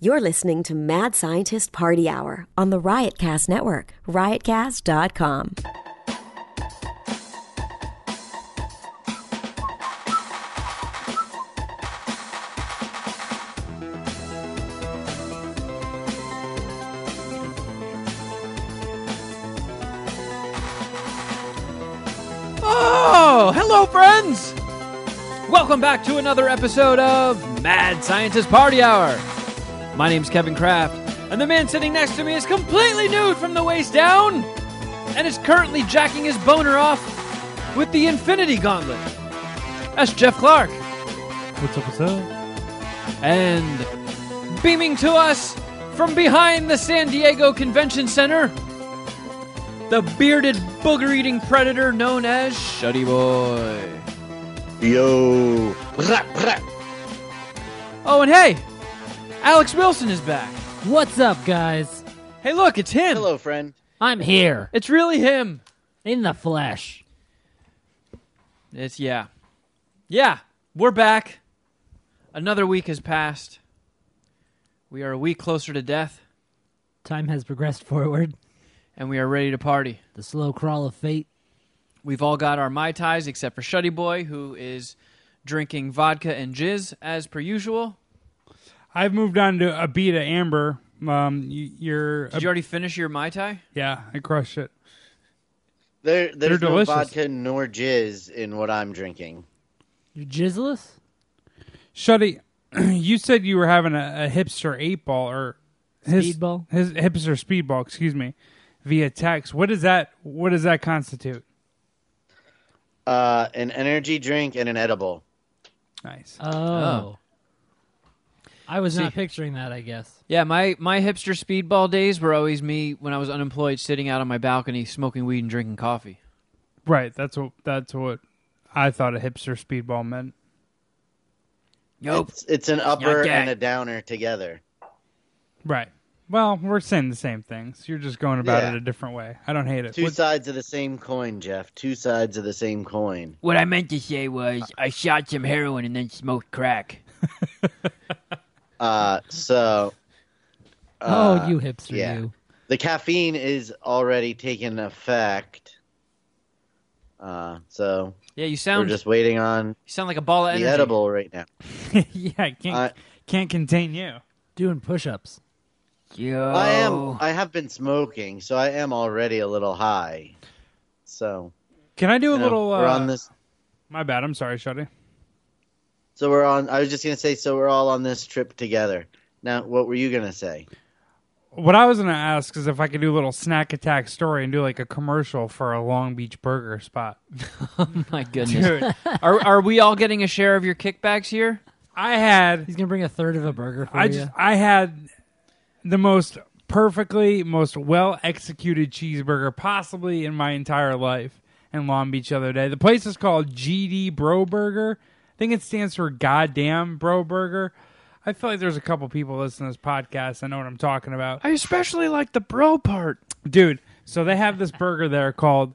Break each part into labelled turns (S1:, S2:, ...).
S1: You're listening to Mad Scientist Party Hour on the Riotcast Network, riotcast.com.
S2: Oh, hello, friends! Welcome back to another episode of Mad Scientist Party Hour. My name's Kevin Kraft, and the man sitting next to me is completely nude from the waist down and is currently jacking his boner off with the Infinity Gauntlet. That's Jeff Clark.
S3: What's up, what's up?
S2: And beaming to us from behind the San Diego Convention Center, the bearded booger eating predator known as Shuddy Boy.
S4: Yo. Brah, brah.
S2: Oh, and hey, Alex Wilson is back.
S3: What's up, guys?
S2: Hey, look, it's him.
S4: Hello, friend.
S3: I'm here
S2: It's really him.
S3: in the flesh.
S2: It's yeah. Yeah, we're back. Another week has passed. We are a week closer to death,
S3: Time has progressed forward.
S2: and we are ready to party.
S3: The slow crawl of fate.
S2: We've all got our Mai Tais except for Shuddy Boy, who is drinking vodka and jizz as per usual.
S5: I've moved on to Abita Amber. Um, you, you're
S2: Did you already finish your Mai Tai?
S5: yeah, I crushed it.
S4: There, there's
S5: They're
S4: no
S5: delicious.
S4: vodka nor jizz in what I'm drinking.
S3: You're jizzless?
S5: Shuddy, you said you were having a, a hipster eight ball or his,
S3: Speedball?
S5: his hipster speedball. Excuse me, via text. What does that? What does that constitute?
S4: Uh, an energy drink and an edible.
S5: Nice.
S4: Uh,
S3: Oh. I was not picturing that, I guess.
S2: Yeah, my, my hipster speedball days were always me when I was unemployed, sitting out on my balcony, smoking weed and drinking coffee.
S5: right. That's what. That's what I thought a hipster speedball meant.
S2: Nope.
S4: It's, it's an upper
S2: Yuck, yuck.
S4: and a downer together.
S5: Right. Well, we're saying the same things. You're just going about
S4: Yeah.
S5: it a different way. I don't hate it.
S4: Two
S5: What-
S4: sides of the same coin, Jeff. Two sides of the same coin.
S2: What I meant to say was I shot some heroin and then smoked crack.
S4: Uh, so
S3: oh, you hipster,
S4: yeah.
S3: you.
S4: the caffeine is already taking effect. Uh, so
S2: Yeah, you
S4: we're
S2: sound
S4: just waiting on
S2: you sound like a ball of
S4: the
S2: energy.
S4: edible right now. Uh,
S5: yeah, I can't
S4: I-
S5: can't contain you.
S3: Doing push ups.
S2: Yo.
S4: I
S5: Oh.
S4: am. I have been smoking, so I am already a little high. So
S5: Can I do a
S4: you know,
S5: little?
S4: we're
S5: uh,
S4: on this
S5: My bad. I'm sorry, Shuddy.
S4: So we're on. I was just gonna say. So we're all on this trip together. Now, what were you gonna say?
S5: What I was gonna ask is if I could do a little snack attack story and do like a commercial for a Long Beach burger spot.
S2: My goodness.
S5: Dude,
S2: are are we all getting a share of your kickbacks here?
S5: I had
S3: He's going to bring a third of a burger for
S5: I
S3: you.
S5: just I had the most perfectly most well executed cheeseburger possibly in my entire life in Long Beach the other day. The place is called GD Bro Burger. I think it stands for Goddamn Bro Burger. I feel like there's a couple people listening to this podcast. I know what I'm talking about.
S2: I especially like the bro part.
S5: dude so they have this burger there called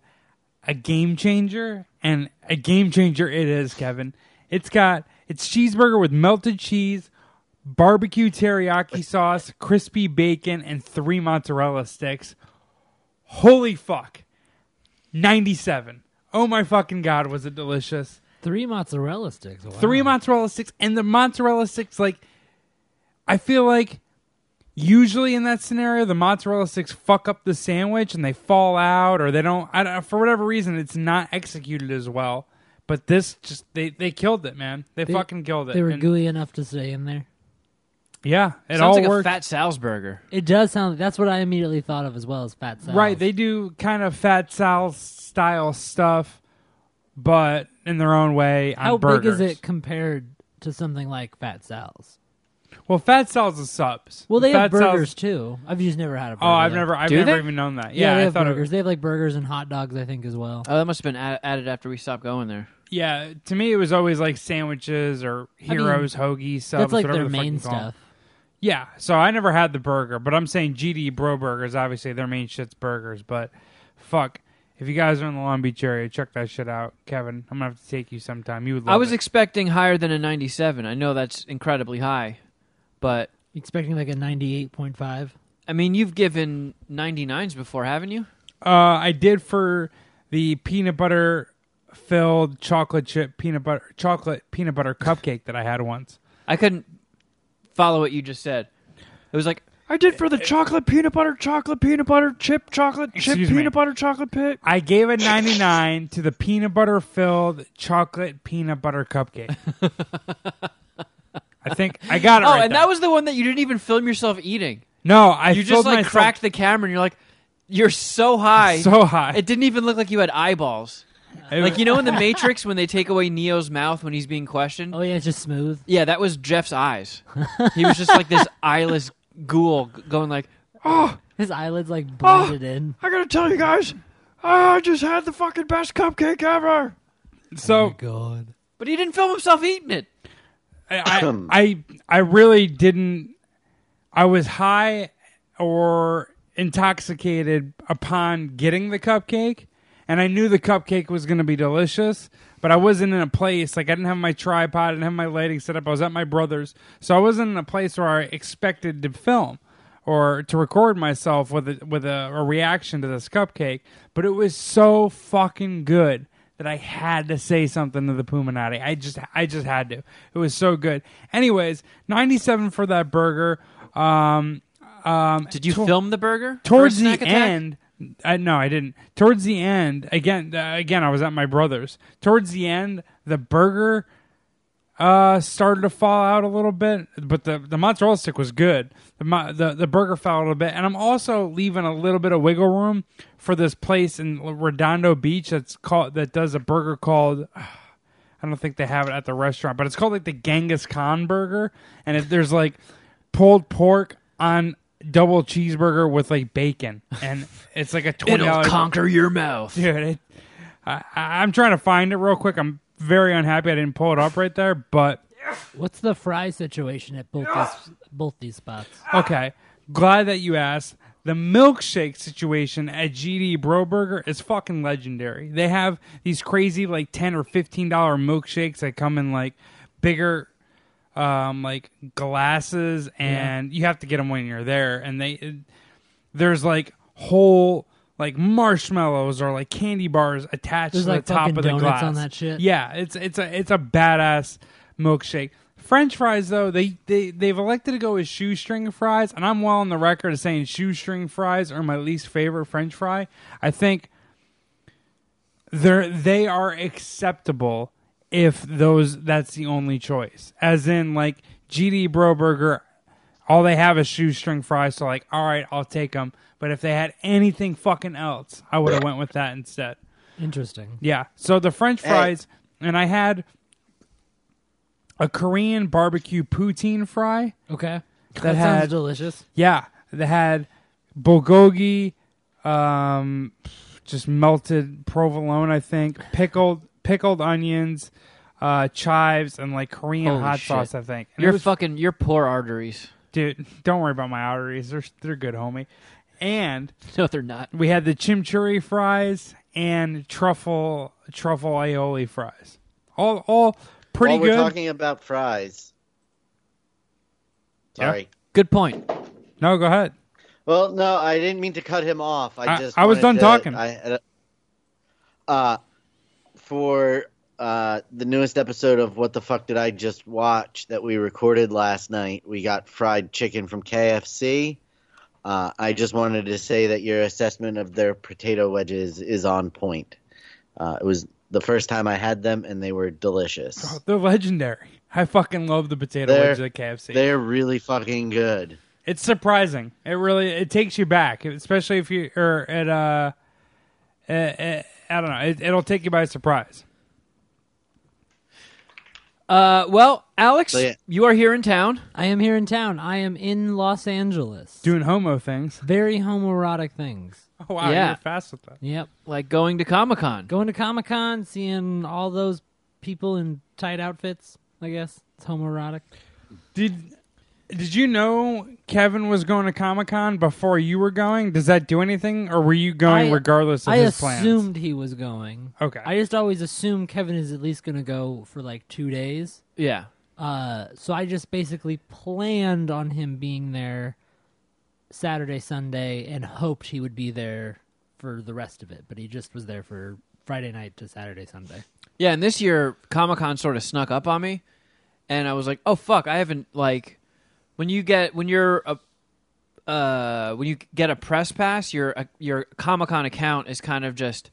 S5: a game changer and a game changer it is kevin it's got it's cheeseburger with melted cheese barbecue teriyaki sauce crispy bacon and three mozzarella sticks holy fuck 97 oh my fucking god was it delicious
S3: Three mozzarella sticks. Wow.
S5: three mozzarella sticks and the mozzarella sticks like i feel like usually in that scenario the mozzarella sticks fuck up the sandwich and they fall out or they don't i don't for whatever reason it's not executed as well but this just they they killed it man they, fucking killed it
S3: They were
S5: And-
S3: gooey enough to stay in there.
S5: yeah it
S2: Sounds
S5: all
S2: like
S5: worked
S2: a fat Salzburger.
S3: It does sound. That's what I immediately thought of as well as fat salad.
S5: right they do kind of fat sal style stuff but in their own way on
S3: How
S5: burgers.
S3: big is it compared to something like Fat Sal's?
S5: well fat sal's is subs
S3: Well, they have
S5: Fat Sal's-
S3: burgers too. I've just never had a burger.
S5: oh i've
S3: there.
S5: never i've
S2: Do
S5: never
S2: they?
S5: even known that
S3: Yeah,
S5: yeah,
S3: they
S5: i
S3: have
S5: thought it
S3: burgers. They have like burgers and hot dogs, I think, as well.
S2: Oh, that must have been a- added after we stopped going there.
S5: Yeah, to me it was always like sandwiches or
S3: mean,
S5: heroes, hoagies, subs,
S3: That's like
S5: whatever
S3: their
S5: the fuck
S3: main
S5: you call 'em.
S3: stuff.
S5: Yeah, so I never had the burger, but I'm saying GD Bro Burgers. Obviously, their main shit's burgers, but fuck, if you guys are in the Long Beach area, check that shit out, Kevin. I'm gonna have to take you sometime. You would. Love
S2: I was
S5: it.
S2: expecting higher than a 97. I know that's incredibly high, but
S3: expecting like a 98.5.
S2: I mean, you've given 99s before, haven't you?
S5: Uh, I did for the peanut butter filled chocolate chip peanut butter chocolate peanut butter cupcake that I had once.
S2: I couldn't follow what you just said. It was like I did
S5: Eh,
S2: for the chocolate peanut butter, chocolate peanut butter, chip chocolate, chip
S5: Excuse me.
S2: peanut butter, chocolate pit.
S5: I gave a 99 to the peanut butter filled chocolate peanut butter cupcake. I think I got it
S2: Oh,
S5: right.
S2: and
S5: there.
S2: that was the one that you didn't even film yourself eating.
S5: no, I
S2: You
S5: filled
S2: just like
S5: myself
S2: cracked the camera, and you're like, you're so high,
S5: so high.
S2: it didn't even look like you had eyeballs.
S5: It
S2: Like
S5: was-
S2: you know in the Matrix when they take away Neo's mouth when he's being questioned.
S3: Oh yeah, it's just smooth.
S2: Yeah, that was Jeff's eyes. He was just like this eyeless ghoul g- going like, "Oh,
S3: His eyelids like
S5: Ah!
S3: blended in.
S2: I gotta tell you guys, I just had the fucking best cupcake ever."
S5: so
S3: God.
S2: But he didn't film himself eating it.
S5: I, I I really didn't. I was high or intoxicated upon getting the cupcake, and I knew the cupcake was going to be delicious. But I wasn't in a place like I didn't have my tripod, I didn't have my lighting set up. I was at my brother's, so I wasn't in a place where I expected to film or to record myself with a, with a, a reaction to this cupcake. But it was so fucking good that I had to say something to the Puminati. I just I just had to. It was so good. Anyways, ninety seven for that burger. Um, um,
S2: Did you film the burger? for
S5: towards the
S2: Snack Attack?
S5: end? I, no, I didn't. Towards the end, again, uh, again, I was at my brother's. Towards the end, the burger uh, started to fall out a little bit, but the, the mozzarella stick was good. The, mo- the the burger fell out a little bit, and I'm also leaving a little bit of wiggle room for this place in Redondo Beach that's called that does a burger called. I don't think they have it at the restaurant, but it's called like the Genghis Khan burger, and it, there's like pulled pork on double cheeseburger with like bacon, and it's like a twenty
S2: It'll
S5: dollars.
S2: conquer your mouth.
S5: Dude, it, I, I- I'm trying to find it real quick. I'm very unhappy I didn't pull it up right there, but
S3: What's the fry situation at both these both these spots?
S5: Okay. Glad that you asked. The milkshake situation at GD Bro Burger is fucking legendary. They have these crazy like ten or fifteen dollar milkshakes that come in like bigger um like glasses and you have to get them when you're there and they it- there's like whole like marshmallows or like candy bars attached
S3: There's,
S5: to
S3: like,
S5: the top
S3: fucking
S5: of the
S3: donuts
S5: glass
S3: on that shit.
S5: yeah, it's it's a it's a badass milkshake. French fries though, they they they've elected to go with shoestring fries, and I'm well on the record of saying shoestring fries are my least favorite French fry. I think they're they are acceptable if those that's the only choice. As in like GD Bro Burger, all they have is shoestring fries, so like, all right, I'll take them. But if they had anything fucking else, I would have went with that instead.
S3: Interesting.
S5: Yeah. So the French fries, and I had a Korean barbecue poutine fry.
S3: Okay. That,
S5: had-
S3: sounds delicious.
S5: Yeah, they had bulgogi, um, just melted provolone, I think, pickled pickled onions, uh, chives, and like Korean
S2: Holy
S5: hot
S2: shit.
S5: sauce. I think. And it
S2: Your
S5: was-
S2: fucking your poor arteries.
S5: dude. Don't worry about my arteries; they're they're good, homie. And
S2: No, they're not.
S5: we had the chimichurri fries and truffle truffle aioli fries. All all pretty
S4: While
S5: good.
S4: we're talking about fries.
S5: Yeah.
S4: Sorry.
S2: Good point.
S5: No, go ahead.
S4: Well, no, I didn't mean to cut him off. I,
S5: I-
S4: just
S5: I was
S4: wanted
S5: done
S4: to-
S5: talking.
S4: I had a- uh, for uh, the newest episode of What the Fuck Did I Just Watch that we recorded last night, we got fried chicken from KFC. Uh, I just wanted to say that your assessment of their potato wedges is on point. Uh, it was the first time I had them, and they were delicious.
S5: They're legendary. I fucking love the potato
S4: They're-
S5: wedges at KFC.
S4: They're really fucking good.
S5: It's surprising. It really it takes you back, especially if you or at uh, eh, eh, I don't know. It, it'll take you by surprise.
S2: Uh, well, Alex,
S4: So, yeah.
S2: you are here in town.
S3: I am here in town. I am in Los Angeles.
S5: Doing homo things.
S3: Very homoerotic things.
S5: Oh, wow,
S2: Yeah.
S5: you're fast with that.
S3: Yep.
S2: Like going to Comic Con.
S3: Going to Comic Con, seeing all those people in tight outfits. I guess it's homoerotic.
S5: Did Did you know Kevin was going to Comic Con before you were going? Does that do anything, or were you going
S3: I-
S5: regardless of
S3: I
S5: his plans?
S3: assumed he was going.
S5: Okay.
S3: I just always assume Kevin is at least going to go for like two days.
S2: Yeah.
S3: Uh, so I just basically planned on him being there Saturday, Sunday, and hoped he would be there for the rest of it. But he just was there for Friday night to Saturday, Sunday.
S2: Yeah, and this year Comic Con sort of snuck up on me, and I was like, "Oh fuck, I haven't like." When you get when you're a uh, when you get a press pass, your uh, your Comic Con account is kind of just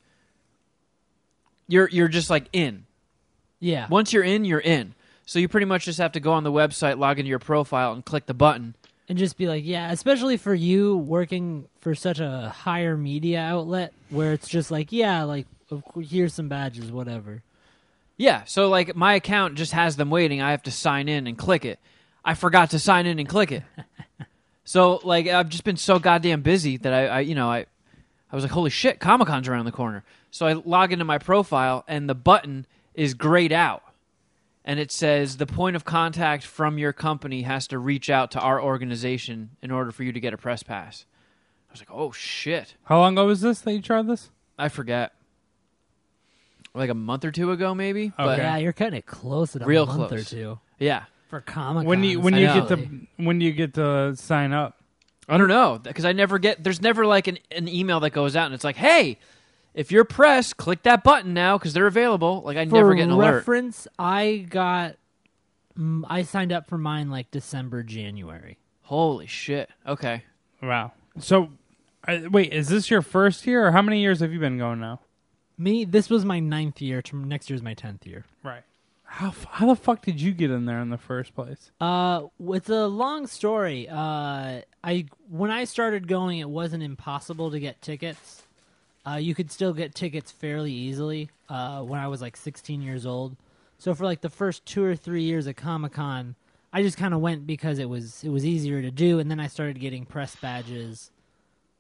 S2: you're you're just like in.
S3: Yeah.
S2: Once you're in, you're in. So you pretty much just have to go on the website, log into your profile, and click the button.
S3: and just be like, yeah, especially for you working for such a higher media outlet where it's just like, yeah, like of cou- here's some badges, whatever.
S2: Yeah, so like my account just has them waiting. I have to sign in and click it. I forgot to sign in and click it. so like I've just been so goddamn busy that I, I you know, I I was like, holy shit, Comic Con's around the corner. So I log into my profile and the button is grayed out. And it says the point of contact from your company has to reach out to our organization in order for you to get a press pass. I was like, oh shit.
S5: How long ago was this that you tried this?
S2: I forget. Like a month or two ago, maybe. But
S5: Okay.
S3: Yeah, you're cutting it close to a
S2: Real
S3: month
S2: close.
S3: or two
S2: yeah.
S3: for comic.
S5: When do you when you get
S3: the
S5: to when do you get to sign up?
S2: I don't know because I never get. There's never like an, an email that goes out and it's like, hey, if you're press, click that button now because they're available. Like I
S3: for
S2: never get an alert.
S3: reference, I got mm, I signed up for mine like December, January.
S2: Holy shit! Okay,
S5: Wow. So, uh, wait, is this your first year, or how many years have you been going now?
S3: Me, this was my ninth year. To, next year's my tenth year.
S5: Right. How f- how the fuck did you get in there in the first place?
S3: Uh, it's a long story. Uh, I when I started going, it wasn't impossible to get tickets. Uh, you could still get tickets fairly easily. Uh, when I was like 16 years old, so for like the first two or three years of Comic Con, I just kind of went because it was it was easier to do, and then I started getting press badges,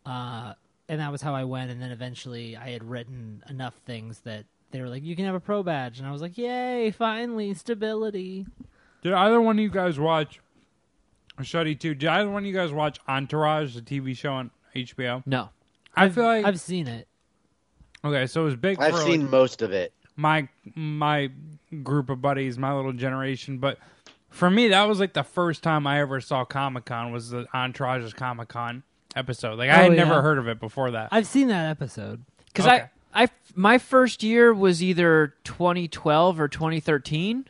S3: uh, and that was how I went. And then eventually, I had written enough things that they were like, "You can have a pro badge," and I was like, "Yay! Finally, stability."
S5: Did either one of you guys watch? Shuddy too. Did either one of you guys watch Entourage, the TV show on HBO?
S2: no,
S5: I feel like
S3: I've seen it.
S5: okay. So it was big.
S4: I've
S5: for, like,
S4: seen most of
S3: Oh,
S4: it.
S5: my my group of buddies, my little generation. But for me, that was like the first time I ever saw Comic Con was the Entourage's Comic Con episode. Like I had
S3: Oh,
S5: never
S3: yeah.
S5: heard of it before that.
S3: I've seen that episode.
S2: because
S5: Okay.
S2: I, I, my first year was either 2012 or 2013.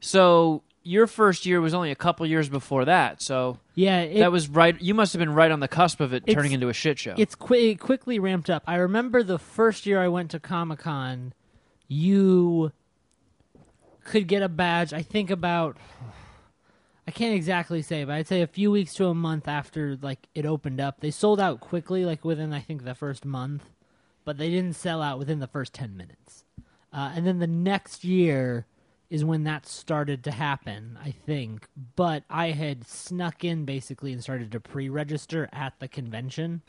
S2: So your first year was only a couple years before that. So
S3: Yeah, it,
S2: that was right. You must have been right on the cusp of it
S3: It's-
S2: turning into a shit show.
S3: it's qui- it quickly ramped up. I remember the first year I went to Comic Con, you could get a badge. I think about I can't exactly say, but I'd say a few weeks to a month after like it opened up. They sold out quickly, like within I think the first month, but they didn't sell out within the first ten minutes. Uh, and then the next year is when that started to happen, I think. But I had snuck in basically and started to pre-register at the convention,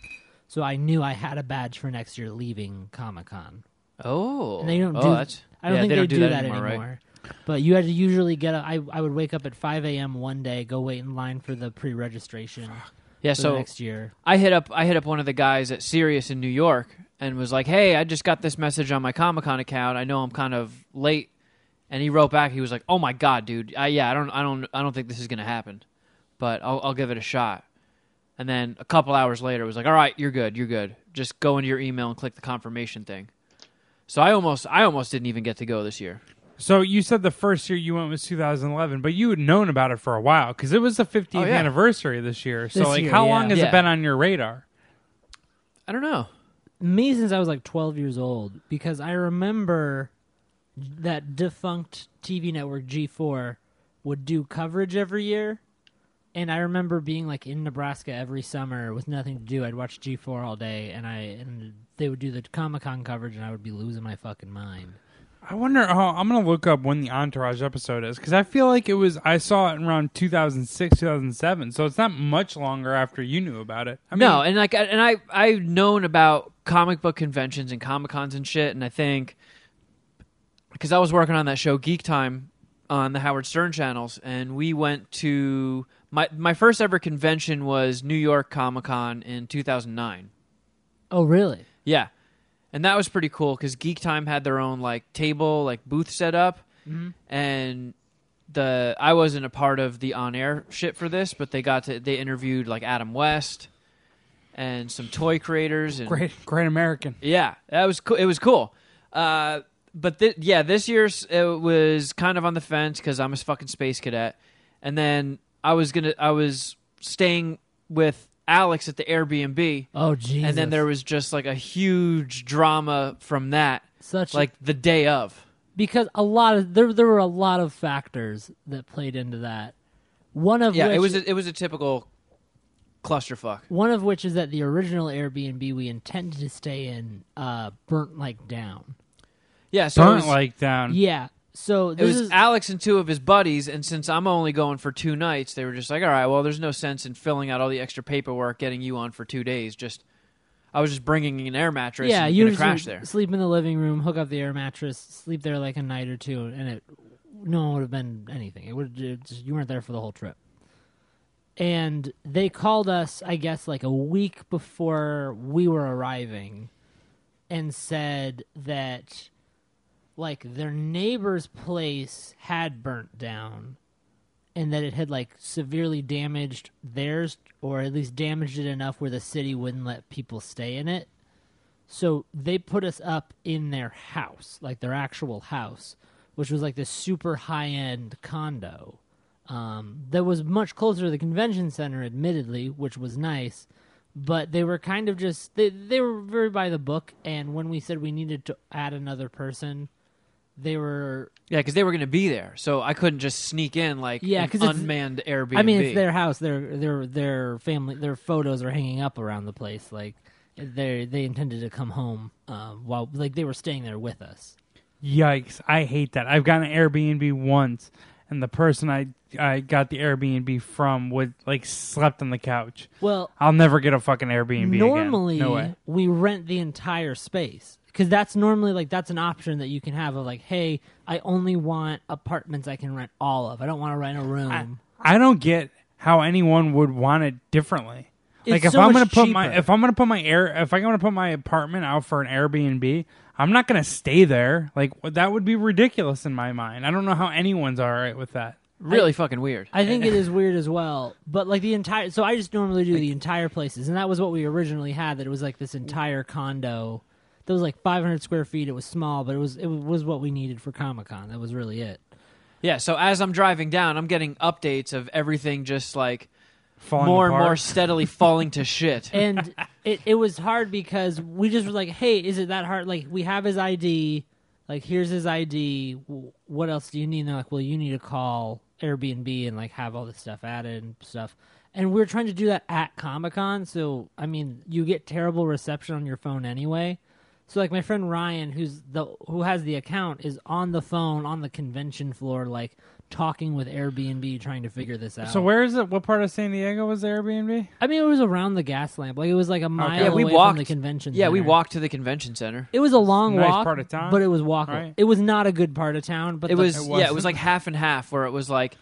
S3: so I knew I had a badge for next year leaving Comic Con.
S2: oh,
S3: And they don't
S2: oh,
S3: do.
S2: that's-
S3: I don't
S2: yeah,
S3: think
S2: they
S3: they,
S2: don't
S3: do, that anymore.
S2: right?
S3: But you had to usually get. up- I I would wake up at five a.m. one day, go wait in line for the pre-registration
S2: Yeah,
S3: for
S2: so
S3: the next year.
S2: I hit up I hit up one of the guys at Sirius in New York and was like, "Hey, I just got this message on my Comic Con account. I know I'm kind of late." And he wrote back. He was like, "Oh my god, dude. I, yeah, I don't, I don't, I don't think this is gonna happen, but I'll, I'll give it a shot." And then a couple hours later, it was like, "All right, you're good. You're good. Just go into your email and click the confirmation thing." So I almost, I almost didn't even get to go this year.
S5: so you said the first year you went was 2011, but you had known about it for a while because it was the 50th
S2: Oh, yeah.
S5: anniversary this year. So
S3: This
S5: like,
S3: year,
S5: how
S3: yeah.
S5: long has
S2: Yeah.
S5: it been on your radar?
S2: I don't know.
S3: me since I was like 12 years old because I remember that defunct TV network G4 would do coverage every year. And I remember being like in Nebraska every summer with nothing to do. I'd watch G4 all day and I and they would do the Comic-Con coverage and I would be losing my fucking mind.
S5: I wonder. Oh, I'm gonna look up when the Entourage episode is because I feel like it was. I saw it in around 2006, 2007. So it's not much longer after you knew about it. I mean,
S2: no, and like, I- and I I've known about comic book conventions and comic cons and shit, and I think because I was working on that show Geek Time on the Howard Stern channels, and we went to my my first ever convention was New York Comic Con in 2009.
S3: Oh, really?
S2: Yeah, and that was pretty cool because Geek Time had their own like table, like booth set up, and the I wasn't a part of the on air shit for this, but they got to they interviewed like Adam West and some toy creators and
S5: Great, great American.
S2: yeah, that was cool. It was cool. Uh, but th- yeah, this year's it was kind of on the fence because I'm a fucking space cadet, and then I was gonna I was staying with Alex at the Airbnb,
S3: Oh, Jesus.
S2: and then there was just like a huge drama from that,
S3: such
S2: like the day of.
S3: because a lot of there there were a lot of factors that played into that. One of
S2: Yeah,
S3: which,
S2: it was a, it was a typical clusterfuck.
S3: one of which is that the original Airbnb we intended to stay in uh, burnt like down.
S2: Yeah, so it
S5: Burnt
S2: was,
S5: like down.
S3: Yeah, so
S2: it
S3: this
S2: was
S3: is
S2: Alex and two of his buddies, and since I'm only going for two nights, they were just like, "All right, well, there's no sense in filling out all the extra paperwork, getting you on for two days. Just, I was just bringing an air mattress.
S3: yeah.
S2: and
S3: You
S2: gonna
S3: just
S2: crash there.
S3: sleep in the living room, hook up the air mattress, sleep there like a night or two, and it no one would have been anything. It would it just, you weren't there for the whole trip. And they called us, I guess, like a week before we were arriving, and said that like their neighbor's place had burnt down and that it had like severely damaged theirs or at least damaged it enough where the city wouldn't let people stay in it so they put us up in their house like their actual house which was like this super high end condo um, that was much closer to the convention center admittedly which was nice but they were kind of just they, they were very by the book and when we said we needed to add another person they were
S2: Yeah, because they were gonna be there, so I couldn't just sneak in like
S3: Yeah,
S2: an
S3: 'cause it's-
S2: unmanned Airbnb.
S3: I mean, it's their house. Their their their family. Their photos are hanging up around the place. Like they they intended to come home um, while like they were staying there with us.
S5: Yikes! I hate that. I've gotten an Airbnb once, and the person I I got the Airbnb from would like slept on the couch.
S3: Well,
S5: I'll never get a fucking Airbnb.
S3: normally
S5: again. no way.
S3: we rent the entire space because that's normally like that's an option that you can have of like, hey, I only want apartments I can rent all of. I don't want to rent a room.
S5: I don't get how anyone would want it differently.
S3: It's
S5: like if
S3: so
S5: I'm
S3: much
S5: gonna put my
S3: cheaper.
S5: if I'm gonna put my air if I'm gonna put my apartment out for an Airbnb, I'm not gonna stay there. Like w- that would be ridiculous in my mind. I don't know how anyone's all right with that.
S2: really fucking weird.
S3: I think it is weird as well, but like the entire. So I just normally do the entire places, and that was what we originally had. That it was like this entire condo that was like 500 square feet. It was small, but it was it was what we needed for Comic Con. That was really it.
S2: yeah, so as I'm driving down, I'm getting updates of everything just like
S5: Falling
S2: more and
S5: apart.
S2: more steadily falling to shit.
S3: and it, it was hard because we just were like, hey, is it that hard? Like, we have his ID. Like, here's his ID. W- What else do you need? And they're like, well, you need to call Airbnb and, like, have all this stuff added and stuff. And we are trying to do that at Comic Con. So, I mean, you get terrible reception on your phone anyway. So, like, my friend Ryan, who's the who has the account, is on the phone on the convention floor, like, talking with Airbnb, trying to figure this out.
S5: So where is it? What part of San Diego was the Airbnb?
S3: I mean, it was around the gas lamp. Like it was like a mile
S5: Yeah,
S3: away
S2: we walked
S3: from the convention.
S2: Yeah, we
S3: center.
S2: walked to the convention center.
S3: It was a long
S5: Nice
S3: walk,
S5: part of town.
S3: but it was walkable.
S5: Right.
S3: It was not a good part of town, but
S2: it
S3: the-
S2: was
S5: It
S2: yeah it was
S5: wasn't.
S2: like half and half where it was like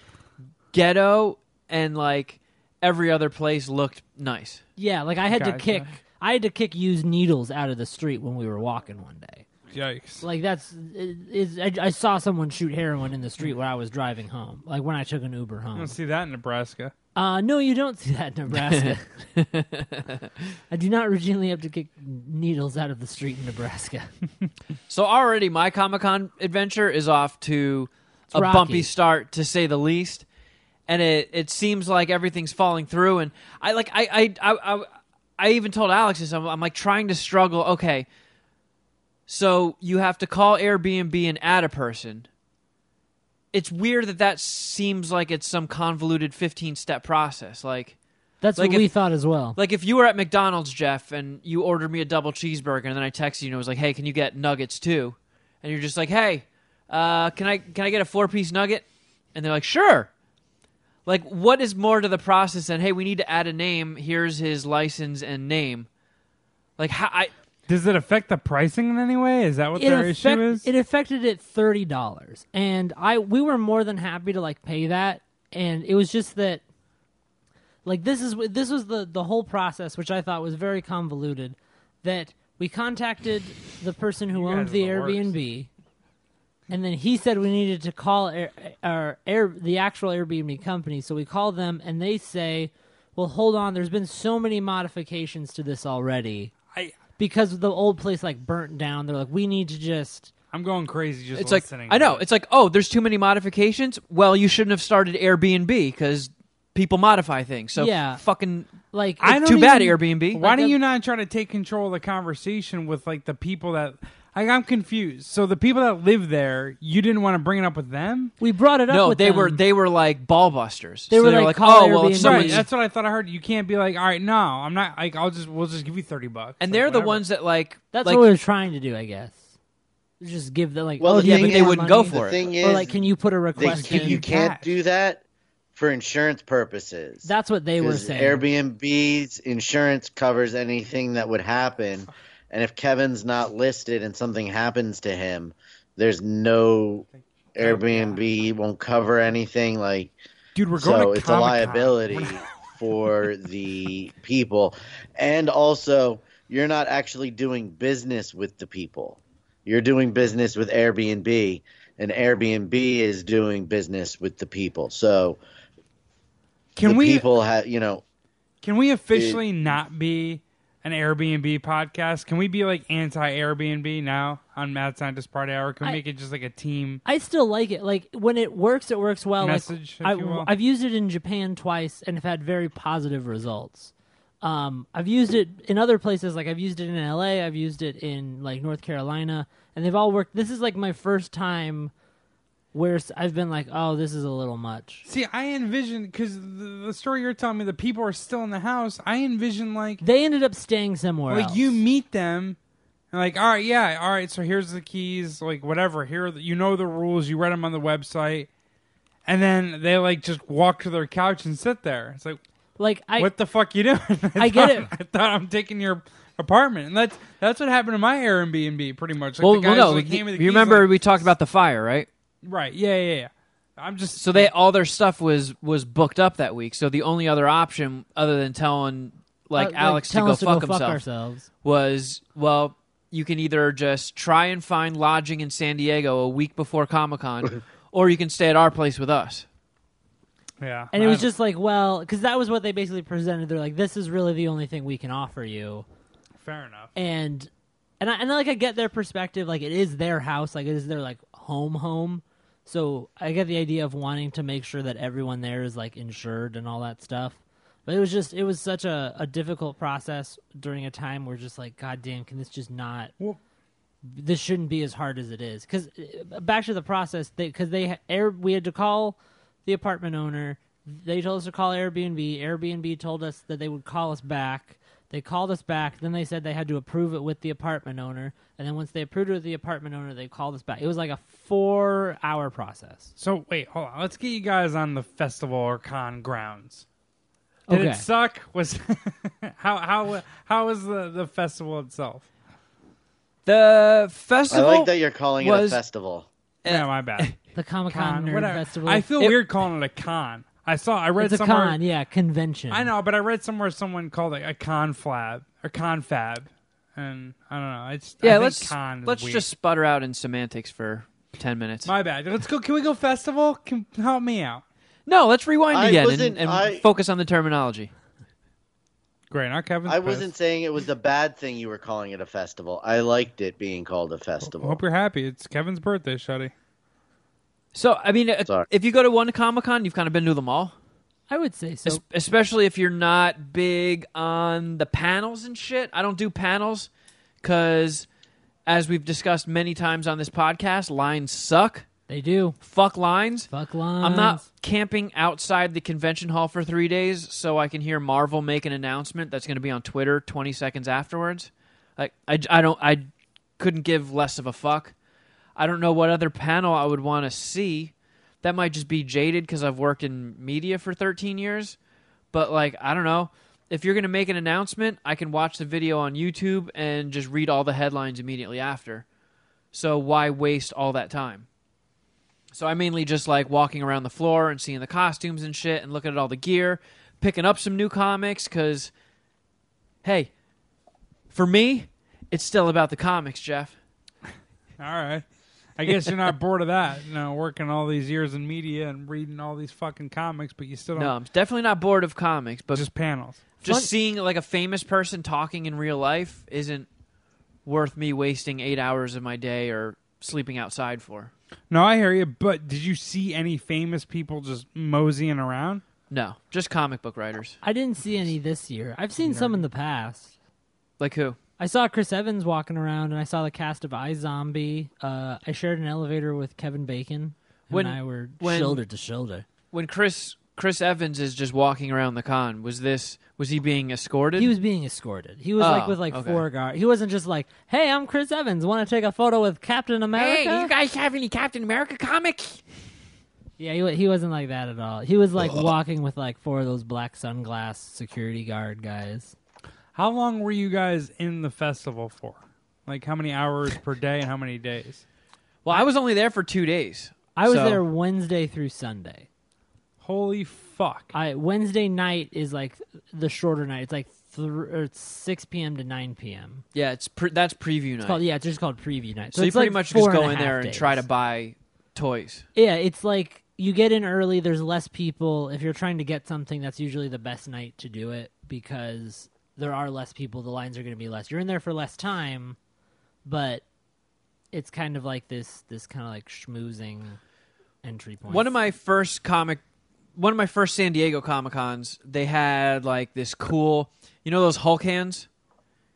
S2: ghetto and like every other place looked nice
S3: yeah. Like I had to
S5: Gotcha.
S3: kick, I had to kick used needles out of the street when we were walking one day.
S5: Yikes!
S3: Like that's, it, it's, I, I saw someone shoot heroin in the street when I was driving home. Like when I took an Uber
S5: I
S3: home.
S5: don't see that in Nebraska.
S3: Uh, no, you don't see that in Nebraska. I do not routinely have to kick needles out of the street in Nebraska.
S2: so already my comic-con adventure is off to a
S3: rocky.
S2: bumpy start to say the least and it it seems like everything's falling through and i like i i i, I, I even told alex this I'm, I'm like trying to struggle okay so you have to call airbnb and add a person it's weird that that seems like it's some convoluted 15 step process like
S3: That's
S2: Like
S3: what
S2: if-
S3: we thought as well.
S2: Like if you were at McDonald's, Jeff, and you ordered me a double cheeseburger, and then I texted you and I was like, "Hey, can you get nuggets too?" And you're just like, "Hey, uh, can I can I get a four piece nugget?" And they're like, "Sure." Like, what is more to the process than, "Hey, we need to add a name. Here's his license and name." Like, how I
S5: Does it affect the pricing in any way? Is that what
S3: it,
S5: their
S3: affect-
S5: issue is?
S3: it affected it thirty dollars, and I we were more than happy to like pay that, and it was just that, like this is wh- this was the the whole process, which I thought was very convoluted. That we contacted the person who
S5: guys
S3: owned
S5: are
S3: the
S5: the worst.
S3: Airbnb, and then he said we needed to call air, our air the actual Airbnb company. So we call them, and they say, "Well, hold on. There's been so many modifications to this already
S5: I
S3: because the old place like burnt down. They're like, we need to just."
S5: I'm going crazy just
S2: It's like
S5: listening.
S2: I
S5: to
S2: know.
S5: it.
S2: It's like oh, there's too many modifications. Well, you shouldn't have started Airbnb because people modify things. So
S3: Yeah.
S2: fucking
S3: Like
S5: I
S2: It's
S5: don't
S2: too bad,
S5: even-
S2: Airbnb.
S5: Why
S2: Like,
S5: don't
S3: a-
S5: you not try to take control of the conversation with like the people that? Like, I'm confused. So the people that live there, you didn't want to bring it up with them.
S3: We brought it up.
S2: No,
S3: with
S2: they were
S3: them.
S2: they were like ball busters.
S3: They
S2: So
S3: were
S2: they were
S3: like,
S2: like,
S3: call
S2: oh well, if
S3: Airbnb.
S2: someone's
S5: Right. That's what I thought. I heard you can't be like, all right, no, I'm not. Like, I'll just we'll just give you thirty bucks.
S2: and
S5: Like,
S2: they're the
S5: whatever.
S2: ones that like
S3: That's
S2: like,
S3: what we were trying to do, I guess. Just give them like
S4: Well,
S3: oh,
S4: the
S3: yeah,
S4: thing
S3: but
S4: is-
S3: they
S4: the
S3: wouldn't go for
S4: the
S3: it.
S4: thing
S3: or
S4: is,
S3: like, can you put a
S4: They,
S3: request
S4: can-
S3: in?
S4: you can't
S5: cash.
S4: do that for insurance purposes.
S3: That's what they were
S4: 'Cause
S3: saying.
S4: Airbnb's insurance covers anything that would happen, and if Kevin's not listed and something happens to him, there's no Airbnb won't cover anything. Like
S5: dude. We're going
S4: so,
S5: to
S4: it's a
S5: Comic-Con.
S4: liability for the people, and also you're not actually doing business with the people. You're doing business with Airbnb, and Airbnb is doing business with the people. So
S5: Can
S4: the
S5: we
S4: people have you know
S5: can we officially not be an Airbnb podcast? Can we be like anti Airbnb now on Mad Scientist Party Hour? Can we
S3: I-
S5: make it just like a team?
S3: I still like it. Like when it works, it works well.
S5: Message, if
S3: like, I,
S5: you will.
S3: have used it in Japan twice and have had very positive results. Um, I've used it in other places. Like I've used it in LA. I've used it in like North Carolina, and they've all worked. This is like my first time where s- I've been like, oh, this is a little much.
S5: See, I envision because the, the story you're telling me, the people are still in the house. I envision like
S3: They ended up staying somewhere.
S5: like
S3: else.
S5: you meet them and like all right yeah all right so here's the keys like whatever here are the, you know the rules you read them on the website and then they like just walk to their couch and sit there it's like
S3: like I
S5: what the fuck you doing I,
S3: I get
S5: thought-
S3: it.
S5: i thought i'm taking your apartment and that's that's what happened to my airbnb pretty much like
S2: well,
S5: the
S2: well
S5: guys
S2: no.
S5: like,
S2: you
S5: gave me the
S2: you
S5: keys,
S2: remember
S5: like-
S2: we talked about the fire, right?
S5: right yeah yeah yeah i'm just
S2: So they all their stuff was was booked up that week. So the only other option other than telling
S3: uh,
S2: like Alex to
S3: tell
S2: go
S3: us to
S2: fuck
S3: go fuck
S2: himself
S3: ourselves.
S2: was well, you can either just try and find lodging in San Diego a week before Comic Con, or you can stay at our place with us.
S5: yeah
S3: And it was
S5: I-
S3: just like, well, because that was what they basically presented. They're like, this is really the only thing we can offer you,
S5: fair enough
S3: and and I, and like I get their perspective. Like it is their house, like it is their like home, home. So I get the idea of wanting to make sure that everyone there is like insured and all that stuff. But it was just, it was such a, a difficult process during a time where just like, God damn, can this just not?
S5: Well-
S3: this shouldn't be as hard as it is. Because back to the process, because they, ha- air, we had to call the apartment owner. They told us to call Airbnb. Airbnb told us that they would call us back. They called us back. Then they said they had to approve it with the apartment owner. And then once they approved it with the apartment owner, they called us back. It was like a four-hour process.
S5: so wait hold on let's get you guys on the festival or con grounds Did
S3: okay.
S5: it suck? Was how how how was the the festival itself?
S2: The
S4: I
S2: festival.
S4: like that you're calling
S2: was-
S4: it a festival.
S5: yeah, my bad.
S3: the Comic Eh, Con
S5: Con,
S3: Nerd
S5: whatever.
S3: Festival.
S5: I feel
S2: It-
S5: weird calling it a con. I saw. I read
S3: it's a
S5: somewhere.
S3: con, yeah, convention.
S5: I know, but I read somewhere someone called it a con flab or con fab, and I don't know. It's I
S2: yeah,
S5: think
S2: let's
S5: con. is
S2: let's
S5: weird.
S2: just sputter out in semantics for ten minutes.
S5: my bad. Let's go. Can we go festival? Can help me out.
S2: no, let's rewind
S4: I
S2: again and,
S4: wasn't-
S2: and
S4: I-
S2: focus on the terminology.
S5: Great. Now Kevin's.
S4: I
S5: pissed.
S4: wasn't saying it was a bad thing you were calling it a festival. I liked it being called a
S5: I
S4: festival.
S5: hope you're happy. It's Kevin's birthday, Shuddy.
S2: So I mean, uh,
S4: Sorry.
S2: if you go to one Comic Con, you've kind of been to them all.
S3: I would say so.
S2: Es- especially if you're not big on the panels and shit. I don't do panels because, as we've discussed many times on this podcast, lines suck.
S3: They do.
S2: Fuck lines.
S3: Fuck lines.
S2: I'm not camping outside the convention hall for three days so I can hear Marvel make an announcement that's going to be on Twitter 20 seconds afterwards. Like I, j- I don't I couldn't give less of a fuck. I don't know what other panel I would want to see. That might just be jaded because I've worked in media for 13 years. But like I don't know if you're going to make an announcement, I can watch the video on YouTube and just read all the headlines immediately after. So why waste all that time? So I mainly just like walking around the floor and seeing the costumes and shit and looking at all the gear, picking up some new comics cuz hey, for me, it's still about the comics, Jeff.
S5: All right. I guess you're not bored of that. You know, working all these years in media and reading all these fucking comics, but you still don't
S2: No, I'm definitely not bored of comics, but just,
S5: just panels.
S2: just
S3: Fun-
S2: seeing like a famous person talking in real life isn't worth me wasting eight hours of my day or sleeping outside for.
S5: No, I hear you. But did you see any famous people just moseying around?
S2: No, just comic book writers.
S3: I didn't see any this year. I've seen some in the past.
S2: Like who?
S3: I saw Chris Evans walking around, and I saw the cast of I Zombie. Uh, I shared an elevator with Kevin Bacon.
S2: When-
S3: and I were
S2: when-
S3: shoulder to shoulder.
S2: When Chris Chris Evans is just walking around the con, was this was he being escorted?
S3: He was being escorted. He was like
S2: Oh,
S3: with like
S2: okay.
S3: four guards. He wasn't just like, "Hey, I'm Chris Evans. Want to take a photo with Captain America?"
S2: guys have any Captain America comics?
S3: yeah, he, wa- he wasn't like that at all. He was like walking with like four of those black sunglass security guard guys.
S5: How long were you guys in the festival for? Like how many hours per day and how many days?
S2: Well, I was only there for two days.
S3: I was
S2: so-
S3: there Wednesday through Sunday.
S5: Holy fuck!
S3: I Wednesday night is like the shorter night. It's like thr or it's six p.m. to nine p.m.
S2: Yeah, it's pre- that's preview night.
S3: It's called yeah, it's just called preview night.
S2: so,
S3: it's
S2: you pretty
S3: like
S2: much
S3: four
S2: just go
S3: a
S2: in
S3: half
S2: there and try to
S3: days.
S2: buy toys.
S3: Yeah, it's like you get in early. There's less people. If you're trying to get something, that's usually the best night to do it because there are less people. The lines are going to be less. You're in there for less time, but it's kind of like this this kind of like schmoozing entry point.
S2: One of my first comic, one of my first San Diego Comic Cons, they had like this cool, you know, those Hulk hands.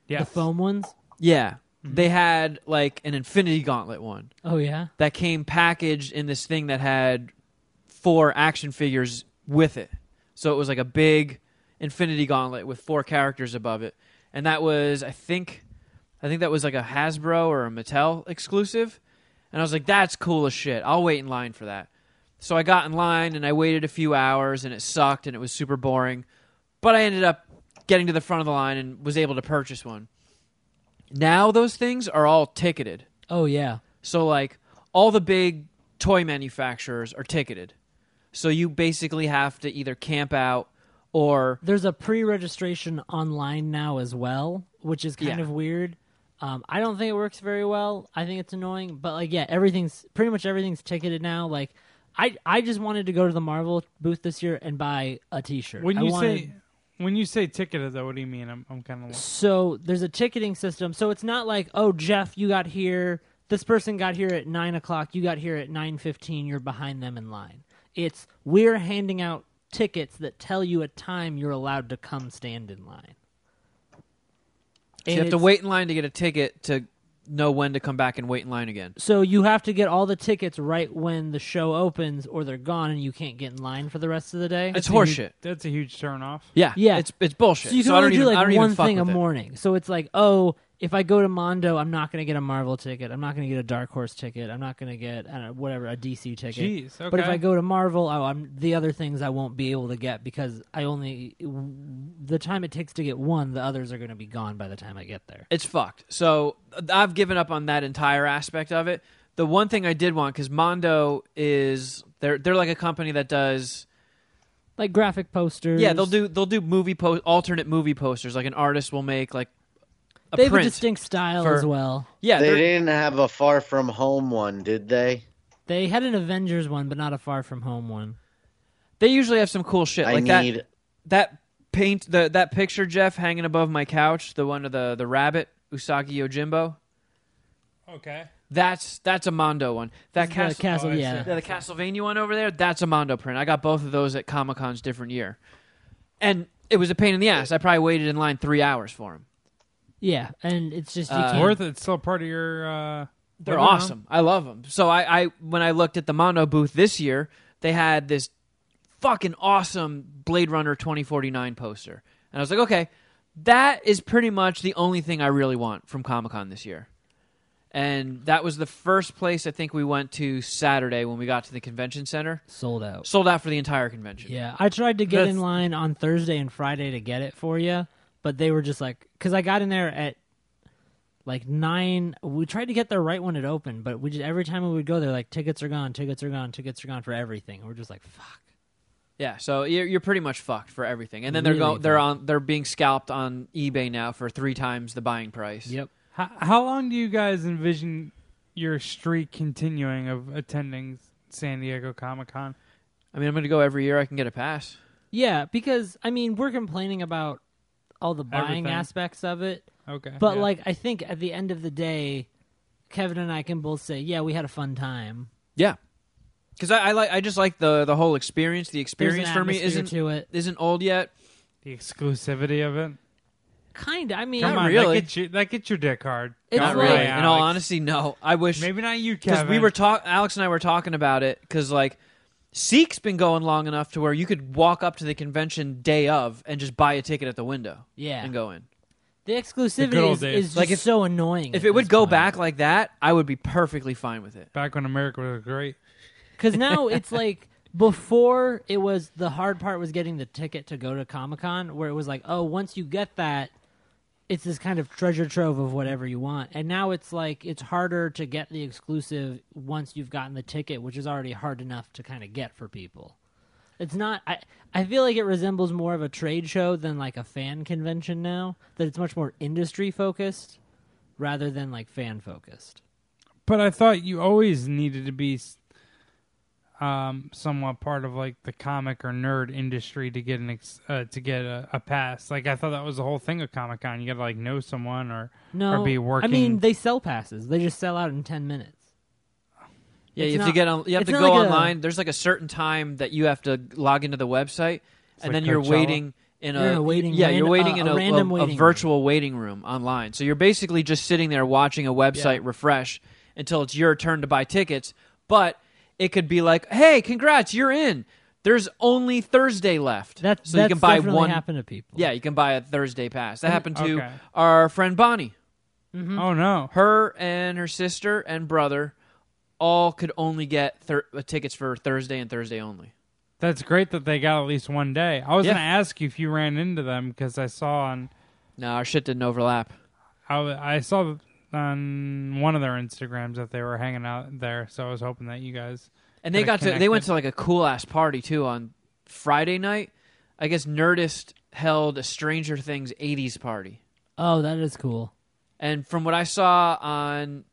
S5: Yeah,
S3: the foam ones.
S2: Yeah, they had like an Infinity Gauntlet one
S3: Oh yeah,
S2: that came packaged in this thing that had four action figures with it. So it was like a big Infinity Gauntlet with four characters above it, and that was I think, I think that was like a Hasbro or a Mattel exclusive, and I was like, that's cool as shit. I'll wait in line for that. So I got in line and I waited a few hours and it sucked and it was super boring, but I ended up getting to the front of the line and was able to purchase one. Now those things are all ticketed.
S3: oh yeah.
S2: So like all the big toy manufacturers are ticketed. So you basically have to either camp out or
S3: There's a pre-registration online now as well, which is kind
S2: Yeah.
S3: of weird. Um, I don't think it works very well. I think it's annoying, but like, yeah, everything's pretty much everything's ticketed now. Like, I I just wanted to go to the Marvel booth this year and buy a T-shirt.
S5: When
S3: I
S5: you
S3: wanted-
S5: say when you say ticketed though, what do you mean? I'm I'm kind of lost.
S3: so, there's a ticketing system. So it's not like, oh, Jeff, you got here. This person got here at nine o'clock. You got here at nine fifteen. You're behind them in line. It's we're handing out tickets that tell you a time you're allowed to come stand in line.
S2: so you
S3: And
S2: have to
S3: it's-
S2: wait in line to get a ticket to know when to come back and wait in line again.
S3: So you have to get all the tickets right when the show opens, or they're gone and you can't get in line for the rest of the day.
S2: It's horseshit.
S5: That's a huge turn off.
S2: Yeah,
S3: Yeah.
S2: It's it's bullshit.
S3: So you can
S2: I don't
S3: only do
S2: even, I
S3: like
S2: don't even
S3: one
S2: fuck
S3: thing a
S2: with it.
S3: morning. So it's like, oh, if I go to Mondo, I'm not going to get a Marvel ticket. I'm not going to get a Dark Horse ticket. I'm not going to get I don't know, whatever a DC ticket.
S5: Jeez,
S3: But if
S5: okay.
S3: I go to Marvel, oh, I'm the other things I won't be able to get because I only the time it takes to get one, the others are going to be gone by the time I get there.
S2: It's fucked. So th- I've given up on that entire aspect of it. The one thing I did want cuz Mondo is they're they're like a company that does
S3: Like graphic posters.
S2: Yeah, they'll do they'll do movie po- alternate movie posters like an artist will make like a
S3: They have a
S2: print.
S3: distinct style
S2: for-
S3: as well.
S2: yeah,
S4: they
S2: they're-
S4: didn't have a Far From Home one, did they?
S3: They had an Avengers one, but not a Far From Home one.
S2: They usually have some cool shit
S4: I
S2: like
S4: need.
S2: that. That paint the that picture Jeff hanging above my couch, the one of the the rabbit Usagi Yojimbo.
S5: Okay.
S2: That's that's a Mondo one. That
S3: The
S2: castle,
S3: castle,
S5: Oh, I see.
S3: yeah.
S2: yeah, the Castlevania one over there. That's a Mondo print. I got both of those at Comic Con's different year, and it was a pain in the ass. I probably waited in line three hours for them.
S3: Yeah, and it's just you
S2: Uh,
S3: can't.
S5: Worth it. It's still part of your. Uh,
S2: They're
S5: I don't know.
S2: awesome. I love them. So I, I when I looked at the Mondo booth this year, they had this fucking awesome Blade Runner 2049 poster. And I was like, okay, that is pretty much the only thing I really want from Comic-Con this year. And that was the first place I think we went to Saturday when we got to the convention center.
S3: sold out.
S2: Sold out for the entire convention.
S3: Yeah, I tried to get in
S5: That's-
S3: line on Thursday and Friday to get it for you, but they were just like, because I got in there at like nine. We tried to get there right when it opened, but we just every time we would go there, like tickets are gone, tickets are gone, tickets are gone for everything. And we're just like, fuck.
S2: Yeah, so you're, you're pretty much fucked for everything. And then they're
S3: Really
S2: going they're
S3: fucked.
S2: on they're being scalped on eBay now for 3 times the buying price.
S3: Yep.
S5: how, how long do you guys envision your streak continuing of attending San Diego Comic Con?
S2: I mean, I'm going to go every year I can get a pass.
S3: Yeah, because I mean, we're complaining about all the buying
S5: Everything.
S3: aspects of it,
S5: Okay,
S3: but
S5: yeah.
S3: like I think at the end of the day, Kevin and I can both say, yeah, we had a fun time.
S2: Yeah, because I, I like I just like the the whole experience. The
S3: There's an
S2: experience for me
S3: atmosphere
S2: isn't
S3: to it.
S2: isn't old yet.
S5: the exclusivity of it.
S3: Kind of. I mean,
S5: Come
S2: Not
S5: on,
S2: really.
S5: that gets you, that gets your dick hard.
S3: It's
S2: Not
S5: Don't
S3: like-
S2: really.
S5: lie,
S2: In all
S5: Alex.
S2: honesty, no. I wish
S5: maybe not you,
S2: because
S5: Kevin.
S2: we were talk. Alex and I were talking about it because like Seek's been going long enough to where you could walk up to the convention day of and just buy a ticket at the window.
S3: Yeah.
S2: and go in.
S3: the
S5: good
S3: exclusivity
S5: old
S3: is,
S5: days.
S3: is just
S2: Like, if-
S3: so annoying.
S2: If it would go back like that, I would be perfectly fine with it.
S5: back when America was great.
S3: because now it's like before it was the hard part was getting the ticket to go to Comic Con, where it was like, oh, once you get that, it's this kind of treasure trove of whatever you want. And now it's like it's harder to get the exclusive once you've gotten the ticket, which is already hard enough to kind of get for people. It's not. I I feel like it resembles more of a trade show than like a fan convention now. That it's much more industry focused rather than like fan focused.
S5: But I thought you always needed to be s- um, somewhat part of like the comic or nerd industry to get an ex- uh, to get a, a pass. Like I thought that was the whole thing of Comic Con. You got to like know someone or
S3: No,
S5: or be working.
S3: I mean, they sell passes. They just sell out in ten minutes.
S2: Yeah,
S3: It's
S2: you have
S3: not-
S2: to get on. You have
S3: it's
S2: to
S3: not
S2: go
S3: like a-
S2: online. There's like a certain time that you have to log into the website, and
S5: like
S2: then you're
S5: Coachella.
S2: waiting in a,
S3: You're in a waiting-
S2: yeah,
S3: ran-
S2: you're waiting
S3: uh,
S2: in
S3: a
S2: a,
S3: random
S2: a- a
S3: waiting
S2: virtual waiting room online. So you're basically just sitting there watching a website refresh until it's your turn to buy tickets. But it could be like, hey, congrats, you're in. There's only Thursday left,
S3: That
S2: so
S3: that's
S2: you can buy
S3: definitely
S2: one.
S3: happened to people.
S2: Yeah, you can buy a Thursday pass. That happened to
S5: okay.
S2: our friend Bonnie
S5: oh no,
S2: her and her sister and brother all could only get thir- uh, tickets for Thursday and Thursday only.
S5: that's great that they got at least one day. I was
S2: Yeah.
S5: gonna ask you if you ran into them because I saw on
S2: No, our shit didn't overlap.
S5: I, w- I saw on one of their Instagrams that they were hanging out there. So I was hoping that you guys
S2: And they
S5: Kinda
S2: got to they went
S5: connected.
S2: to like a cool ass party too on Friday night. I guess Nerdist held a Stranger Things 80s party.
S3: Oh, that is cool.
S2: And from what I saw on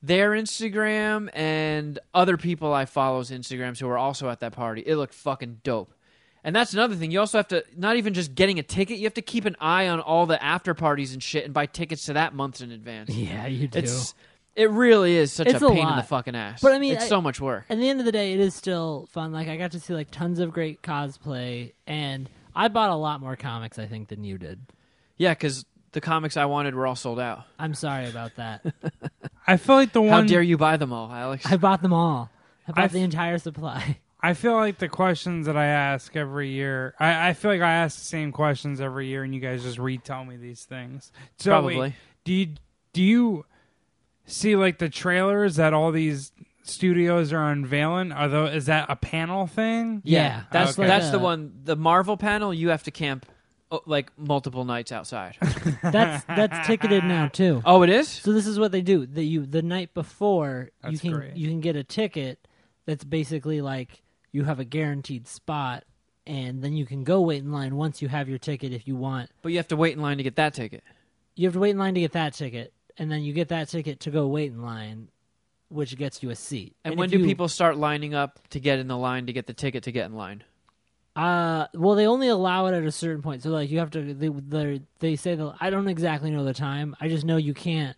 S2: their Instagram and other people I follow's Instagrams who were also at that party, it looked fucking dope. And that's another thing. You also have to not even just getting a ticket, you have to keep an eye on all the after parties and shit and buy tickets to that months in advance.
S3: Yeah, you do.
S2: It's it really is such
S3: It's
S2: a
S3: a
S2: pain in the
S3: lot.
S2: fucking ass.
S3: But I mean,
S2: it's
S3: I-
S2: so much work.
S3: At the end of the day, it is still fun. Like I got to see like tons of great cosplay, and I bought a lot more comics I think than you did.
S2: Yeah, because the comics I wanted were all sold out.
S3: I'm sorry about that.
S5: I feel like the
S2: How
S5: one
S2: dare you buy them all, Alex?
S3: I bought them all. I bought
S5: I've-
S3: the entire supply.
S5: I feel like the questions that I ask every year, I, I feel like I ask the same questions every year, and you guys just retell me these things. So wait,
S2: Probably.
S5: do you do you see like the trailers that all these studios are unveiling? Are those is that a panel thing?
S2: Yeah,
S3: Yeah,
S2: that's
S5: okay.
S2: that's
S3: Like
S2: the
S3: a-
S2: one. The Marvel panel, you have to camp oh, like multiple nights outside.
S3: That's that's ticketed now too.
S2: oh, it is.
S3: So this is what they do. That you the night before you
S5: That's
S3: can
S5: great.
S3: you can get a ticket that's basically like you have a guaranteed spot and then you can go wait in line once you have your ticket if you want.
S2: But you have to wait in line to get that ticket.
S3: You have to wait in line to get that ticket and then you get that ticket to go wait in line which gets you a seat.
S2: And,
S3: if
S2: when do
S3: you-
S2: people start lining up to get in the line to get the ticket to get in line?
S3: uh well they only allow it at a certain point. So like you have to they they're- they say the I don't exactly know the time. I just know you can't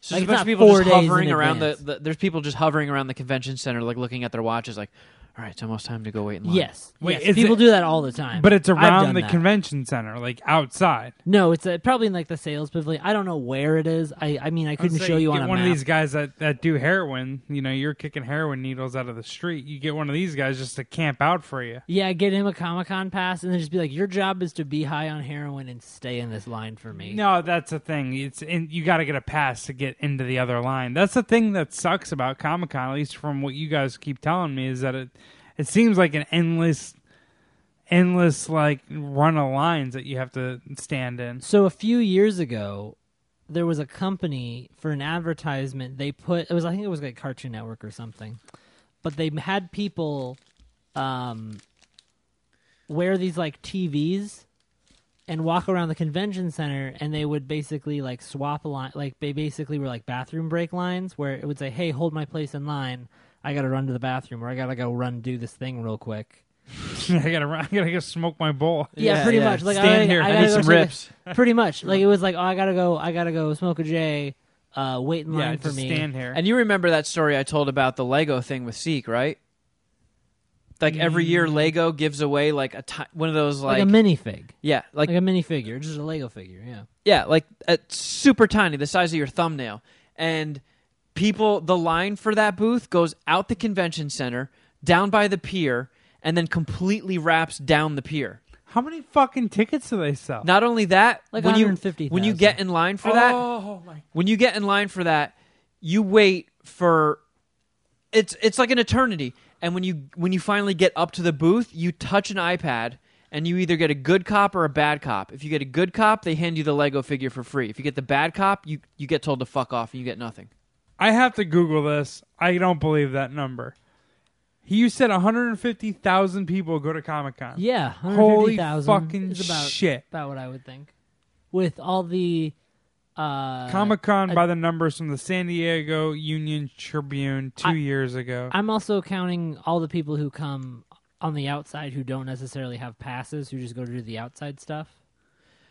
S2: So
S3: Like,
S2: there's
S3: it's
S2: a bunch
S3: not
S2: of people
S3: four
S2: just
S3: days in
S2: hovering around the,
S3: advance.
S2: the. There's people just hovering around the convention center, like looking at their watches, like, "All right, it's almost time to go wait in line."
S3: Yes.
S5: Wait,
S3: yes.
S5: is
S3: People
S5: it-
S3: do that all the time.
S5: But it's
S3: I've
S5: around
S3: done
S5: the
S3: that.
S5: convention center, like outside.
S3: No, it's uh probably in like the sales pavilion. I don't know where it is. I, I mean, I couldn't
S5: So
S3: show you
S5: get
S3: on a
S5: one
S3: map.
S5: of these guys that, that do heroin. You know, you're kicking heroin needles out of the street. You get one of these guys just to camp out for you.
S3: Yeah, get him a Comic Con pass, and then just be like, "Your job is to be high on heroin and stay in this line for me."
S5: No, that's the thing. It's in, you got to get a pass to get into the other line. That's the thing that sucks about Comic Con, at least from what you guys keep telling me, is that it it seems like an endless, endless like run of lines that you have to stand in.
S3: So a few years ago, there was a company for an advertisement. They put it was I think it was like Cartoon Network or something, but they had people um, wear these like TVs and walk around the convention center and they would basically like swap a line like they basically were like bathroom break lines where it would say hey hold my place in line i gotta run to the bathroom or i gotta go run do this thing real quick
S5: I gotta, run- I gotta go smoke my bowl.
S3: yeah,
S2: Yeah,
S3: pretty
S2: yeah.
S3: much like
S5: Stand
S3: I,
S5: here.
S3: I,
S5: I
S2: I
S3: gotta
S2: need
S3: go
S2: some
S3: smoke a-
S2: rips.
S3: pretty much like it was like oh i gotta go i gotta go smoke a j uh wait in
S5: Yeah,
S3: line for
S5: just
S3: me
S5: stand here.
S2: And you remember that story I told about the Lego thing with Seek, right? Like every year, Lego gives away like a ti- one of those
S3: Mm. like,
S2: like,
S3: a minifig
S2: yeah, like,
S3: like a minifigure just a lego figure yeah
S2: yeah, like uh, super tiny, the size of your thumbnail. And people, the line for that booth goes out the convention center, down by the pier, and then completely wraps down the pier.
S5: How many fucking tickets do they sell?
S2: Not only that,
S3: Like
S2: when you
S3: 150,000.
S2: when you get in line for
S5: oh,
S2: that,
S5: my!
S2: when you get in line for that, you wait for it's it's like an eternity. And when you when you finally get up to the booth, you touch an iPad and you either get a good cop or a bad cop. If you get a good cop, they hand you the Lego figure for free. If you get the bad cop, you you get told to fuck off and you get nothing.
S5: I have to Google this. I don't believe that number. He you said 150,000 people go to Comic Con.
S3: Yeah,
S5: Holy
S3: 150,000
S5: fucking
S3: is about,
S5: shit.
S3: About what I would think. With all the uh
S5: Comic Con by the numbers from the San Diego Union Tribune two
S3: I-
S5: years ago.
S3: I'm also counting all the people who come on the outside who don't necessarily have passes, who just go to do the outside stuff.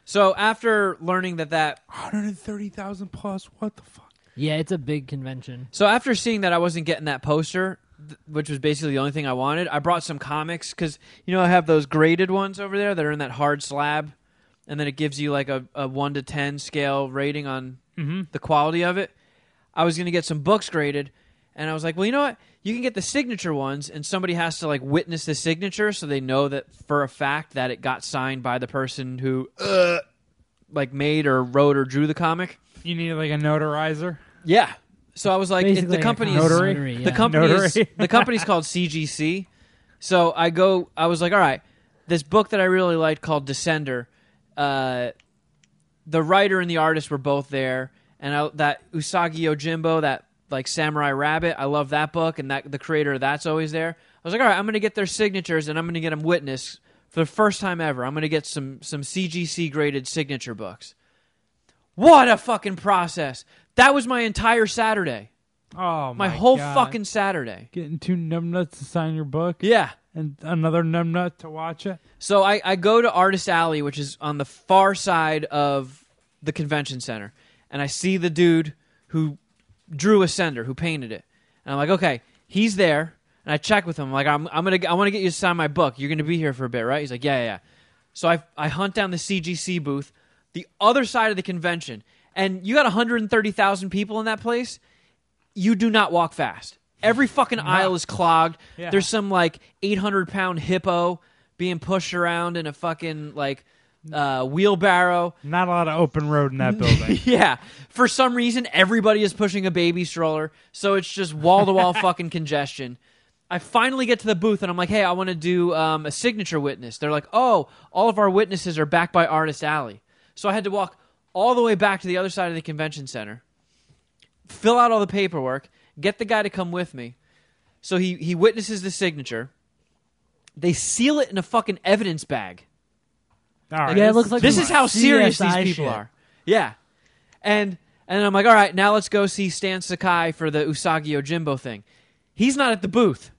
S2: So after learning that that
S5: 130,000 plus. What the fuck?
S3: Yeah, it's a big convention.
S2: So after seeing that I wasn't getting that poster, th- which was basically the only thing I wanted, I brought some comics because you know I have those graded ones over there that are in that hard slab, and then it gives you like a, a one to ten scale rating on
S3: Mm-hmm.
S2: the quality of it. I was gonna get some books graded, and I was like, well, you know what? You can get the signature ones, and somebody has to like witness the signature so they know that for a fact that it got signed by the person who uh, like made or wrote or drew the comic.
S5: You need like a notarizer?
S2: Yeah. So I was like, it,
S3: Basically,
S2: the
S3: a
S2: company is
S3: kind of
S5: Notary?
S3: notary, yeah.
S2: the company is,
S5: Notary.
S2: the company's called CGC. So I go. I was like, all right, this book that I really liked called Descender. Uh, the writer and the artist were both there, and I, that Usagi Yojimbo, that like Samurai Rabbit, I love that book, and that the creator of that's always there. I was like, all right, I'm gonna get their signatures, and I'm gonna get them witnessed for the first time ever. I'm gonna get some some CGC graded signature books. What a fucking process! That was my entire Saturday,
S5: Oh,
S2: my,
S5: my
S2: whole
S5: God.
S2: fucking Saturday.
S5: Getting two numbnuts to sign your book
S2: Yeah.
S5: and another numbnut to watch it.
S2: So I, I go to Artist Alley, which is on the far side of the convention center, and I see the dude who drew Ascender, who painted it. And I'm like, okay, he's there. And I check with him. I'm like, I'm, I'm gonna, I want to get you to sign my book. You're gonna be here for a bit, right? He's like, yeah, yeah. yeah. So I, I hunt down the CGC booth, the other side of the convention, and you got 130,000 people in that place. You do not walk fast. Every fucking aisle is clogged.
S5: Yeah.
S2: There's some like 800 pound hippo being pushed around in a fucking like uh, wheelbarrow.
S5: Not a lot of open road in that building.
S2: Yeah. For some reason, everybody is pushing a baby stroller, so it's just wall to wall fucking congestion. I finally get to the booth and I'm like, hey, I want to do um, a signature witness. They're like, oh, all of our witnesses are back by Artist Alley. So I had to walk all the way back to the other side of the convention center, fill out all the paperwork, get the guy to come with me. So he, he witnesses the signature. They seal it in a fucking evidence bag
S5: All right.
S3: Yeah, it looks like
S2: this
S3: some
S2: is how serious these
S3: CSI
S2: people
S3: shit.
S2: are. Yeah, and and I'm like, all right, now let's go see Stan Sakai for the Usagi Ojimbo thing. He's not at the booth.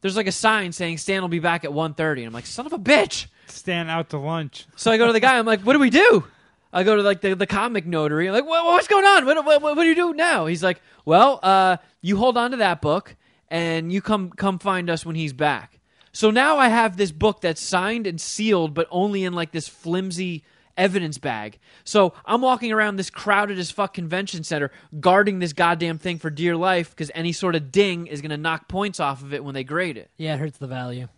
S2: There's like a sign saying Stan will be back at 1:30, and I'm like, son of a bitch.
S5: Stand out to lunch.
S2: So I go to the guy. I'm like, "What do we do?" I go to like the, the comic notary. I'm like, what, "What's going on? What, what, what do you do now?" He's like, "Well, uh, you hold on to that book, and you come come find us when he's back." So now I have this book that's signed and sealed, but only in like this flimsy evidence bag. So I'm walking around this crowded as fuck convention center, guarding this goddamn thing for dear life because any sort of ding is gonna knock points off of it when they grade it.
S3: Yeah, it hurts the value.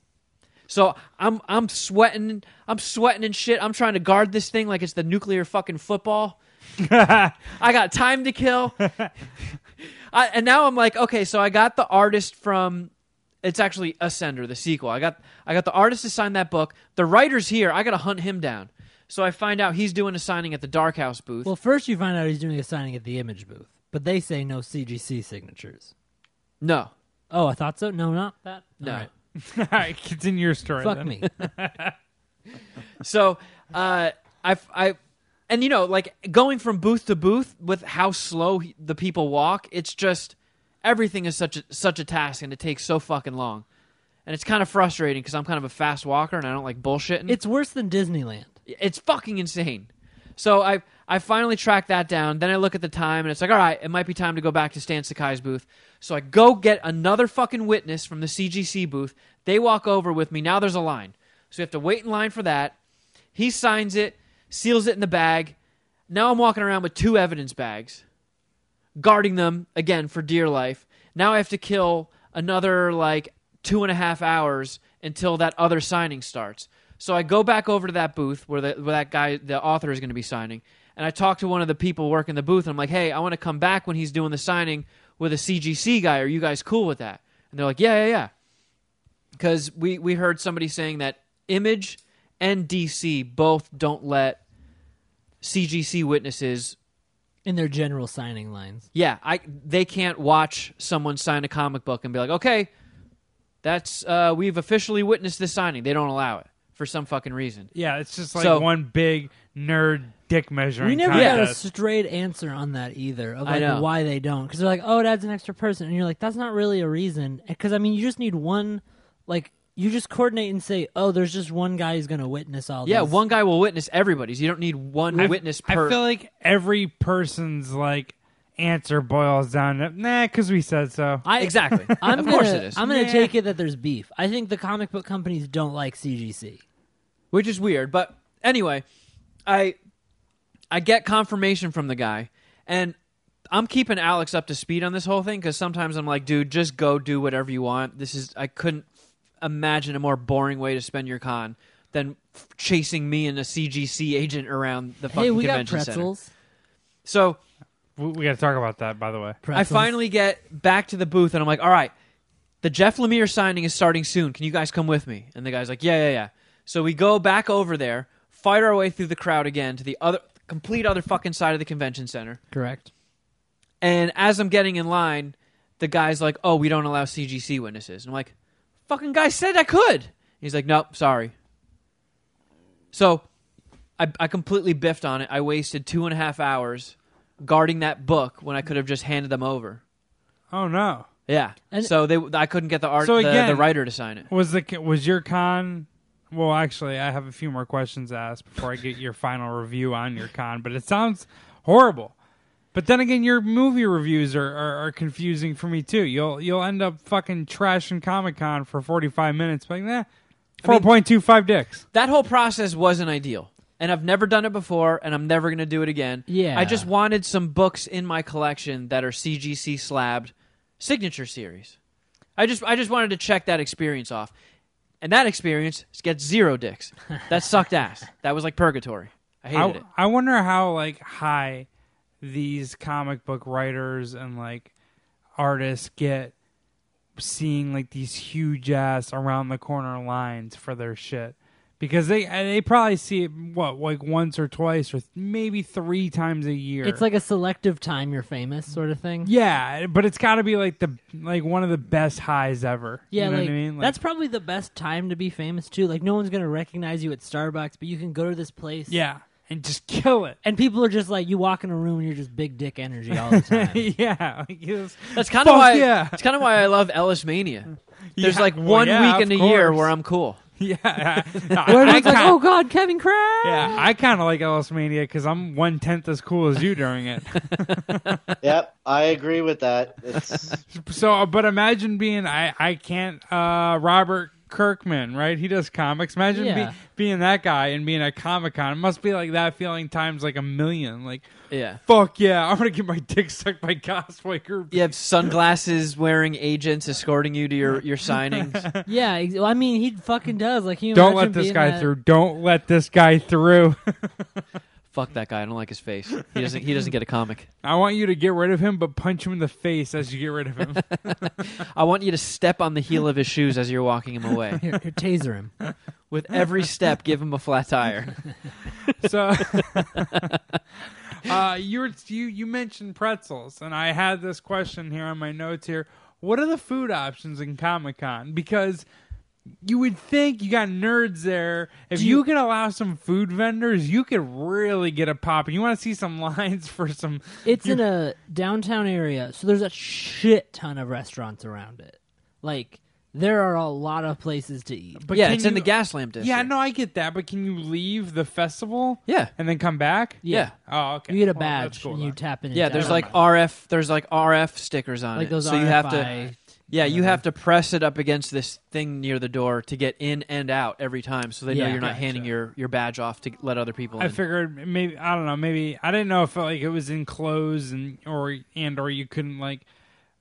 S2: So I'm I'm sweating I'm sweating and shit. I'm trying to guard this thing like it's the nuclear fucking football. I got time to kill. I, and now I'm like, okay, so I got the artist from it's actually Ascender, the sequel. I got I got the artist to sign that book. The writer's here. I got to hunt him down. So I find out he's doing a signing at the Dark House booth.
S3: Well, first you find out he's doing a signing at the image booth, but they say no CGC signatures.
S2: no.
S3: Oh, I thought so. No, not that.
S2: No.
S3: All right.
S5: All right, continue your story.
S3: Fuck
S5: then.
S3: me.
S2: So uh, I, I, and you know, like going from booth to booth with how slow he- the people walk, it's just everything is such a, such a task, and it takes so fucking long, and it's kind of frustrating because I'm kind of a fast walker and I don't like bullshitting.
S3: It's worse than Disneyland.
S2: it's fucking insane. So I I finally tracked that down. Then I look at the time and it's like, all right, it might be time to go back to Stan Sakai's booth. So I go get another fucking witness from the CGC booth. They walk over with me. Now there's a line. So we have to wait in line for that. He signs it, seals it in the bag. Now I'm walking around with two evidence bags, guarding them again for dear life. Now I have to kill another like two and a half hours until that other signing starts. So I go back over to that booth where, the, where that guy, the author, is going to be signing, and I talk to one of the people working the booth, and I'm like, "Hey, I want to come back when he's doing the signing with a CGC guy. Are you guys cool with that?" And they're like, "Yeah, yeah, yeah." because we we heard somebody saying that image and dc both don't let cgc witnesses
S3: In their general signing lines.
S2: yeah i they can't watch someone sign a comic book and be like okay that's uh we've officially witnessed this signing they don't allow it for some fucking reason
S5: Yeah, it's just like
S2: So-
S5: one big nerd dick measuring.
S3: We never got a
S5: contest.
S3: straight answer on that either of
S2: I
S3: like
S2: know.
S3: why they don't. Because they're like, oh, it adds an extra person, and you're like, that's not really a reason. Because I mean, you just need one. Like you just coordinate and say, oh, there's just one guy who's going to witness all.
S2: yeah
S3: this.
S2: one guy will witness everybody's you don't need one
S5: I-
S2: witness per
S5: I feel like every person's like answer boils down to nah, because we said so.
S3: I,
S2: exactly
S3: I'm
S2: of
S3: gonna,
S2: course it is
S3: I'm going to
S5: Nah.
S3: take it that there's beef. I think the comic book companies don't like CGC.
S2: which is weird. But anyway, I I get confirmation from the guy, and I'm keeping Alex up to speed on this whole thing because sometimes I'm like, dude, just go do whatever you want. This is I couldn't imagine a more boring way to spend your con than f- chasing me and a CGC agent around the fucking
S3: Hey, we got
S2: convention
S3: pretzels.
S2: center. So
S5: we we got to talk about that, by the way.
S2: I
S3: Pretzels.
S2: finally get back to the booth and I'm like, all right, the Jeff Lemire signing is starting soon. Can you guys come with me? And the guy's like, yeah, yeah, yeah. So we go back over there, fight our way through the crowd again to the other complete other fucking side of the convention center.
S3: correct.
S2: And as I'm getting in line, the guy's like, "Oh, we don't allow CGC witnesses." And I'm like, "Fucking guy said I could." He's like, "Nope, sorry." So, I, I completely biffed on it. I wasted two and a half hours guarding that book when I could have just handed them over.
S5: Oh no,
S2: Yeah.
S3: And-
S2: so they, I couldn't get the art,
S5: So
S2: the,
S5: again-
S2: the writer to sign it.
S5: was the was your con? Well, actually, I have a few more questions to ask before I get your final review on your con. But it sounds horrible. But then again, your movie reviews are, are, are confusing for me too. You'll you'll end up fucking trashing Comic Con for forty five minutes, like nah, four point two five dicks.
S2: That whole process wasn't ideal, and I've never done it before, and I'm never going to do it again.
S3: Yeah.
S2: I just wanted some books in my collection that are CGC slabbed signature series. I just I just wanted to check that experience off, and that experience gets zero dicks. That sucked ass. That was like purgatory. I hated
S5: I,
S2: it.
S5: I wonder how like high these comic book writers and like artists get seeing like these huge ass around the corner lines for their shit because they and they probably see it what like once or twice or th- maybe three times a year.
S3: It's like a selective time you're famous sort of thing.
S5: yeah, but it's got to be like the like one of the best highs ever.
S3: Yeah,
S5: you know
S3: like,
S5: what I mean. Like,
S3: that's probably the best time to be famous too. Like no one's gonna recognize you at Starbucks, but you can go to this place.
S5: yeah, and just kill it.
S3: and people are just like you walk in a room and you're just big dick energy all the time.
S5: yeah, like, it was-
S2: That's kind of
S5: fuck
S2: why.
S5: yeah.
S2: It's kind of why I love Ellis Mania. There's
S5: Yeah,
S2: like
S5: well,
S2: one
S5: yeah,
S2: week in a
S5: of
S2: year
S5: course.
S2: where I'm cool.
S5: yeah. No,
S3: Where
S5: I- I
S3: everyone's like,
S5: kinda-
S3: oh god, Kevin Kraft.
S5: Yeah, I kind of like Ellis Mania because I'm one tenth as cool as you during it.
S4: Yep, I agree with that. It's,
S5: so, uh, but imagine being I I can't uh Robert Kirkman, right? He does comics. Imagine
S3: Yeah.
S5: be, being that guy and being at Comic Con. It must be like that feeling times like a million. Like
S2: Yeah.
S5: fuck yeah, I'm gonna get my dick sucked by cosplay group.
S2: You have sunglasses wearing agents escorting you to your, your signings.
S3: yeah. ex- well, I mean, he fucking does. Like, can you
S5: Don't
S3: imagine
S5: let this
S3: being
S5: guy
S3: at-
S5: through. Don't let this guy through.
S2: Fuck that guy. I don't like his face. He doesn't he doesn't get a comic.
S5: I want you to get rid of him, but punch him in the face as you get rid of him.
S2: I want you to step on the heel of his shoes as you're walking him away.
S3: Here, here, taser him.
S2: With every step, give him a flat tire.
S5: So, uh, you were, you you mentioned pretzels, and I had this question here on my notes here. What are the food options in Comic Con? Because you would think you got nerds there. If you, could allow some food vendors, you could really get a pop. You want to see some lines for some.
S3: It's in a downtown area, so there's a shit ton of restaurants around it. Like there are a lot of places to eat.
S5: But
S2: yeah,
S5: can
S2: it's in the
S5: you-
S2: gas lamp district.
S5: Yeah, no, I get that, but can you leave the festival?
S2: Yeah.
S5: and then come back.
S2: Yeah.
S5: Oh, okay.
S3: You get a
S5: Well, that's
S3: badge
S5: cool,
S3: and you
S5: though.
S3: tap it. and
S2: Yeah,
S3: tap
S2: there's
S3: it.
S2: like RF. There's like RF stickers on
S3: Like
S2: it.
S3: those
S2: so you have to.
S3: RFI
S2: Yeah, you have to press it up against this thing near the door to get in and out every time, so they know
S3: Yeah.
S2: you're not
S3: Gotcha.
S2: handing your, your badge off to let other people.
S5: I
S2: in.
S5: figured maybe I don't know. Maybe I didn't know if like it was enclosed and or and or you couldn't like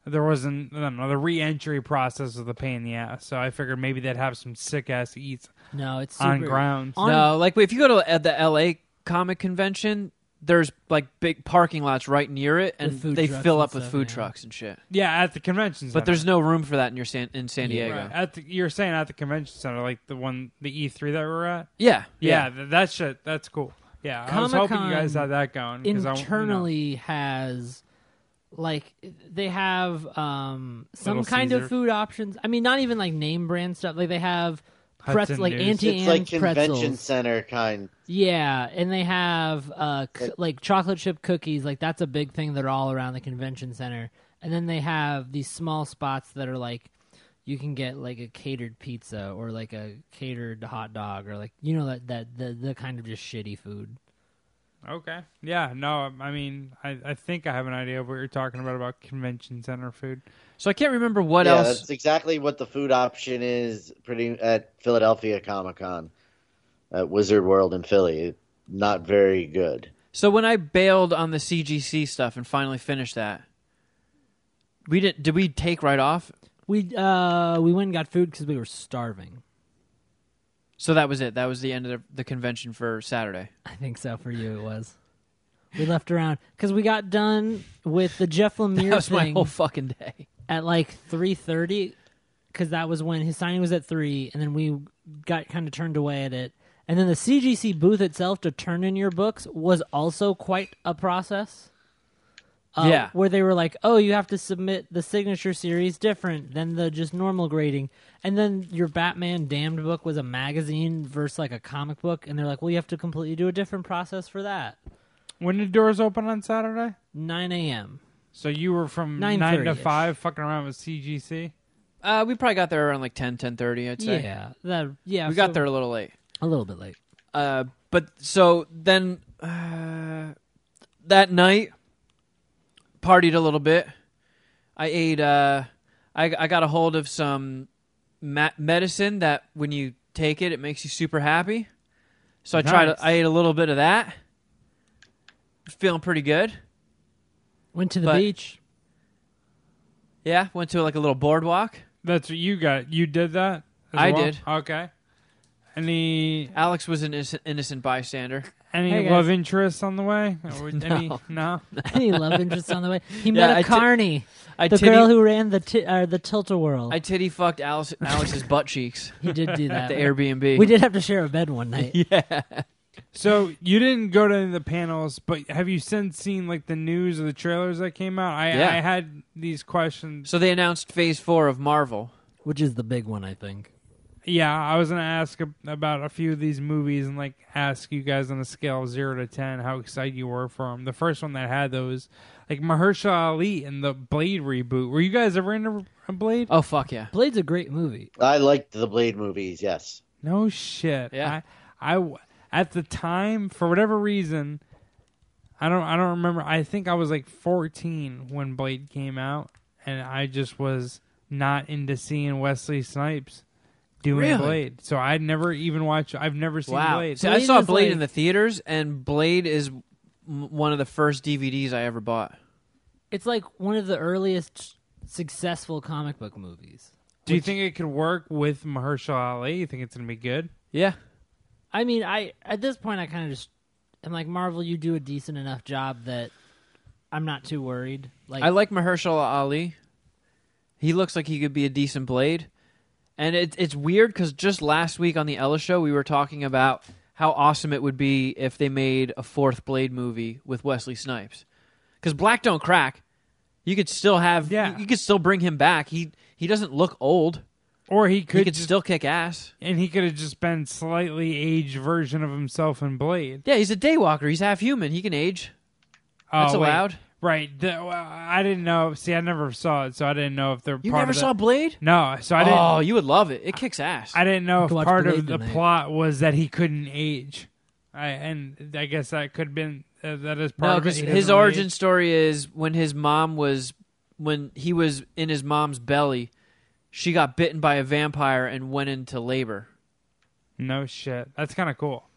S5: there wasn't I don't know the re-entry process was the pain in the ass. So I figured maybe they'd have some sick ass eats
S3: no, it's
S5: on
S3: super-
S5: grounds.
S3: on-
S2: no, like if you go to uh, the L.A. Comic Convention, there's like big parking lots right near it, and
S3: With food
S2: they
S3: trucks
S2: fill
S3: and
S2: up with
S3: stuff,
S2: food
S3: yeah.
S2: trucks and shit.
S5: Yeah, at the convention center.
S2: But there's no room for that in your San in San
S3: Yeah.
S2: Diego.
S5: Right, at the, you're saying at the convention center, like the one the E3 that we're at.
S2: Yeah,
S5: Yeah, th- that shit. That's cool. Yeah, I was hoping you guys
S3: Comic-Con
S5: had that going 'cause I- you know.
S3: internally has like they have um some
S5: Little
S3: kind
S5: Caesar.
S3: of food options. I mean, not even like name brand stuff. Like they have
S5: Hudson
S3: pretzels, like
S5: News.
S3: Auntie
S4: It's
S3: Anne's
S4: like convention
S3: pretzels.
S4: center kind.
S3: Yeah, and they have uh c- like chocolate chip cookies, like that's a big thing that are all around the convention center. And then they have these small spots that are like you can get like a catered pizza or like a catered hot dog or like you know that that the, the kind of just shitty food.
S5: Okay. Yeah. No. I mean, I, I think I have an idea of what you're talking about about convention center food.
S2: So I can't remember what
S4: yeah,
S2: else.
S4: that's exactly what the food option is. Pretty at Philadelphia Comic Con, at Wizard World in Philly. Not very good.
S2: So when I bailed on the CGC stuff and finally finished that, we did. Did we take right off?
S3: We uh we went and got food because we were starving.
S2: So that was it. That was the end of the, the convention for Saturday.
S3: I think so for you it was. We left around because we got done with the Jeff Lemire
S2: That was my
S3: thing.
S2: whole fucking day.
S3: at like 3.30 because that was when his signing was at 3 and then we got kind of turned away at it and then the cgc booth itself to turn in your books was also quite a process uh,
S2: Yeah.
S3: where they were like oh you have to submit the signature series different than the just normal grading and then your batman damned book was a magazine versus like a comic book and they're like well you have to completely do a different process for that
S5: When did doors open on Saturday?
S3: 9 a.m
S5: So you were from nine,
S3: 9:30
S5: to
S3: -ish.
S5: five, fucking around with CGC.
S2: Uh, we probably got there around like 10, 10.30, I'd say.
S3: yeah that yeah
S2: we
S3: so-
S2: got there a little late.
S3: a little bit late
S2: Uh, but so then uh, that night, partied a little bit. I ate. Uh, I I got a hold of some ma- medicine that when you take it, it makes you super happy. So I tried.
S5: Nice.
S2: I ate a little bit of that. Feeling pretty good.
S3: went to the
S2: But-
S3: beach
S2: Yeah, went to like a little boardwalk.
S5: That's what you got. You did that. as
S2: I
S5: well?
S2: did.
S5: Okay. Any
S2: Alex was an innocent, innocent bystander.
S5: any
S3: Hey, guys.
S5: love interests on the way? Or Any, no.
S3: any love interest on the way. He
S2: Yeah,
S3: met a
S2: I ti-
S3: carney,
S2: I
S3: the
S2: titty,
S3: girl who ran the ti- uh, the tilt a whirl.
S2: I titty fucked Alice, Alex's butt cheeks
S3: he did do
S2: at
S3: that.
S2: the Airbnb.
S3: we did have to share a bed one night.
S5: So you didn't go to any of the panels, but have you since seen like the news or the trailers that came out? I,
S2: Yeah.
S5: I had these questions.
S2: So they announced Phase Four of Marvel.
S3: Which is the big one, I think.
S5: Yeah, I was gonna ask ab- about a few of these movies and like ask you guys on a scale of zero to ten how excited you were for them. The first one that had those, like Mahershala Ali and the Blade reboot. Were you guys ever into a Blade?
S2: Oh fuck yeah!
S3: Blade's a great movie.
S4: I liked the Blade movies. Yes,
S5: No shit.
S2: Yeah.
S5: I, I w- at the time for whatever reason, I don't I don't remember. I think I was like 14 when Blade came out, and I just was not into seeing Wesley Snipes doing
S2: Really?
S5: Blade. So I never even watched. I've never seen
S2: Wow.
S5: Blade.
S2: See, I
S3: Blade
S2: saw
S3: is
S2: Blade
S3: like-
S2: in the theaters, and Blade is m- one of the first DVDs I ever bought.
S3: It's like one of the earliest successful comic book movies.
S5: Do you think it could work with Mahershala Ali? You think it's gonna be good?
S2: Yeah.
S3: I mean, I at this point, I kind of just am like Marvel. You do a decent enough job that I'm not too worried. Like
S2: I like Mahershala Ali. He looks like he could be a decent Blade. And it, it's weird because just last week on the Ella show, we were talking about how awesome it would be if they made a fourth Blade movie with Wesley Snipes. Because Black Don't Crack, you could still have,
S5: Yeah.
S2: you, you could still bring him back. He he doesn't look old.
S5: or he could,
S2: He could
S5: just,
S2: still kick ass.
S5: and he could have just been slightly aged version of himself in Blade.
S2: Yeah, he's a daywalker. He's half human. He can age. That's
S5: Oh, wait.
S2: allowed.
S5: right? The, well, I didn't know. See, I never saw it, so I didn't know if they're
S2: You
S5: part
S2: never
S5: of the-
S2: saw Blade?
S5: No, so I didn't.
S2: Oh, you would love it. It kicks ass.
S5: I didn't know if
S3: could watch
S5: part
S3: Blade
S5: of the
S3: tonight.
S5: plot was that he couldn't age. I and I guess that could have been uh, that is part
S2: no,
S5: of it.
S2: because
S5: He
S2: his
S5: doesn't really
S2: origin
S5: age.
S2: story is when his mom was when he was in his mom's belly, she got bitten by a vampire and went into labor.
S5: No shit, that's kind of cool.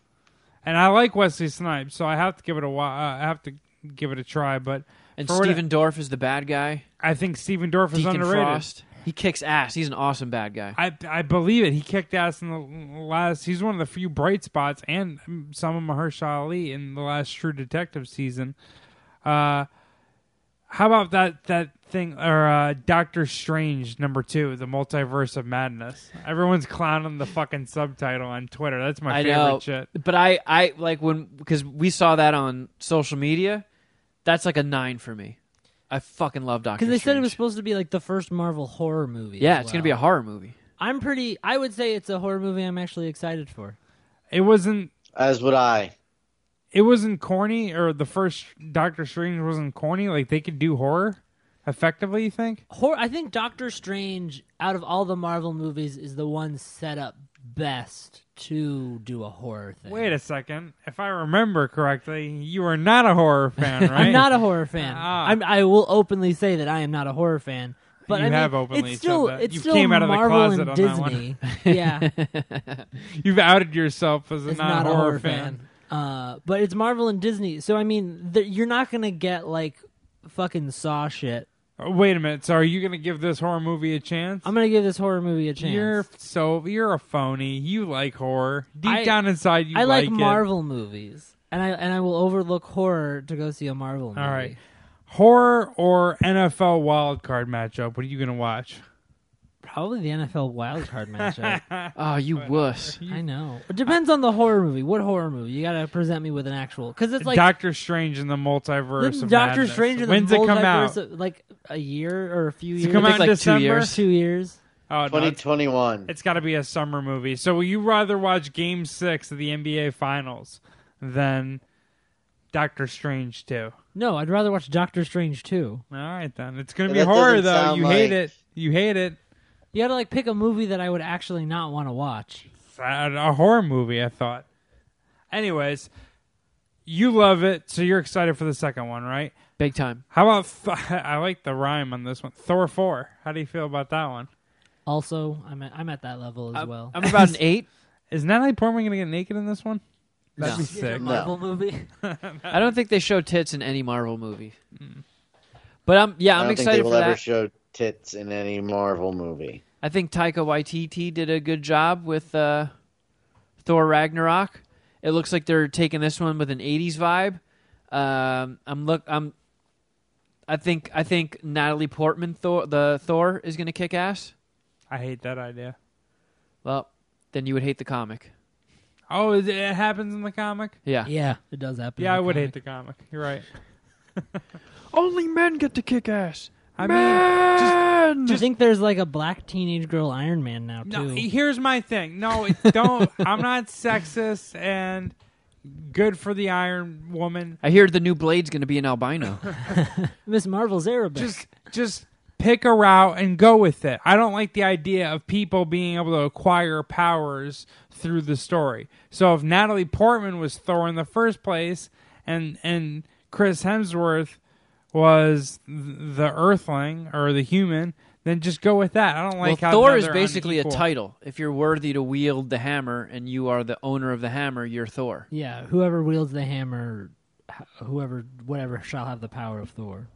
S5: And I like Wesley Snipes, so I have to give it a while. Uh, I have to give it a try. But
S2: And
S5: for what it-
S2: Steven Dorff is the bad guy.
S5: I think Stephen Dorff is
S2: Deacon
S5: underrated.
S2: Frost. He kicks ass. He's an awesome bad guy.
S5: I I believe it. He kicked ass in the last. He's one of the few bright spots, and some of Mahershala Ali in the last True Detective season. Uh, how about that that thing or uh, Doctor Strange number two, the Multiverse of Madness? Everyone's clowning the fucking subtitle on Twitter. That's my
S2: I
S5: favorite
S2: know,
S5: shit.
S2: but I, I like when because we saw that on social media. That's like a nine for me. I fucking love Doctor.
S3: Because they said it
S2: Strange.
S3: was supposed to be like the first Marvel horror movie.
S2: Yeah,
S3: as
S2: it's gonna be a
S3: well.
S2: horror movie.
S3: I'm pretty. I would say it's a horror movie. I'm actually excited for.
S5: It wasn't.
S4: As would I.
S5: It wasn't corny, or the first Doctor Strange wasn't corny. Like they could do horror effectively. You think?
S3: Horror. I think Doctor Strange, out of all the Marvel movies, is the one set up best to do a horror thing.
S5: Wait a second. If I remember correctly, you are not a horror fan, right?
S3: I'm not a horror fan.
S5: Ah.
S3: I'm, I will openly say that I am not a horror fan. But
S5: You
S3: I mean,
S5: have openly
S3: it's still,
S5: said that.
S3: It's
S5: You
S3: still
S5: came out of the
S3: Marvel
S5: closet
S3: and
S5: on that one.
S3: Disney. yeah,
S5: You've outed yourself as a
S3: it's
S5: non
S3: not a
S5: horror fan.
S3: Uh, but it's Marvel and Disney, so I mean, th- you're not gonna get like fucking Saw shit.
S5: Oh, Wait a minute. So are you going to give this horror movie a chance?
S3: I'm gonna give this horror movie a chance.
S5: You're f- so you're a phony. You like horror. Deep
S3: I-
S5: down inside, you
S3: I like,
S5: like, it.
S3: Marvel movies, and I and I will overlook horror to go see a Marvel movie.
S5: All right, horror or NFL wild card matchup. What are you going to watch?
S3: probably the NFL wildcard matchup.
S2: Oh, you wuss!
S3: I know. It depends on the horror movie. What horror movie? You gotta present me with an actual because it's like
S5: Doctor Strange in the multiverse.
S3: Didn't
S5: of
S3: Doctor
S5: Madness.
S3: Strange and
S5: When's
S3: the
S5: it come
S3: Multiverse
S5: out?
S3: of- like a year or a few
S5: Does
S3: years.
S5: it come
S2: It
S5: out
S2: takes
S5: in
S2: like two
S5: December?
S2: years.
S3: two years.
S5: Oh, no, it's-
S4: 2021.
S5: It's got to be a summer movie. So will you rather watch Game Six of the NBA Finals than Doctor Strange Two?
S3: No, I'd rather watch Doctor Strange two.
S5: All right then. It's gonna
S4: Yeah,
S5: be
S4: that
S5: horror
S4: doesn't
S5: though.
S4: sound
S5: You hate
S4: like-
S5: it. You hate it.
S3: You gotta like pick a movie that I would actually not want to watch.
S5: It's a, a horror movie. I thought. Anyways, you love it, so you're excited for the second one, right?
S2: Big time.
S5: How about th- I like the rhyme on this one. Thor Four. How do you feel about that one?
S3: Also, I'm at, I'm at that level as
S2: I'm-
S3: well.
S2: I'm about an eight.
S5: Is Natalie Portman gonna get naked in this one? That'd
S2: No.
S5: be sick.
S4: No.
S3: Marvel movie.
S2: I don't think they show tits in any Marvel movie. But I'm yeah,
S4: I
S2: I'm
S4: don't think they
S2: excited
S4: will
S2: for
S4: ever
S2: that.
S4: show tits in any Marvel movie.
S2: I think Taika Waititi did a good job with uh, Thor Ragnarok. It looks like they're taking this one with an '80s vibe. Um, I'm look. I'm. I think I think Natalie Portman Thor the Thor is going to kick ass.
S5: I hate that idea.
S2: Well, then you would hate the comic.
S5: Oh, is it, it happens in the comic.
S2: Yeah.
S3: yeah, it does happen.
S5: Yeah,
S3: in
S5: I
S3: the
S5: would
S3: comic.
S5: hate the comic. You're right.
S2: Only men get to kick ass.
S5: I mean,
S3: I
S5: just
S3: think there's like a black teenage girl Iron Man now
S5: No,
S3: too.
S5: here's my thing. No, it- don't. I'm not sexist, and good for the Iron Woman.
S2: I hear the new Blade's going to be an albino.
S3: Miss Marvel's Arabic.
S5: Just, just pick a route and go with it. I don't like the idea of people being able to acquire powers through the story. So if Natalie Portman was Thor in the first place, and and Chris Hemsworth was th- the Earthling or the human, then just go with that. I don't like
S2: well,
S5: how
S2: Thor
S5: now
S2: is
S5: they're
S2: basically
S5: unequal.
S2: a title. If you're worthy to wield the hammer and you are the owner of the hammer, you're Thor.
S3: yeah, whoever wields the hammer, h- whoever, whatever, shall have the power of Thor.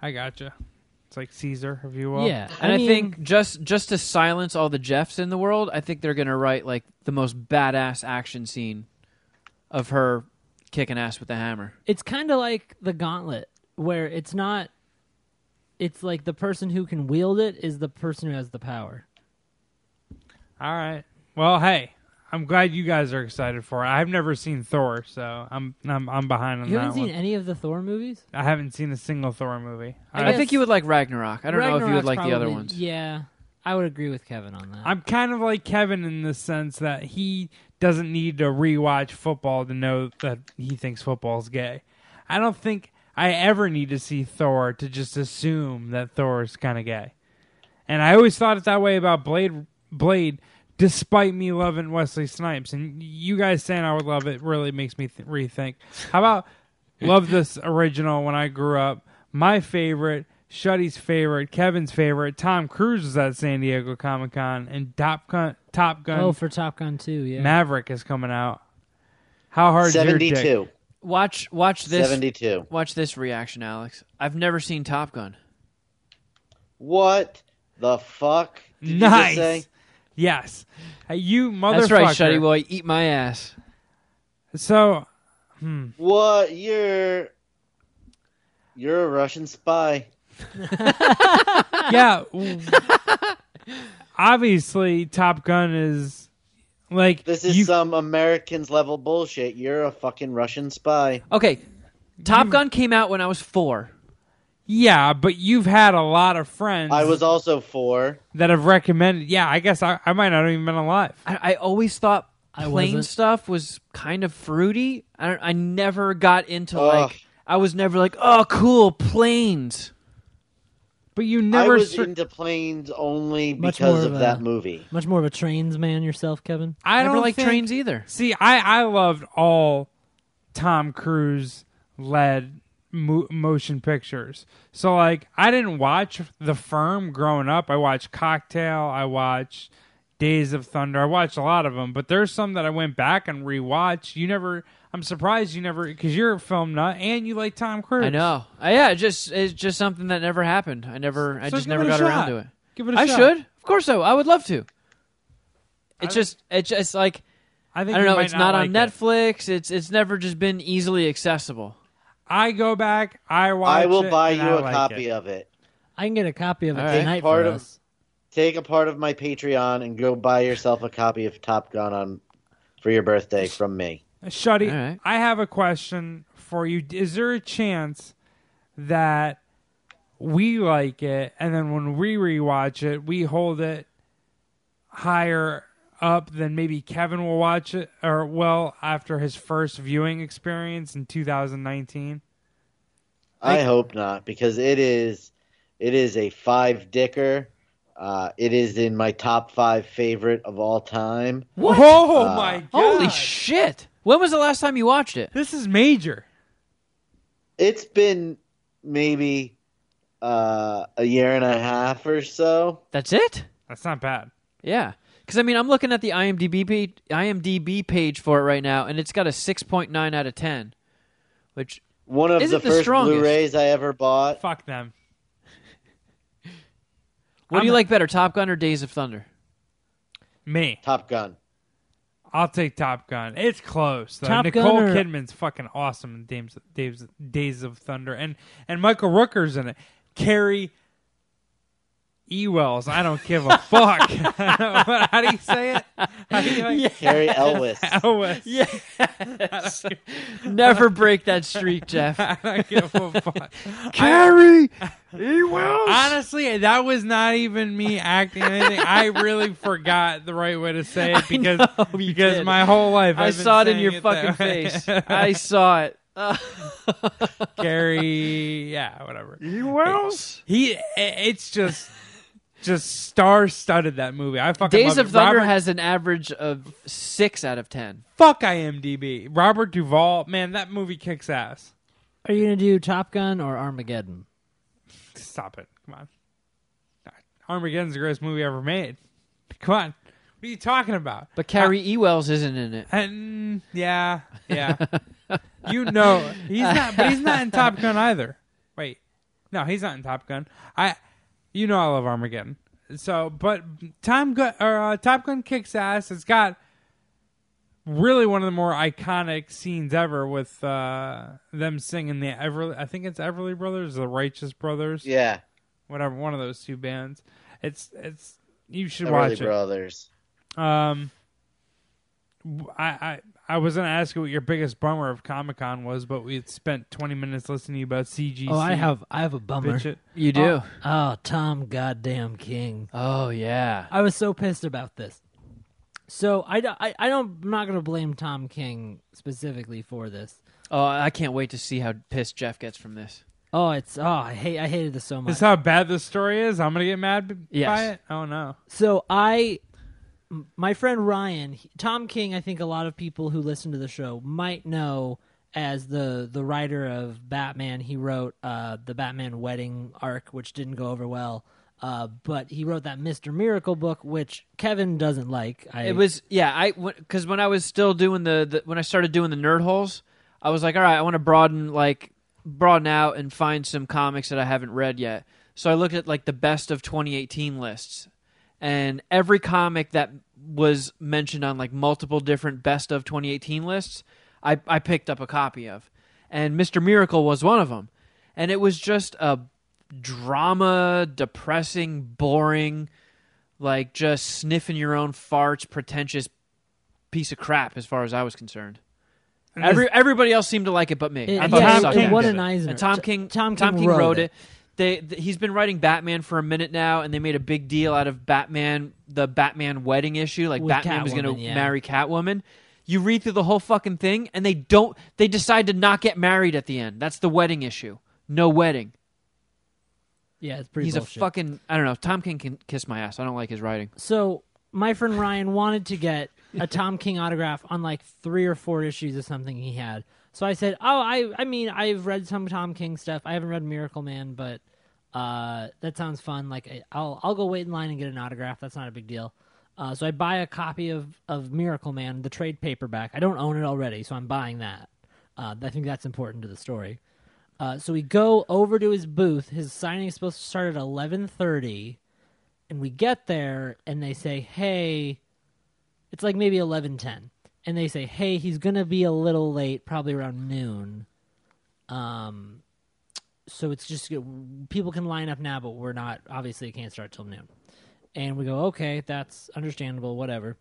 S5: I gotcha. It's like Caesar, if you will.
S3: yeah,
S2: And I,
S3: mean,
S2: think just just to silence all the Jeffs in the world, I think they're gonna write like the most badass action scene of her kicking ass with the hammer.
S3: it's kind of like the gauntlet where it's not it's like the person who can wield it is the person who has the power
S5: All right. Well, hey, I'm glad you guys are excited for it. I've never seen Thor, so I'm I'm, I'm behind on
S3: you
S5: that
S3: haven't seen
S5: one.
S3: any of the thor movies
S5: I haven't seen a single Thor movie.
S2: I,
S5: I,
S3: guess-
S2: think you would like Ragnarok. I don't know if you would
S3: Ragnarok's
S2: like the other
S3: probably-
S2: ones.
S3: yeah I would agree with Kevin on that.
S5: I'm kind of like Kevin in the sense that he doesn't need to rewatch football to know that he thinks football's gay. I don't think I ever need to see Thor to just assume that Thor's kind of gay. And I always thought it that way about Blade Blade despite me loving Wesley Snipes and you guys saying I would love it really makes me th- rethink. How about love this original when I grew up. My favorite, Shuddy's favorite, Kevin's favorite, Tom Cruise was at San Diego Comic Con, and Top Gun, Top Gun
S3: oh, for Top Gun 2, yeah.
S5: Maverick is coming out. How hard? Is your dick?
S4: Seventy-two.
S2: Watch watch this
S4: Seventy-two.
S2: watch this reaction, Alex. I've never seen Top Gun.
S4: What the fuck? Did you just say?
S5: Nice. Yes, Hey, you motherfucker.
S2: That's right, Shuddy Boy. Eat my ass.
S5: So
S4: What? You're you're a Russian spy.
S5: yeah, w- obviously Top Gun is like
S4: This is
S5: you-
S4: some Americans level bullshit. You're a fucking Russian spy.
S2: Okay. Top Gun came out when I was four.
S5: yeah, but you've had a lot of friends.
S4: I was also four.
S5: that have recommended. Yeah, I guess I, I might not have even been alive.
S2: I, I always thought
S3: I
S2: plain
S3: wasn't.
S2: stuff was kind of fruity. I don't, I never got into
S4: Ugh.
S2: like I was never like oh cool planes.
S5: But you never.
S4: I was
S5: str-
S4: into planes only
S3: Much
S4: because
S3: more
S4: of
S3: of
S4: that
S3: a-
S4: movie.
S3: Much more of a trains man yourself, Kevin.
S5: I
S2: never
S5: don't
S2: like
S5: think-
S2: trains either.
S5: See, I I loved all Tom Cruise led mo- motion pictures. So like, I didn't watch The Firm growing up. I watched Cocktail. I watched Days of Thunder. I watched a lot of them, but there's some that I went back and rewatched. You never. I'm surprised you never because you're a film nut and you like Tom Cruise.
S2: I know. Uh, yeah, it just it's just something that never happened. I never I
S5: So
S2: just
S5: give
S2: never
S5: it a
S2: got around
S5: shot.
S2: to it.
S5: Give it a
S2: I
S5: shot.
S2: should. Of course so. I would love to. It's
S5: I-
S2: just it's just like
S5: I
S2: I
S5: think
S2: don't
S5: you
S2: know,
S5: might
S2: it's not,
S5: like
S2: on
S5: it.
S2: Netflix. It's it's never just been easily accessible.
S5: I go back. I watch.
S4: I will
S5: it,
S4: buy
S5: and
S4: you
S5: I
S4: a
S5: like
S4: copy
S5: It.
S4: of it.
S3: I can get a copy of it
S2: All right.
S3: tonight
S4: Part
S3: for
S4: of-
S3: us.
S4: Take a part of my Patreon and go buy yourself a copy of Top Gun on for your birthday from me.
S5: Shuddy,
S2: All right.
S5: I have a question for you. Is there a chance that we like it, and then when we rewatch it, we hold it higher up than maybe Kevin will watch it, or well, after his first viewing experience in 2019?
S4: I hope not because it is it is a five dicker. Uh, it is in my top five favorite of all time.
S5: What? Oh my god!
S2: Uh, Holy shit. When was the last time you watched it?
S5: this is major.
S4: It's been maybe uh, a year and a half or so.
S2: That's it?
S5: That's not bad.
S2: Yeah. Because I mean, I'm looking at the IMDb page, IMDb page for it right now, and it's got a 6.9 out of 10, which
S4: One of
S2: Isn't
S4: the
S2: the
S4: first
S2: strongest?
S4: Blu-rays I ever bought.
S5: Fuck them.
S2: What do you
S5: I'm-
S2: like better, Top Gun or Days of Thunder?
S5: Me,
S4: Top Gun.
S5: I'll take Top Gun. It's close. Though.
S3: Top
S5: Nicole
S3: Gun or-
S5: Kidman's fucking awesome in Dames, Daves, Days of Thunder, and and Michael Rooker's in it. Carrie Ewells. I don't give a fuck. How do you say it? How do you like
S4: Carrie Elwes.
S5: Elwes.
S2: Yes. Never break that streak, Jeff.
S5: I don't give a fuck.
S2: Carrie Ewells.
S5: Honestly, that was not even me acting or anything. I really forgot the right way to say it because
S2: know, you
S5: because
S2: did.
S5: my whole life
S2: I
S5: I've been
S2: saw it in
S5: saying
S2: your
S5: that
S2: fucking
S5: way.
S2: face. I saw it. Uh,
S5: Gary, yeah, whatever.
S2: Ewells.
S5: He, i- it's just, just star-studded that movie. I fucking
S2: Days
S5: love
S2: of
S5: it.
S2: Thunder
S5: Robert,
S2: has an average of six out of ten.
S5: fuck IMDb. Robert Duvall, man, that movie kicks ass.
S3: Are you going to do Top Gun or Armageddon?
S5: Stop it, come on. Armageddon's the greatest movie ever made. Come on, what are you talking about?
S2: But Carrie Ewells isn't in it.
S5: And yeah, yeah, you know he's not, but he's not in Top Gun either. Wait, no, he's not in Top Gun. I, you know, I love Armageddon. So, but Tom Gun or uh, Top Gun kicks ass. It's got really one of the more iconic scenes ever with uh, them singing the Everly. I think it's Everly Brothers, or the Righteous Brothers,
S4: Yeah,
S5: whatever. One of those two bands. It's it's you should watch
S4: Everly
S5: it.
S4: Brothers.
S5: Um, w- I, I I was gonna ask you what your biggest bummer of Comic Con was, but we had spent twenty minutes listening to you about CGC.
S3: Oh, I have I have a bummer.
S5: Bitch it.
S2: You do.
S3: Oh, Tom goddamn King.
S2: Oh, yeah.
S3: I was so pissed about this. So I, d- I, I don't I'm not gonna blame Tom King specifically for this.
S2: Oh, I can't wait to see how pissed Jeff gets from this.
S3: Oh, it's oh I hate I hated this so much.
S5: This is how bad this story is. I'm gonna get mad b-
S2: Yes.
S5: by it. Oh no.
S3: So I, m- my friend Ryan, he- Tom King, I think a lot of people who listen to the show might know as the the writer of Batman. He wrote uh, the Batman Wedding arc, which didn't go over well. Uh, but he wrote that Mister Miracle book, which Kevin doesn't like. I,
S2: It was yeah. I because when I was still doing the, the when I started doing the nerd holes, I was like, all right, I want to broaden like broaden out and find some comics that I haven't read yet. So I looked at like the best of 2018 lists, and every comic that was mentioned on like multiple different best of 2018 lists, I I picked up a copy of, and Mister Miracle was one of them, and it was just a drama, depressing, boring like just sniffing your own farts, pretentious piece of crap. As far as I was concerned, every everybody else seemed to like it, but me.
S3: It-
S2: I thought
S5: yeah,
S2: it
S5: Tom
S2: sucked.
S5: King-
S3: what
S5: did
S3: an
S5: it.
S3: Eisner.
S2: And Tom
S3: T-
S2: King,
S3: Tom King,
S2: wrote, it. They, th- he's been writing Batman for a minute now, and they made a big deal out of Batman, the Batman wedding issue. Like
S3: With
S2: Batman was going
S3: Catwoman,
S2: to
S3: yeah.
S2: marry Catwoman. You read through the whole fucking thing, and they don't. They decide to not get married at the end. That's the wedding issue. No wedding.
S3: Yeah, it's pretty.
S2: he's
S3: bullshit.
S2: a fucking. I don't know. Tom King can kiss my ass. I don't like his writing.
S3: so my friend Ryan wanted to get a Tom King autograph on like three or four issues of something he had. So I said, "Oh, I I mean, I've read some Tom King stuff. I haven't read Miracle Man, but uh, that sounds fun. Like I- I'll I'll go wait in line and get an autograph. That's not a big deal." Uh, so I buy a copy of of Miracle Man, the trade paperback. I don't own it already, so I'm buying that. Uh, I think that's important to the story. Uh, so we go over to his booth. His signing is supposed to start at eleven thirty and we get there and they say hey it's like maybe 11:10 and they say hey he's going to be a little late probably around noon um so it's just people can line up now but we're not obviously it can't start till noon and we go okay that's understandable whatever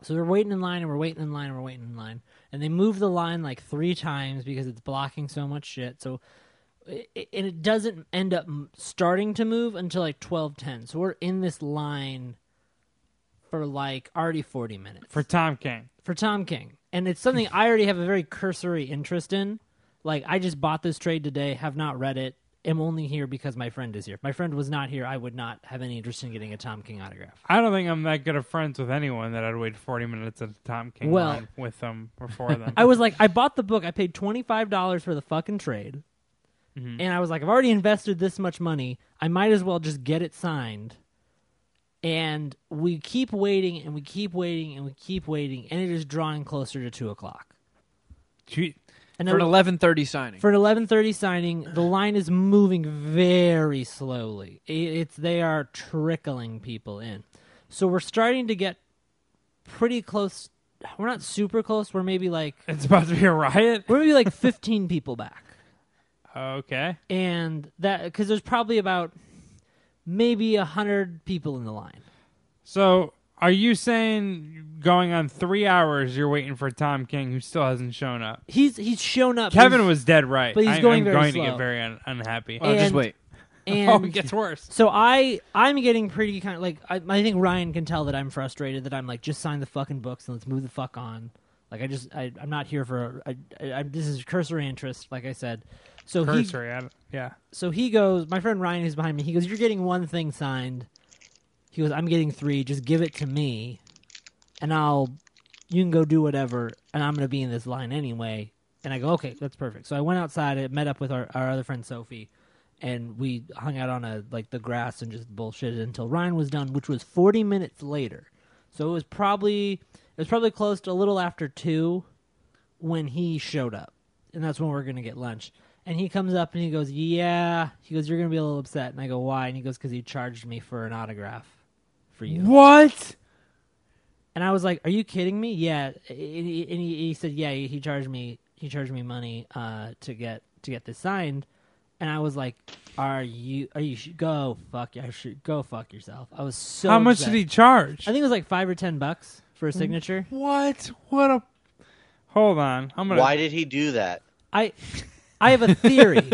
S3: so we're waiting in line and we're waiting in line and we're waiting in line and they move the line like three times because it's blocking so much shit so it, and it doesn't end up m- starting to move until like twelve ten. So we're in this line for like already forty minutes
S5: For Tom King.
S3: for Tom King, and it's something I already have a very cursory interest in. Like I just bought this trade today, have not read it. Am only here because my friend is here. If my friend was not here, I would not have any interest in getting a Tom King autograph.
S5: I don't think I'm that good of friends with anyone that I'd wait 40 minutes at a Tom King
S3: Well-
S5: line with them or for them.
S3: I was like, I bought the book. I paid twenty five dollars for the fucking trade, and I was like, I've already invested this much money. I might as well just get it signed. And we keep waiting, and we keep waiting, and we keep waiting, and it is drawing closer to two o'clock.
S5: Gee,
S3: And
S2: For an
S3: then-
S2: eleven thirty signing.
S3: for an eleven thirty signing, the line is moving very slowly. I- It's they are trickling people in, so we're starting to get pretty close. We're not super close. We're maybe like
S5: it's about to be a riot.
S3: we're maybe like 15 people back
S5: Okay.
S3: and that because there's probably about maybe 100 people in the line
S5: So are you saying going on three hours you're waiting for Tom King who still hasn't shown up?
S3: he's he's shown up
S5: Kevin
S3: he's-
S5: was dead right.
S3: but he's
S5: I,
S3: going
S5: I'm
S3: very
S5: going
S3: slow.
S5: to get very un- unhappy.
S2: Oh, just
S3: and-
S2: wait.
S5: oh,
S3: and
S5: it gets worse.
S3: so i i'm getting pretty kind of like I, I think ryan can tell that i'm frustrated that i'm like just sign the fucking books and let's move the fuck on like i just I, i'm not here for I, I, I, this is cursory interest like i said so he-
S5: Cursory. I don't- yeah.
S3: so he goes my friend ryan who's behind me he goes you're getting one thing signed he goes i'm getting three just give it to me and i'll you can go do whatever and i'm going to be in this line anyway and i go okay that's perfect so i went outside and met up with our, our other friend sophie and we hung out on a like the grass and just bullshitted until ryan was done which was 40 minutes later so it was probably it was probably close to a little after two when he showed up, and that's when we're gonna get lunch. And he comes up and he goes, "Yeah." He goes, "You're gonna be a little upset," and I go, "Why?" And he goes, "Because he charged me for an autograph for you."
S5: What?
S3: And I was like, "Are you kidding me?" Yeah. And he, and he, he said, "Yeah, he charged me. He charged me money uh, to get to get this signed." And I was like, "Are you? Are you? sh- Go fuck. I should go fuck yourself." I was so.
S5: How much Hmm.
S3: upset.
S5: did he charge?
S3: I think it was like five or ten bucks for a signature.
S5: What? What a Hold on. I'm gonna.
S4: Why did he do that?
S3: I I have a theory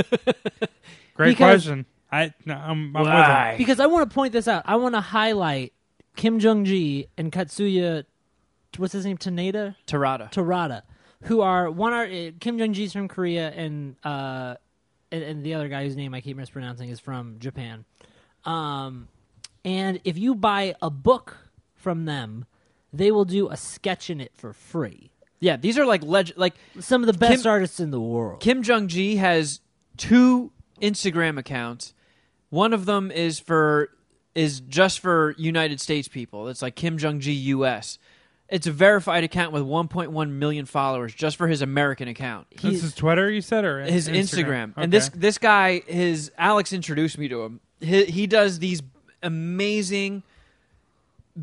S5: Great
S3: because-
S5: question. I no, I'm, I'm
S2: Why?
S5: with him.
S3: because I want to point this out. I want to highlight Kim Jong Ji and Katsuya. What's his name? Taneda.
S2: Tarada.
S3: Torada, who are one are uh, Kim Jong Ji's from Korea and uh and, and the other guy whose name I keep mispronouncing is from Japan. Um, and if you buy a book from them, they will do a sketch in it for free.
S2: yeah, these are like leg- like
S3: Some of the best
S2: Kim-
S3: artists in the world.
S2: Kim Jong Ji has two Instagram accounts. One of them is for is just for United States people. It's like Kim Jong Ji US. It's a verified account with 1.1 million followers just for his American account.
S5: This
S3: He's-
S5: is Twitter. You said or
S2: his Instagram. And
S5: Okay.
S2: this this guy, his Alex introduced me to him. He, he does these amazing,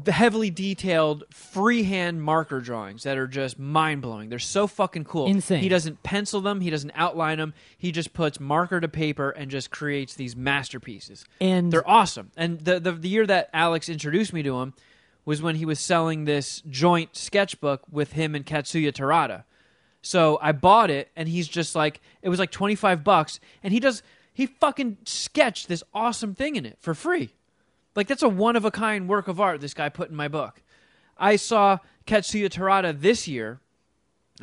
S2: heavily detailed freehand marker drawings that are just mind blowing. They're so fucking cool.
S3: Insane.
S2: He doesn't pencil them. He doesn't outline them. He just puts marker to paper and just creates these masterpieces.
S3: And-
S2: they're awesome. And the the, the year that Alex introduced me to him. Was when he was selling this joint sketchbook with him and Katsuya Tarada. So I bought it, and he's just like, it was like 25 bucks, and he does, he fucking sketched this awesome thing in it for free. Like, that's a one of a kind work of art this guy put in my book. I saw Katsuya Tarada this year,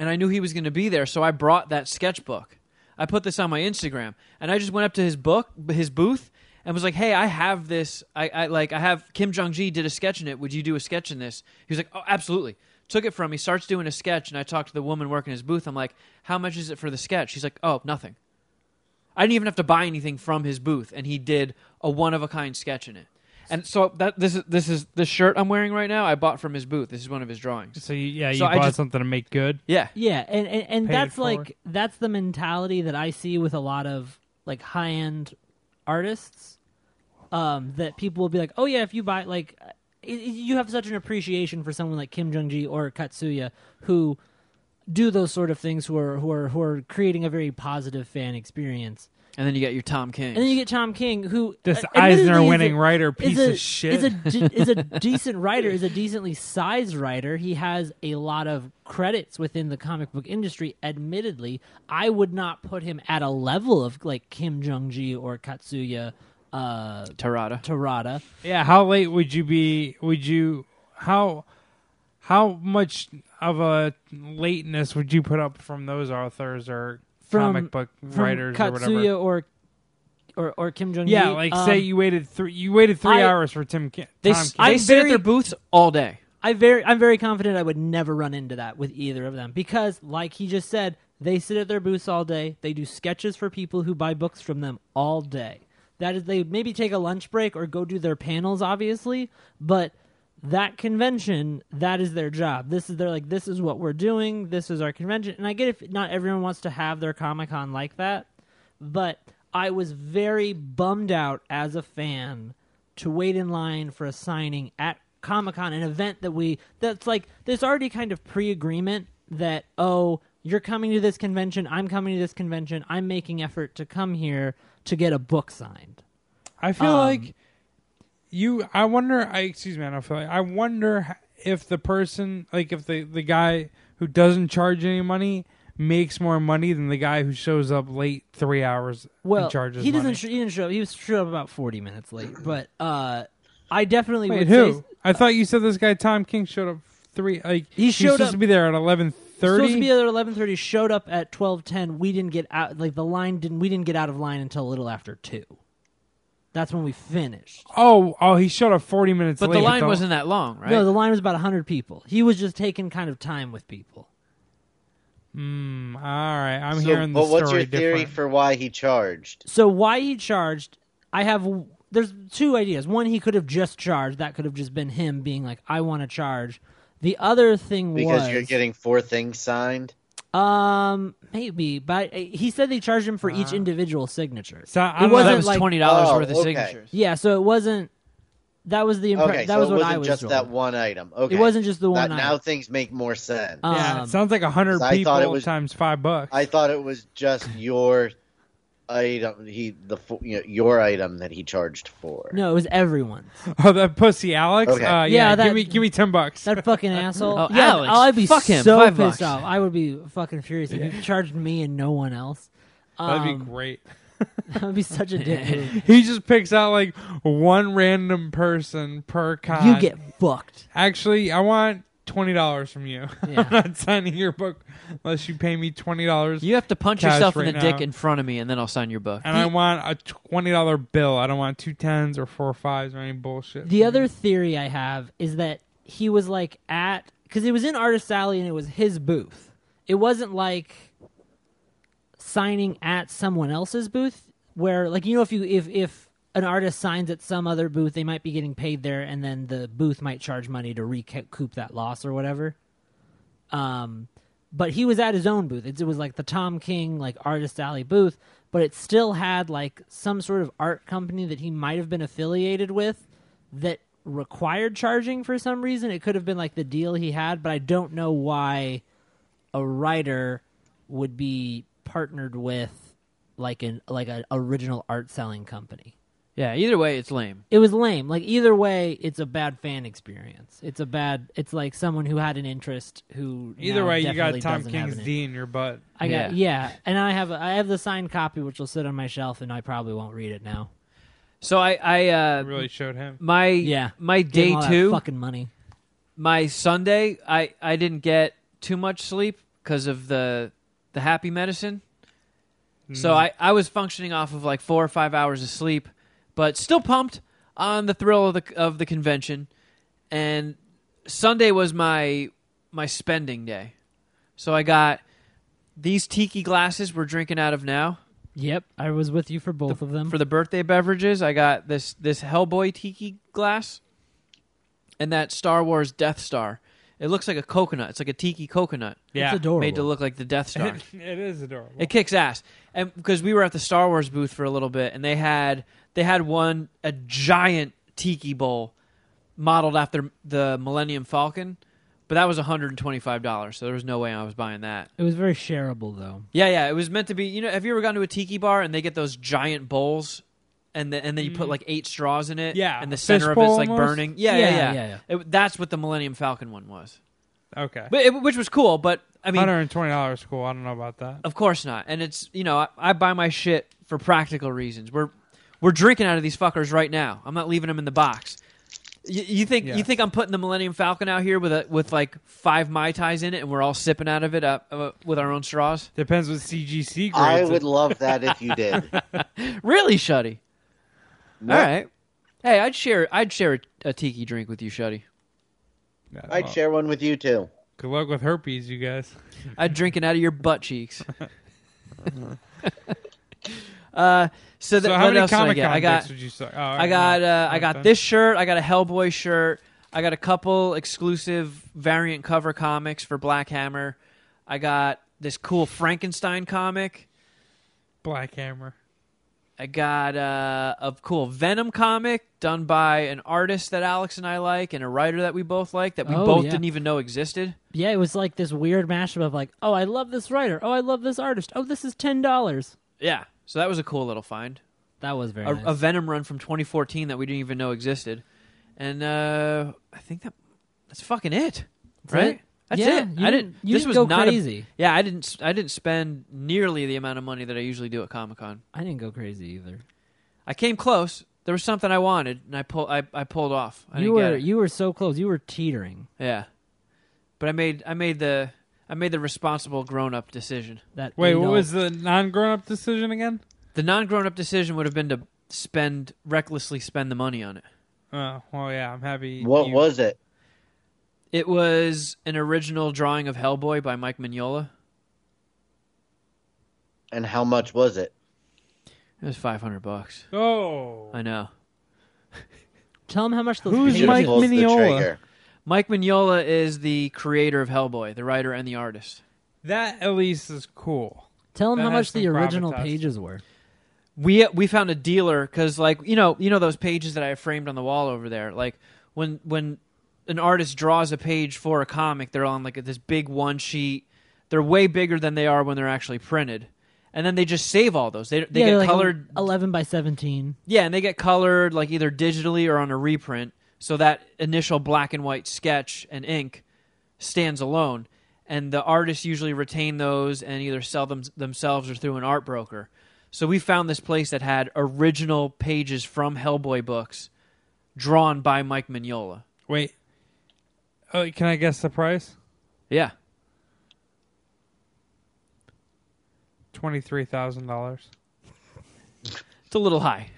S2: and I knew he was going to be there, so I brought that sketchbook. I put this on my Instagram, and I just went up to his book, his booth, and was like, "Hey, I have this. I, I like, I have Kim Jong Ji did a sketch in it. Would you do a sketch in this?" He was like, "Oh, absolutely." Took it from me, starts doing a sketch, and I talked to the woman working his booth. I'm like, "How much is it for the sketch?" She's like, "Oh, nothing." I didn't even have to buy anything from his booth, and he did a one of a kind sketch in it. And so that this is this is the shirt I'm wearing right now. I bought from his booth. This is one of his drawings.
S5: So you, yeah, you
S2: So I
S5: bought
S2: just-
S5: something to make good.
S2: Yeah,
S3: Yeah, and and, and
S5: Paid
S3: that's
S5: for.
S3: like that's the mentality that I see with a lot of like high end artists. Um, that people will be like, oh yeah, if you buy like, uh, y- y- you have such an appreciation for someone like Kim Jong Ji or Katsuya who do those sort of things who are who are who are creating a very positive fan experience.
S2: and then you got your Tom King.
S3: And then you get Tom King, who
S5: This
S3: uh, admittedly
S5: Eisner
S3: is a-
S5: winning writer piece
S3: is a,
S5: of shit.
S3: Is a de- is a decent writer. Is a decently sized writer. He has a lot of credits within the comic book industry. Admittedly, I would not put him at a level of like Kim Jong Ji or Katsuya uh,
S2: Tarada.
S3: Torada.
S5: Yeah, how late would you be? Would you how how much of a lateness would you put up from those authors or
S3: From-
S5: comic book
S3: From
S5: writers or whatever?
S3: Katsuya or or or Kim Jong Ji.
S5: yeah, like say you waited three you waited three
S3: um, I-
S5: hours for Tim. Ki-
S2: They,
S5: Tom
S2: s-
S5: Ki-
S2: they
S3: I'm
S2: sit at
S3: very-
S2: their booths all day.
S3: I very I'm very confident I would never run into that with either of them because like he just said, they sit at their booths all day. They do sketches for people who buy books from them all day. That is they maybe take a lunch break or go do their panels obviously, but that convention, that is their job. This is they're like this is what we're doing. This is our convention. And I get if not everyone wants to have their Comic-Con like that, but I was very bummed out as a fan to wait in line for a signing at Comic Con, an event that we that's like there's already kind of pre agreement that oh you're coming to this convention, I'm coming to this convention, I'm making effort to come here to get a book signed.
S5: I
S3: um,
S5: feel like you. I wonder. I excuse me. I don't feel like. I wonder h- if the person, like, if the the guy who doesn't charge any money makes more money than the guy who shows up late three hours
S3: Well,
S5: and charges.
S3: he doesn't
S5: money.
S3: sh- he didn't show up. He was show up about forty minutes late, but uh, I definitely
S5: Wait,
S3: would
S5: who?
S3: say
S5: I thought you said this guy Tom King showed up three. Like
S3: He
S5: he's
S3: showed
S5: supposed
S3: up-
S5: to be there at eleven
S3: supposed to be
S5: thirty.
S3: there at eleven thirty. Showed up at twelve ten. We didn't get out. Like the line didn't. We didn't get out of line until a little after two. That's when we finished.
S5: Oh, oh, he showed up forty minutes
S2: But
S5: late.
S2: the line wasn't that long, right?
S3: No, the line was about hundred people. He was just taking kind of time with people.
S5: Mm, all right, I'm
S4: So,
S5: hearing the
S4: but what's
S5: story
S4: your theory
S5: different.
S4: for why he charged?
S3: So why he charged? I have. There's two ideas. One, he could have just charged. That could have just been him being like, "I want to charge." The other thing
S4: Because
S3: was
S4: you're getting four things signed.
S3: um maybe, but uh, he said they charged him for each individual signature.
S5: Uh, So I
S3: it
S5: don't know,
S2: Well,
S3: wasn't
S2: that was
S3: like
S2: twenty dollars
S4: Oh,
S2: worth of
S4: okay.
S2: signatures.
S3: yeah. So it wasn't. That was the impre-
S4: Okay,
S3: that
S4: so
S3: was
S4: it
S3: what
S4: wasn't
S3: I was
S4: just
S3: told.
S4: that one item. Okay,
S3: It wasn't just the
S4: That-
S3: one.
S4: now
S3: item.
S4: things make more sense.
S5: yeah,
S3: Um,
S5: it sounds like a hundred
S4: I thought it
S5: people
S4: was-
S5: times five bucks.
S4: I thought it was just your item he the fu- you know, your item that he charged for.
S3: No, it was everyone's.
S5: Oh, that pussy, Alex.
S4: Okay.
S5: Uh, yeah,
S3: Yeah, that-
S5: give me give me ten bucks.
S3: That fucking asshole.
S2: Oh,
S3: yeah,
S2: Alex.
S3: I'd be
S2: Fuck him.
S3: so
S2: Five
S3: pissed
S2: bucks.
S3: off. I would be fucking furious if you charged me and no one else.
S5: That'd be
S3: Um,
S5: great.
S3: That would be such a dick move.
S5: He just picks out like one random person per con.
S3: You get fucked.
S5: Actually, I want twenty dollars from you.
S3: Yeah.
S5: I'm not signing your book unless you pay me twenty dollars.
S2: You have to punch
S5: Cash
S2: yourself in
S5: right
S2: the
S5: now.
S2: dick in front of me, and then I'll sign your book.
S5: And I want a twenty dollar bill. I don't want two tens or four fives or any bullshit.
S3: The other theory I have is that he was like at because it was in Artist Alley and it was his booth. It wasn't like signing at someone else's booth where like you know if you if if an artist signs at some other booth they might be getting paid there and then the booth might charge money to recoup that loss or whatever. Um, but he was at his own booth. It, it was like the Tom King like Artist Alley booth, but it still had like some sort of art company that he might have been affiliated with that required charging for some reason. It could have been like the deal he had, but I don't know why a writer would be partnered with like an like an original art selling company.
S2: yeah. Either way, it's lame.
S3: It was lame. Like either way, it's a bad fan experience. It's a bad. It's like someone who had an interest who.
S5: Either
S3: now
S5: way, you got
S3: definitely
S5: Tom
S3: doesn't have
S5: King's
S3: an
S5: D in your butt.
S3: I got yeah. and I have a, I have the signed copy which will sit on my shelf, and I probably won't read it now.
S2: So I, I uh,
S5: Really showed him.
S2: my
S3: Yeah,
S2: my
S3: Give 'em
S2: day
S3: all that
S2: two,
S3: fucking money.
S2: my Sunday, I I didn't get too much sleep because of the the happy medicine. So I I was functioning off of like four or five hours of sleep, but still pumped on the thrill of the of the convention. And Sunday was my my spending day, so I got these tiki glasses we're drinking out of now.
S3: Yep, I was with you for both of them.
S2: for the birthday beverages, I got this this Hellboy tiki glass and that Star Wars Death Star. It looks like a coconut. It's like a tiki coconut.
S5: Yeah.
S3: adorable.
S2: Made to look like the Death Star.
S5: it is adorable.
S2: it kicks ass. And because we were at the Star Wars booth for a little bit and they had they had one a giant tiki bowl modeled after the Millennium Falcon, but that was $125, so there was no way I was buying that.
S3: It was very shareable though.
S2: Yeah, yeah. It was meant to be. You know, have you ever gone to a tiki bar and they get those giant bowls, and then and then you put like eight straws in it.
S5: Yeah,
S2: and
S5: a
S2: the
S5: fish
S2: center of it's
S5: bowl
S2: like
S5: almost?
S2: burning. Yeah, yeah,
S3: Yeah,
S2: yeah.
S3: yeah,
S2: It- that's what the Millennium Falcon one was,
S5: okay.
S2: but it, which was cool. But I mean,
S5: Hundred and twenty dollars. Cool. I don't know about that.
S2: of course not. And it's you know I, I buy my shit for practical reasons. We're we're drinking out of these fuckers right now. I'm not leaving them in the box. You, you think
S5: Yeah.
S2: you think I'm putting the Millennium Falcon out here with a with like five mai tais in it, and we're all sipping out of it uh, uh, with our own straws?
S5: Depends what CGC grades.
S4: I
S5: it.
S4: would love that if you did.
S2: Really, Shuddy?
S4: No,
S2: All right. Hey, I'd share I'd share a, a tiki drink with you, Shuddy.
S5: Yeah,
S4: I'd
S5: well,
S4: share one with you too.
S5: Good luck with herpes, you guys.
S2: I'd drink it out of your butt cheeks. uh, so, that,
S5: So how
S2: what
S5: many
S2: else did I
S5: Comic
S2: get?
S5: Con
S2: I got
S5: decks would you sell? Oh,
S2: I
S5: alright,
S2: got
S5: no,
S2: uh, I
S5: alright,
S2: got
S5: then.
S2: this shirt. I got a Hellboy shirt. I got a couple exclusive variant cover comics for Black Hammer. I got this cool Frankenstein comic.
S5: Black Hammer.
S2: I got uh, a cool Venom comic done by an artist that Alex and I like, and a writer that we both like that we
S3: Oh,
S2: both
S3: yeah.
S2: didn't even know existed.
S3: Yeah, it was like this weird mashup of like, oh, I love this writer. Oh, I love this artist. Oh, this is ten dollars.
S2: Yeah, so that was a cool little find.
S3: That was very
S2: A,
S3: nice.
S2: a Venom run from 2014 that we didn't even know existed, and uh, I think that that's fucking it,
S3: That's
S2: right?
S3: it?
S2: That's
S3: Yeah,
S2: it.
S3: you
S2: I
S3: didn't-
S2: didn't.
S3: you
S2: this
S3: didn't
S2: was
S3: go
S2: not a-
S3: crazy.
S2: yeah, I didn't. s- I didn't spend nearly the amount of money that I usually do at Comic Con.
S3: I didn't go crazy either.
S2: I came close. There was something I wanted, and I pull. I, I pulled off. I
S3: You
S2: didn't get
S3: were
S2: it.
S3: you were so close. You were teetering.
S2: Yeah, but I made I made the I made the responsible grown up decision.
S3: That
S5: Wait, what
S3: $8
S5: was the non-grown-up decision again?
S2: The non grown up decision would have been to spend recklessly spend the money on it.
S5: Oh, well, yeah. I'm happy.
S4: What
S5: you-
S4: was it?
S2: It was an original drawing of Hellboy by Mike Mignola.
S4: And how much was it?
S2: It was five hundred bucks.
S5: Oh,
S2: I know.
S3: Tell him how much those
S5: Who's
S3: pages.
S5: Mike
S4: Pulls the
S5: Mignola.
S4: trigger.
S2: Mike Mignola is the creator of Hellboy, the writer and the artist.
S5: that at least is cool.
S3: Tell him
S5: That
S3: how
S5: has
S3: much
S5: some
S3: the original
S5: gravitas.
S3: pages were.
S2: we we found a dealer because like you know you know those pages that I have framed on the wall over there. Like when when an artist draws a page for a comic, they're on like this big one sheet. They're way bigger than they are when they're actually printed. and then they just save all those. They they
S3: Yeah,
S2: get
S3: like
S2: colored.
S3: eleven by seventeen.
S2: Yeah, and they get colored like either digitally or on a reprint, so that initial black and white sketch and ink stands alone. And the artists usually retain those and either sell them themselves or through an art broker. So we found this place that had original pages from Hellboy books drawn by Mike Mignola.
S5: Wait. Oh, can I guess the price?
S2: Yeah.
S5: Twenty three thousand dollars.
S2: It's a little high.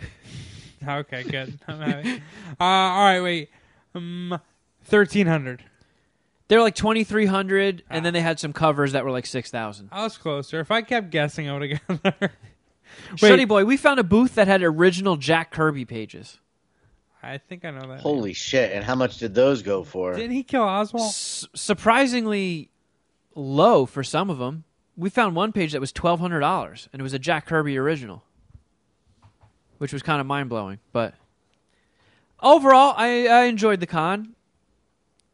S5: Okay, good. I'm happy. uh, all right, wait. Um, thirteen hundred.
S2: They were like 2300 and then they had some covers that were like 6000.
S5: I was closer. If I kept guessing, I would have gotten there.
S2: Shuddy boy, we found a booth that had original Jack Kirby pages.
S5: I think I know that.
S4: Holy shit! And how much did those go for?
S5: Didn't he kill Oswald?
S2: S- surprisingly low for some of them. We found one page that was $1200 and it was a Jack Kirby original, which was kind of mind-blowing, but overall I, I enjoyed the con.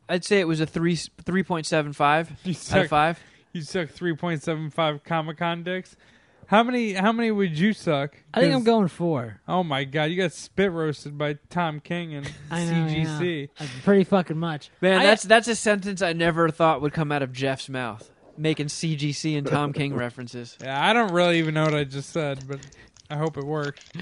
S2: I'd say it was a 3
S5: You
S2: 3.75 out
S5: suck.
S2: of 5.
S5: You suck three point seven five Comic Con dicks. How many? How many would you suck?
S3: I think
S5: 'Cause-
S3: I'm going four.
S5: Oh my god, you got spit roasted by Tom King and
S3: I know,
S5: CGC.
S3: yeah. Uh, Pretty fucking much.
S2: Man,
S3: I-
S2: that's that's a sentence I never thought would come out of Jeff's mouth, making CGC and Tom King references.
S5: Yeah, I don't really even know what I just said, but I hope it worked.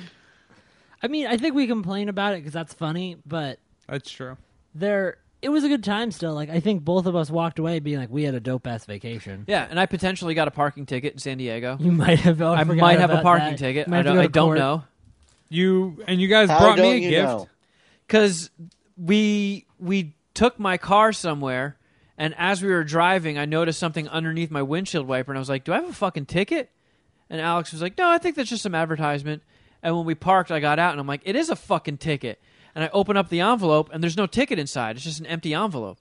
S3: I mean, I think we complain about it because that's funny, but
S5: That's true.
S3: there, it was a good time still. Like I think both of us walked away being like, we had a dope ass vacation.
S2: Yeah, and I potentially got a parking ticket in San Diego.
S3: You might have. Oh,
S2: I
S3: forgot
S2: might have a
S3: about
S2: parking
S3: that.
S2: ticket. I
S3: Might have to
S2: don't,
S3: go
S2: I
S3: to
S2: don't
S3: court.
S2: know
S5: You and you guys
S4: How
S5: brought
S4: don't
S5: me a
S4: you
S5: gift.
S4: know?
S2: because we we took my car somewhere, and as we were driving, I noticed something underneath my windshield wiper, and I was like, "Do I have a fucking ticket?" And Alex was like, "No, I think that's just some advertisement." And when we parked, I got out, and I'm like, "It is a fucking ticket." And I open up the envelope, and there's no ticket inside. It's just an empty envelope.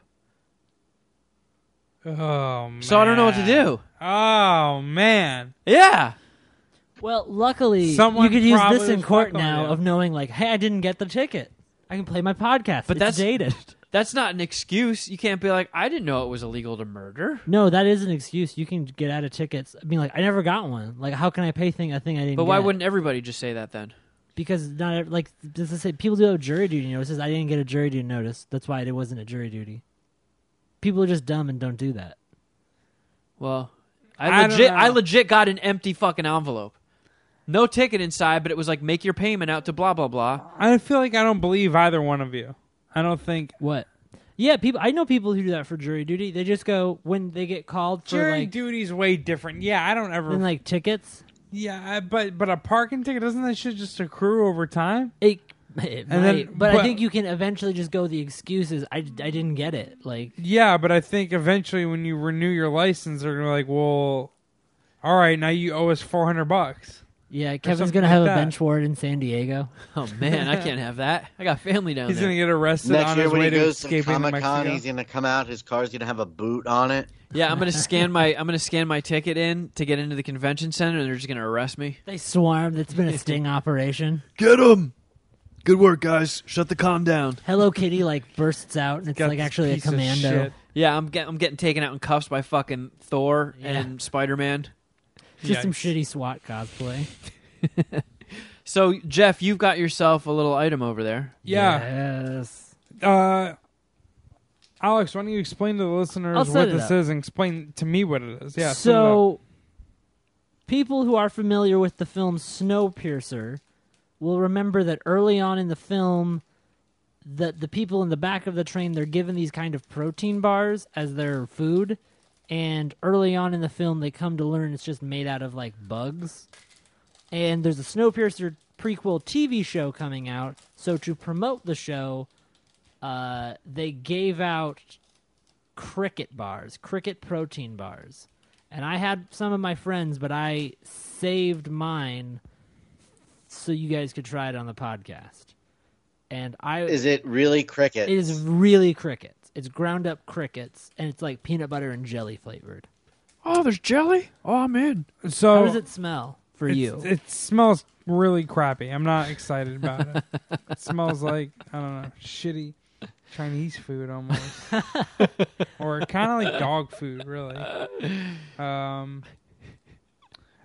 S5: Oh man.
S2: So I don't know what to do.
S5: Oh man.
S2: Yeah.
S3: Well, luckily,
S5: Someone
S3: you could use
S5: probably
S3: this in
S5: was
S3: court
S5: fucking with
S3: now
S5: you.
S3: of knowing, like, hey, I didn't get the ticket. I can play my podcast.
S2: But that's-
S3: It's dated.
S2: That's not an excuse. You can't be like, I didn't know it was illegal to murder.
S3: No, that is an excuse. You can get out of tickets. I mean, like, I never got one. Like, how can I pay thing a thing I didn't?
S2: But why
S3: get?
S2: wouldn't everybody just say that then?
S3: Because not ev- like does it say people do have jury duty notices? I didn't get a jury duty notice. That's why it wasn't a jury duty. People are just dumb and don't do that.
S2: Well,
S5: I
S2: I
S5: don't
S2: legit,
S5: know.
S2: I legit got an empty fucking envelope, no ticket inside, but it was like make your payment out to blah blah blah.
S5: I feel like I don't believe either one of you. I don't think
S3: What? Yeah, people. I know people who do that for jury duty. They just go when they get called for
S5: jury
S3: like
S5: duty's way different. Yeah, I don't ever.
S3: and like tickets.
S5: yeah, I- but but a parking ticket doesn't that shit just accrue over time?
S3: It, it
S5: And then-
S3: might, but, I
S5: but-
S3: think you can eventually just go the excuses. I, I didn't get it. Like
S5: Yeah, but I think eventually when you renew your license, they're gonna be like, well, all right, now you owe us four hundred bucks.
S3: yeah,
S5: something
S3: Kevin's gonna
S5: like
S3: have
S5: that.
S3: a bench ward in San Diego.
S2: Oh man, I can't have that. I got family down
S5: He's
S2: there.
S5: gonna get arrested
S4: Next
S5: on
S4: year
S5: his
S4: when
S5: way
S4: he
S5: to
S4: goes to
S5: escaping to
S4: Comic Con,
S5: Mexico.
S4: he's gonna come out. His car's gonna have a boot on it.
S2: yeah, I'm gonna scan my I'm gonna scan my ticket in to get into the convention center, and they're just gonna arrest me.
S3: They swarm. That's been a sting operation.
S2: Get him. Good work, guys. Shut the con down.
S3: Hello Kitty like bursts out and it's
S5: Got
S3: like
S5: this
S3: actually a
S5: piece of
S3: commando.
S5: shit.
S2: Yeah, I'm get, I'm getting taken out in cuffs by fucking Thor and Spider Man.
S3: Just some
S5: Yikes.
S3: shitty SWAT cosplay.
S2: So Jeff, you've got yourself a little item over there.
S5: Yeah.
S3: Yes.
S5: Uh, Alex, why don't you explain to the listeners
S3: I'll
S5: what
S3: set it
S5: this
S3: up.
S5: is and explain to me what it is? Yeah. set it up.
S3: so, people who are familiar with the film Snowpiercer will remember that early on in the film, the the people in the back of the train they're given these kind of protein bars as their food, and early on in the film they come to learn it's just made out of like bugs. and there's a Snowpiercer prequel TV show coming out. So to promote the show, uh, they gave out cricket bars, cricket protein bars, and I had some of my friends, but I saved mine so you guys could try it on the podcast. And I
S4: Is it really cricket?
S3: it is really crickets. It's ground up crickets, and it's like peanut butter and jelly flavored.
S2: Oh, there's jelly. Oh, I'm in.
S5: so
S3: How does it smell for
S5: Oh. it's-
S3: you?
S5: It smells really crappy. I'm not excited about it. it smells like I don't know, shitty Chinese food almost, or kind of like dog food, really. Um,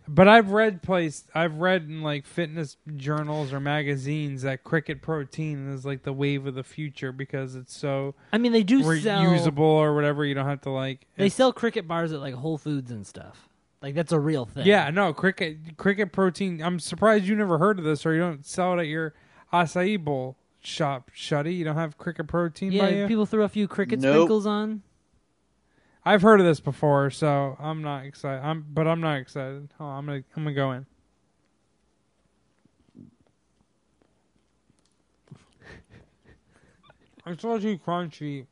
S5: But I've read place I've read in like fitness journals or magazines that cricket protein is like the wave of the future because it's so
S3: I mean, they do sell.
S5: reusable or whatever. You don't have to like.
S3: They
S5: it's-
S3: sell cricket bars at like Whole Foods and stuff. Like that's a real thing.
S5: yeah, no cricket cricket protein. I'm surprised you never heard of this or you don't sell it at your acai bowl shop, Shuddy. You don't have cricket protein by
S3: yeah.
S5: you.
S3: People throw a few cricket
S4: Nope.
S3: sprinkles on.
S5: I've heard of this before, so I'm not excited. I'm but I'm not excited. Oh, I'm gonna I'm gonna go in. It's all too crunchy,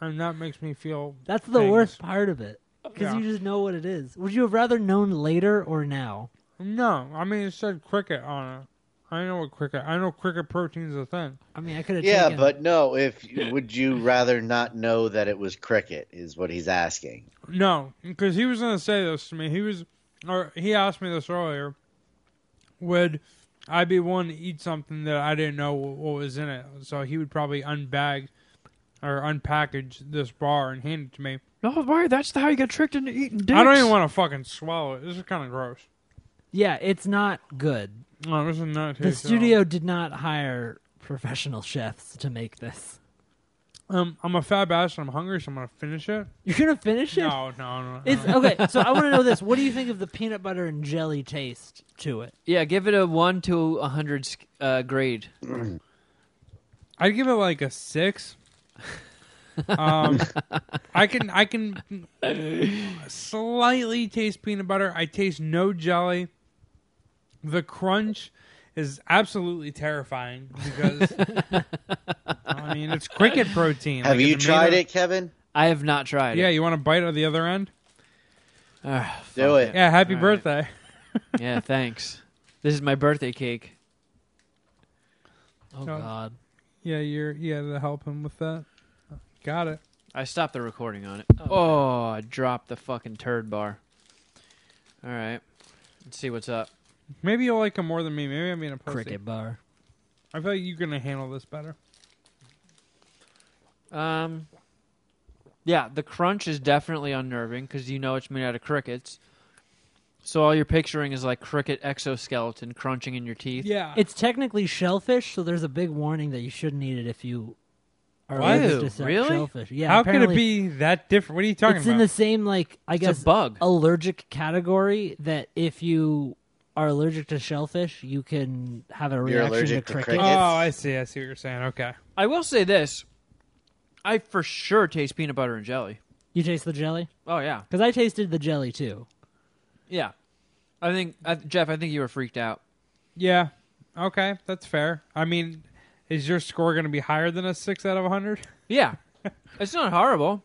S5: and that makes me feel.
S3: That's the
S5: things.
S3: worst part of it because
S5: Yeah.
S3: you just know what it is. Would you have rather known later or now?
S5: No, I mean it said cricket on it. I know what cricket. I know cricket protein's a thing.
S3: I mean, I could have.
S4: Yeah,
S3: taken,
S4: but no. If would you rather not know that it was cricket? Is what he's asking.
S5: No, because he was going to say this to me. He was, or he asked me this earlier. Would I be willing to eat something that I didn't know wh- what was in it? So he would probably unbag or unpackage this bar and hand it to me.
S2: No, Mario, that's how you get tricked into eating dicks.
S5: I don't even want to fucking swallow it. This is kind of gross.
S3: yeah, it's not good.
S5: No, this is not
S3: The studio did not hire professional chefs to make this.
S5: Um, I'm a fat bastard. I'm hungry, so I'm gonna finish it.
S3: You're gonna finish it?
S5: No, no, no. no.
S3: It's okay. So I want to know this. What do you think of the peanut butter and jelly taste to it?
S2: Yeah, give it a one to a hundred sc- uh, grade.
S5: I'd give it like a six. um, I can I can slightly taste peanut butter. I taste no jelly. The crunch is absolutely terrifying because I mean it's cricket protein.
S4: Have
S5: Like,
S4: you
S5: it's
S4: tried
S5: made
S4: it, Kevin?
S2: I have not
S5: of-
S2: tried
S5: Yeah,
S2: it.
S5: you want to bite at the other end?
S2: Ah, fuck
S4: Do it.
S5: Yeah, happy
S2: All right.
S5: birthday.
S2: Yeah, thanks. This is my birthday cake.
S3: Oh
S5: No.
S3: God.
S5: Yeah, you're yeah to help him with that. Got it.
S2: I stopped the recording on it. Oh, I dropped the fucking turd bar. All right. Let's see what's up.
S5: Maybe you'll like him more than me. Maybe I'm being a pussy.
S3: Cricket bar.
S5: I feel like you're gonna handle this better.
S2: Um Yeah, the crunch is definitely unnerving cuz you know it's made out of crickets. So all you're picturing is like cricket exoskeleton crunching in your teeth.
S5: Yeah,
S3: It's technically shellfish, so there's a big warning that you shouldn't eat it if you are
S5: What?
S3: allergic
S2: Ew,
S3: to se-
S2: really?
S3: shellfish. Yeah.
S5: How could it
S3: apparently
S5: be that different? What are you talking
S3: It's
S5: about?
S3: in the same like I
S2: It's a
S3: guess
S2: bug.
S3: allergic category that if you are allergic to shellfish, you can have a reaction
S4: allergic to
S3: cricket.
S4: cricket?
S5: Oh, I see. I see what you're saying. Okay.
S2: I will say this. I for sure taste peanut butter and jelly.
S3: You taste the jelly?
S2: Oh yeah.
S3: Because I tasted the jelly too.
S2: Yeah. I think I, Jeff, I think you were freaked out.
S5: Yeah. Okay, that's fair. I mean, is your score going to be higher than a six out of hundred?
S2: Yeah. it's not horrible.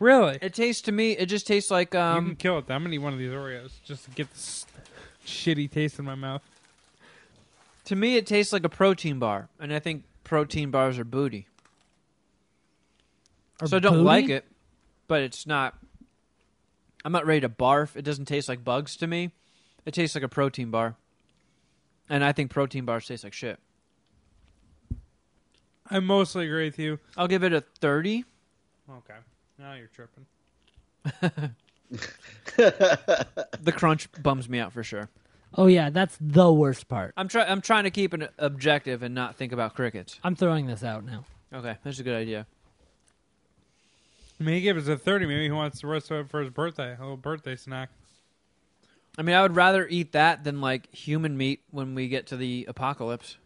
S5: Really?
S2: It tastes to me. It just tastes like
S5: you can
S2: um.
S5: kill it. I'm gonna eat one of these Oreos just to get this shitty taste in my mouth.
S2: To me, it tastes like a protein bar, and I think protein bars are booty. so I don't
S3: booty?
S2: like it, but it's not. I'm not ready to barf. It doesn't taste like bugs to me. It tastes like a protein bar, and I think protein bars taste like shit.
S5: I mostly agree with you.
S2: I'll give it a thirty.
S5: Okay. Now you're tripping.
S2: The crunch bums me out for sure.
S3: Oh yeah, that's the worst part.
S2: I'm try. I'm trying to keep an objective and not think about crickets.
S3: I'm throwing this out now.
S2: Okay, that's a good idea.
S5: I mean, he gave us a thirty. Maybe he wants the rest of it for his birthday, a little birthday snack.
S2: I mean, I would rather eat that than like human meat when we get to the apocalypse.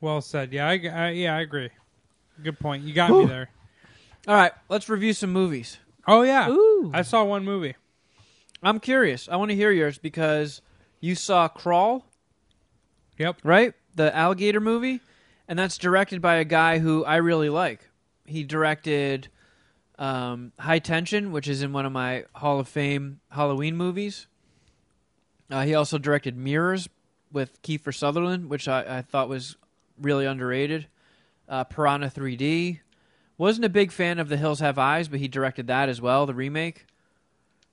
S5: Well said. Yeah, I, I yeah, I agree. Good point. You got me there.
S2: All right, let's review some movies.
S5: Oh yeah,
S3: Ooh.
S5: I saw one movie.
S2: I'm curious. I want to hear yours because you saw Crawl,
S5: Yep.
S2: right? The alligator movie, and that's directed by a guy who I really like. He directed um, High Tension, which is in one of my Hall of Fame Halloween movies. Uh, he also directed Mirrors with Kiefer Sutherland, which I, I thought was really underrated. Uh, Piranha 3D. Wasn't a big fan of The Hills Have Eyes, but he directed that as well, the remake.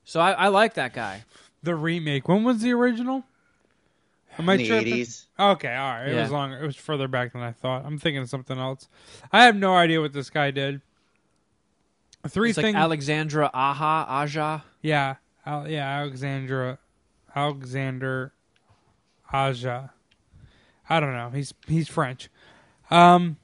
S2: So I, I like that guy.
S5: The remake. When was the original? Am I
S4: In the
S5: tripping?
S4: 80s.
S5: Okay, all right. It
S2: Yeah.
S5: was longer. It was further back than I thought. I'm thinking of something else. I have no idea what this guy did. Three
S2: It's like
S5: things.
S2: Alexandra Aha Aja.
S5: yeah, Al- yeah. Alexandra Alexander Aja. I don't know. He's he's French. Um,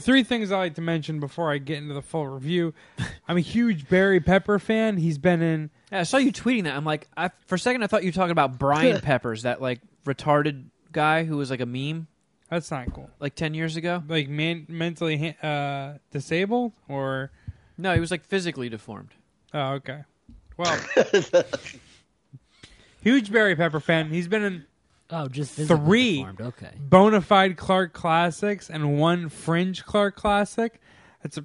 S5: three things I like to mention before I get into the full review. I'm a huge Barry Pepper fan. He's been in
S2: Yeah, I saw you tweeting that. I'm like, I, for a second, I thought you were talking about Brian Peppers, that like retarded guy who was like a meme
S5: that's not cool.
S2: like 10 years ago.
S5: Like man, mentally ha- uh, disabled or
S2: No, he was like physically deformed.
S5: Oh, okay. Well, huge Barry Pepper fan. He's been in
S3: Oh, just physically
S5: Three.
S3: deformed. Okay.
S5: bona fide Clark Classics and one Fringe Clark Classic. That's a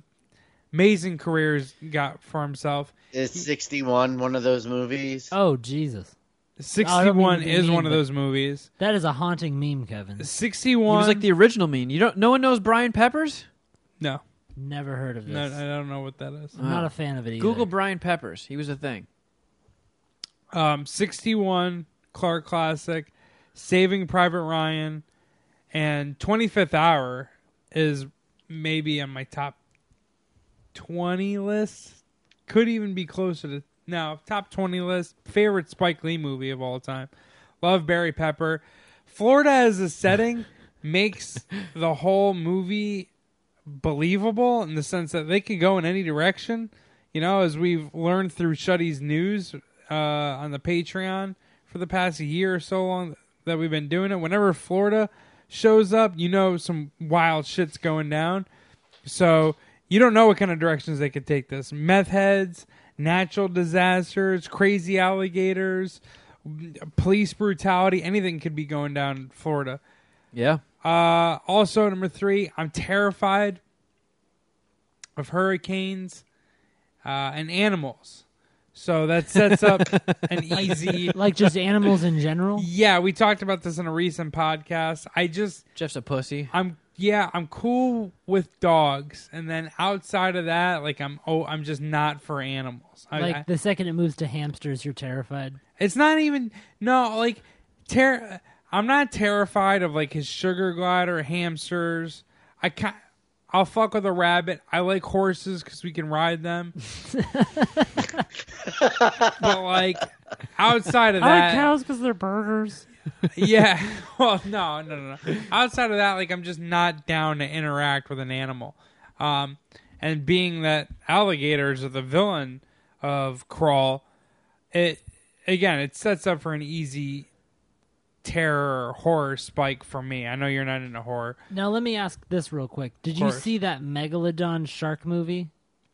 S5: amazing career he's got for himself.
S4: Is 61 one of those movies?
S3: Oh Jesus, I don't mean
S5: Sixty-one
S3: to be
S5: is
S3: mean,
S5: one of
S3: but-
S5: those movies.
S3: that is a haunting meme, Kevin.
S5: Sixty-one.
S2: He was like the original meme. You don't. No one knows Brian Peppers.
S5: no,
S3: Never heard of this.
S5: no, I don't know what that is.
S3: I'm not a fan of it either.
S2: Google Brian Peppers. He was a thing.
S5: Um, sixty-one Clark Classic, Saving Private Ryan, and Twenty-Fifth Hour is maybe on my top twenty list. Could even be closer to now top twenty list. Favorite Spike Lee movie of all time. Love Barry Pepper. Florida as a setting makes the whole movie believable in the sense that they could go in any direction. You know, as we've learned through Shuddy's news uh, on the Patreon for the past year or so long that we've been doing it. Whenever Florida shows up, you know some wild shit's going down. So you don't know what kind of directions they could take this. Meth heads, natural disasters, crazy alligators, police brutality, anything could be going down in Florida.
S2: Yeah.
S5: Uh, also, number three, I'm terrified of hurricanes uh, and animals. So that sets up an easy.
S3: like just animals in general.
S5: Yeah, we talked about this in a recent podcast. I just
S2: Jeff's a pussy.
S5: I'm yeah, I'm cool with dogs, and then outside of that, like I'm oh, I'm just not for animals. I,
S3: Like
S5: I-
S3: the second it moves to hamsters, you're terrified.
S5: it's not even no like ter- I'm not terrified of like his sugar glider, hamsters. I can I'll fuck with a rabbit. I like horses because we can ride them. but like outside of that,
S3: because they're burgers.
S5: yeah. Well, no, no, no, no. Outside of that, like I'm just not down to interact with an animal. Um, and being that alligators are the villain of Crawl, it again it sets up for an easy terror or horror spike for me. I know you're not into horror.
S3: Now let me ask this real quick. Did you
S5: course.
S3: see that megalodon shark movie?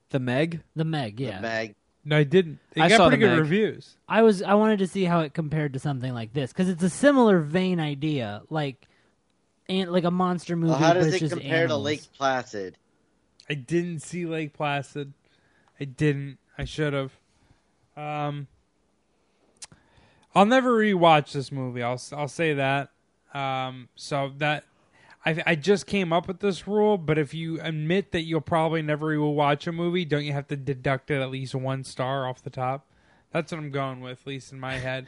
S2: The Meg.
S3: The Meg, yeah.
S4: Mag.
S5: No, I didn't. It
S2: I
S5: got
S2: saw
S5: pretty
S2: the
S5: good
S2: Meg.
S5: reviews.
S3: I was I wanted to see how it compared to something like this because it's a similar vein idea, like and like a monster movie.
S4: Well, how does
S3: but it's
S4: it
S3: just
S4: compare to
S3: animals.
S4: Lake Placid?
S5: I didn't see Lake Placid. I didn't. I should have. Um, I'll never rewatch this movie. I'll s- I'll say that. Um, so that I I just came up with this rule, but if you admit that you'll probably never rewatch a movie, don't you have to deduct it at least one star off the top? That's what I'm going with, at least in my head.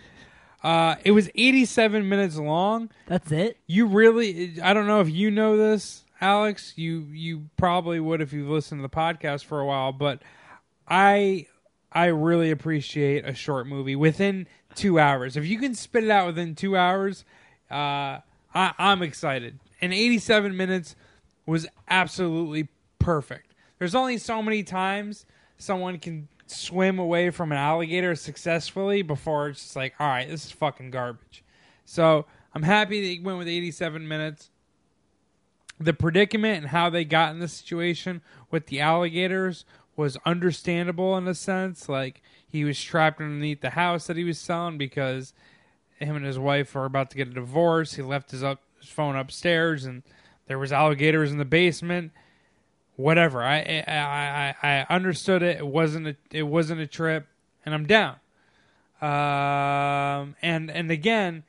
S5: Uh, it was 87 minutes long
S3: That's it.
S5: you really i don't know if you know this alex you you probably would if you've listened to the podcast for a while but i i really appreciate a short movie within two hours if you can spit it out within two hours uh I, i'm excited and 87 minutes was absolutely perfect there's only so many times someone can swim away from an alligator successfully before it's just like all right this is fucking garbage so I'm happy that he went with 87 minutes. The predicament and how they got in this situation with the alligators was understandable in a sense. Like he was trapped underneath the house that he was selling because him and his wife were about to get a divorce. He left his up his phone upstairs, and there was alligators in the basement. Whatever. I I I, I understood it. It wasn't a, it wasn't a trip, and I'm down. Um and and again.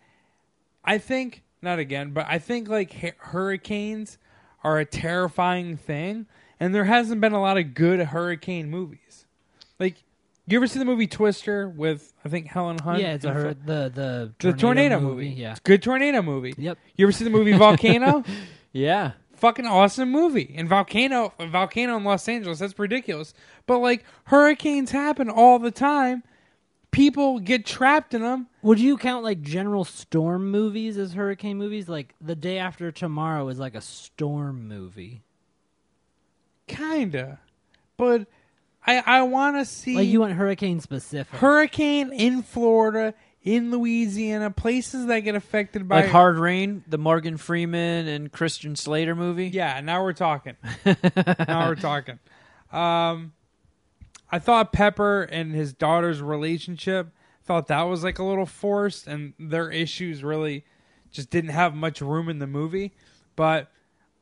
S5: I think not again, but I think like hu- hurricanes are a terrifying thing, and there hasn't been a lot of good hurricane movies. Like, you ever see the movie Twister with I think Helen Hunt?
S3: Yeah, it's a
S5: and
S3: her,
S5: Fo-
S3: the the
S5: the tornado movie.
S3: Yeah,
S5: it's a good tornado movie.
S3: Yep.
S5: You ever see the movie Volcano?
S2: Yeah.
S5: Fucking awesome movie. And volcano, volcano in Los Angeles. That's ridiculous. But like hurricanes happen all the time. people get trapped in them.
S3: Would you count like general storm movies as hurricane movies? Like The Day After Tomorrow is like a storm movie.
S5: Kinda, but I I want to see
S3: Like you want hurricane specific.
S5: hurricane in Florida, in Louisiana, places that get affected by
S2: Like Hard Rain, the Morgan Freeman and Christian Slater movie.
S5: Yeah, now we're talking. now we're talking. Um, I thought Pepper and his daughter's relationship thought that was like a little forced, and their issues really just didn't have much room in the movie. But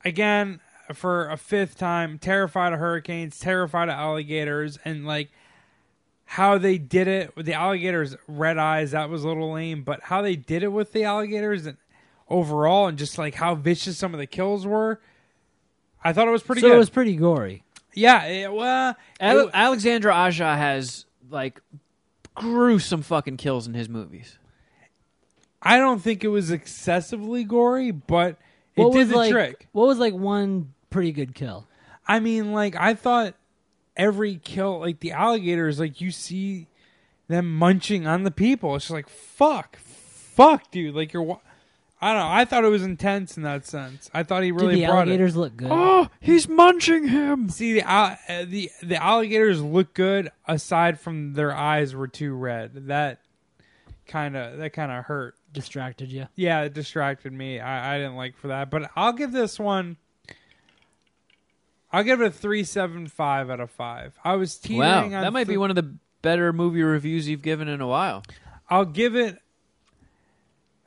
S5: again, for a fifth time, terrified of hurricanes, terrified of alligators, and like how they did it with the alligators red eyes that was a little lame but how they did it with the alligators and overall and just like how vicious some of the kills were i thought it was pretty
S3: so
S5: good
S3: it was pretty gory.
S5: yeah it, well
S2: Ale-
S5: it-
S2: Alexandra Aja has like gruesome fucking kills in his movies.
S5: i don't think it was excessively gory but it
S3: What
S5: did
S3: was
S5: the
S3: like
S5: trick
S3: what was like one pretty good kill?
S5: i mean like i thought every kill like the alligators like you see them munching on the people it's just like fuck fuck dude like you're wa- I don't know. I thought it was intense in that sense. I thought he
S3: Did
S5: really
S3: the
S5: brought it.
S3: alligators look good?
S2: Oh, he's munching him.
S5: See the al- uh, the the alligators look good aside from their eyes were too red. That kind of that kind of hurt.
S3: Distracted you.
S5: Yeah, it distracted me. I, I didn't like for that, but I'll give this one. I'll give it a three seven five out of five. I was teetering.
S2: Wow,
S5: on
S2: that might be
S5: th-
S2: one of the better movie reviews you've given in a while.
S5: I'll give it.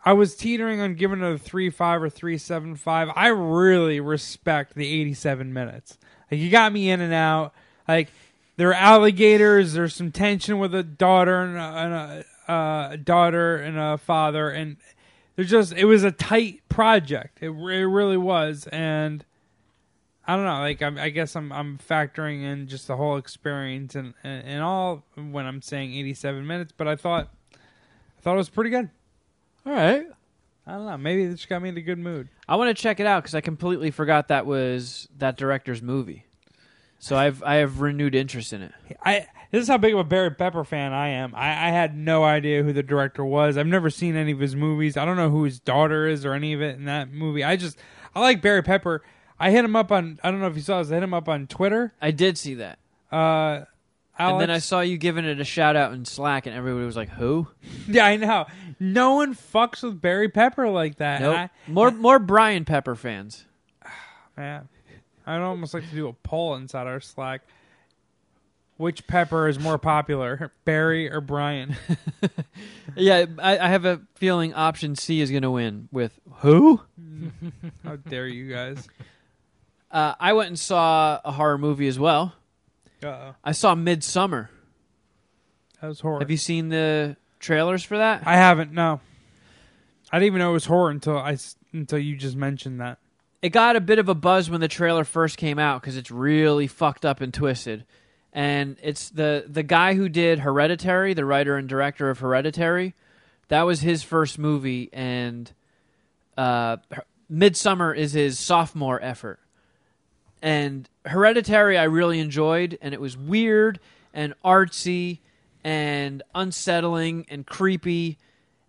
S5: I was teetering on giving it a three five or three seven five. I really respect the eighty seven minutes. Like you got me in and out. Like there are alligators. There's some tension with a daughter and a, and a uh, daughter and a father, and there's just it was a tight project. It, re- it really was, and I don't know. Like I'm, I guess I'm I'm factoring in just the whole experience and and, and all when I'm saying eighty seven minutes. But I thought. I thought it was pretty good.
S2: All right.
S5: I don't know. Maybe it just got me in a good mood.
S2: I want to check it out because I completely forgot that was that director's movie. So I've I have renewed interest in it.
S5: I this is how big of a Barry Pepper fan I am. I, I had no idea who the director was. I've never seen any of his movies. I don't know who his daughter is or any of it in that movie. I just I like Barry Pepper. I hit him up on I don't know if you saw this. I hit him up on Twitter.
S2: I did see that,
S5: Uh,
S2: and then I
S5: Alex-
S2: saw you giving it a shout out in Slack, and everybody was like, "Who?"
S5: yeah I know no one fucks with Barry Pepper like that.
S2: Nope.
S5: I,
S2: more more Brian Pepper fans.
S5: man, I'd almost like to do a poll inside our Slack. Which Pepper is more popular, Barry or Brian?
S2: Yeah, I, I have a feeling option C is going to win with who?
S5: How dare you guys?
S2: Uh, I went and saw a horror movie as well.
S5: Uh-oh.
S2: I saw Midsummer.
S5: That was horror.
S2: Have you seen the trailers for that?
S5: I haven't. No, I didn't even know it was horror until I s- until you just mentioned that.
S2: it got a bit of a buzz when the trailer first came out because it's really fucked up and twisted. And it's the the guy who did Hereditary, the writer and director of Hereditary. That was his first movie, and uh, Her- Midsummer is his sophomore effort. And Hereditary, I really enjoyed, and it was weird and artsy and unsettling and creepy.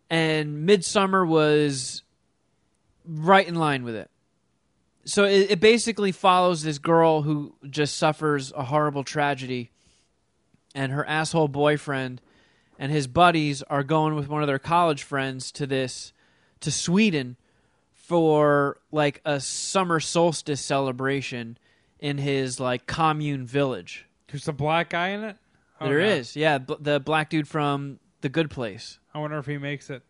S2: And Midsummer was right in line with it so it, it basically follows this girl who just suffers a horrible tragedy and her asshole boyfriend and his buddies are going with one of their college friends to this to sweden for like a summer solstice celebration in his like commune village
S5: There's a black guy in it. Oh,
S2: There is,
S5: no.
S2: yeah bl- the black dude from the good place
S5: I wonder if he makes it.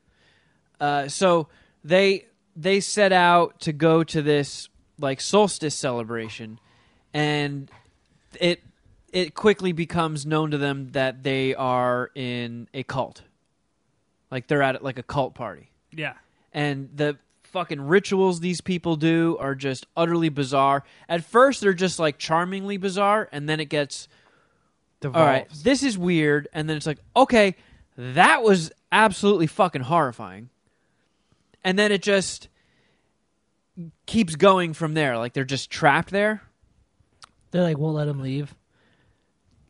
S2: uh, so they they set out to go to this like solstice celebration and it it quickly becomes known to them that they are in a cult like they're at like a cult party
S5: Yeah.
S2: and the fucking rituals these people do are just utterly bizarre at first they're just like charmingly bizarre and then it gets all right
S5: Devolves.
S2: this is weird and then it's like okay that was absolutely fucking horrifying and then it just keeps going from there like they're just trapped there
S3: They're like won't let him leave.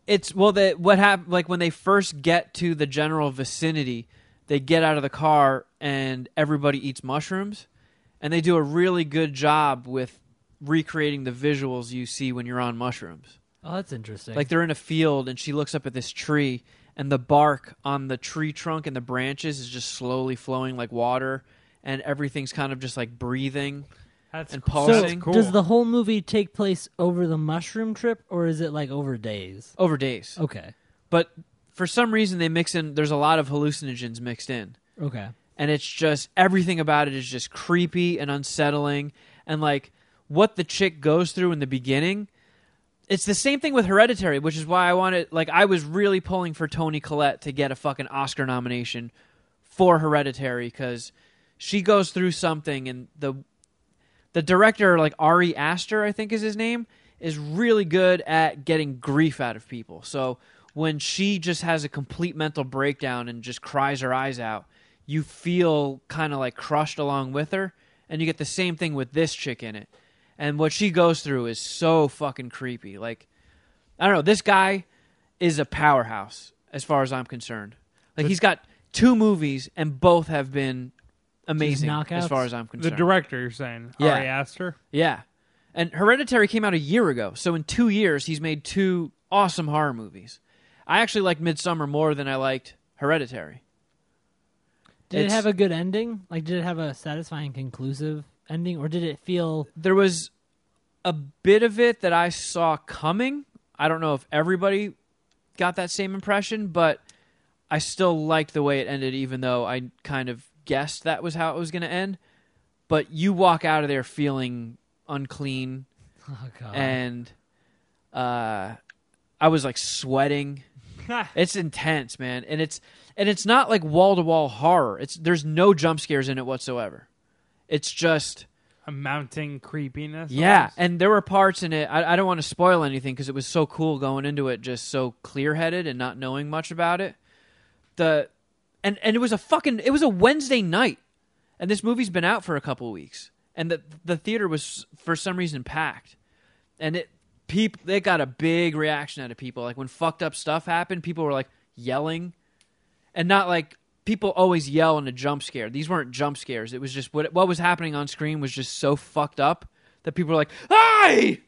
S2: It's well, the, what happened? Like when they first get to the general vicinity, they get out of the car and everybody eats mushrooms, and they do a really good job with recreating the visuals you see when you're on mushrooms.
S3: Oh, that's interesting.
S2: Like they're in a field, and she looks up at this tree, and the bark on the tree trunk and the branches is just slowly flowing like water, and everything's kind of just like breathing.
S5: That's
S2: And
S5: cool.
S2: pulsing.
S5: That's cool.
S3: does the whole movie take place over the mushroom trip, or is it like over days?
S2: over days.
S3: Okay.
S2: But for some reason, they mix in. There's a lot of hallucinogens mixed in,
S3: Okay.
S2: and it's just everything about it is just creepy and unsettling. And like what the chick goes through in the beginning, it's the same thing with Hereditary, which is why I wanted. Like I was really pulling for Toni Collette to get a fucking Oscar nomination for Hereditary because she goes through something, and the the director, like Ari Aster, I think is his name, is really good at getting grief out of people. So when she just has a complete mental breakdown and just cries her eyes out, you feel kind of like crushed along with her, and you get the same thing with this chick in it. And what she goes through is so fucking creepy. Like, I don't know, this guy is a powerhouse as far as I'm concerned. Like, he's got two movies, and both have been amazing as
S3: knockouts?
S2: far as I'm
S5: the
S2: concerned.
S5: director you're saying?
S2: Yeah.
S5: Ari Aster.
S2: Yeah. And Hereditary came out a year ago, so in two years he's made two awesome horror movies. I actually liked Midsummer more than I liked Hereditary.
S3: Did
S2: It's-
S3: it have a good ending? Like, did it have a satisfying, conclusive ending, or did it feel
S2: There was a bit of it that I saw coming. I don't know if everybody got that same impression, but I still liked the way it ended, even though I kind of guessed that was how it was going to end. But you walk out of there feeling unclean,
S3: oh god?
S2: and uh, I was like sweating. it's intense, man, and it's and it's not like wall to wall horror. It's there's no jump scares in it whatsoever. It's just
S5: A mounting creepiness.
S2: yeah, and there were parts in it. I, I don't want to spoil anything because it was so cool going into it, just so clear headed and not knowing much about it. The and and it was a fucking it was a Wednesday night, and this movie's been out for a couple weeks, and the the theater was for some reason packed, and it people they got a big reaction out of people. Like when fucked up stuff happened, people were like yelling, and not like. People always yell in a jump scare. These weren't jump scares. It was just what what was happening on screen was just so fucked up that people were like, "Hey!"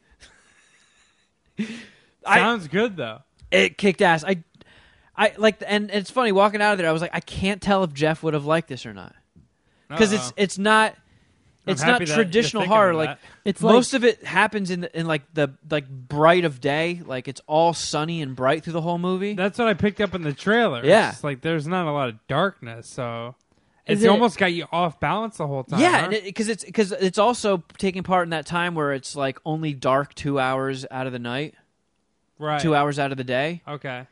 S2: I-
S5: Sounds good though.
S2: It kicked ass. I, I like, and it's funny walking out of there. I was like, I can't tell if Jeff would have liked this or not because it's
S5: Uh-oh.
S2: it's not it's not
S5: happy that you're
S2: traditional
S5: thinking of
S2: horror.
S5: that.
S2: Like
S3: It's
S2: most
S3: like-
S2: of it happens in the, in like the like bright of day. Like it's all sunny and bright through the whole movie.
S5: That's what I picked up in the trailer.
S2: Yeah.
S5: It's like there's not a lot of darkness, so
S3: Is
S5: it's
S3: it-
S5: almost got you off balance the whole time.
S2: yeah,
S5: huh?
S2: and because it's because it's also taking part in that time where it's like only dark two hours out of the night,
S5: right.
S2: two hours out of the day.
S5: Okay.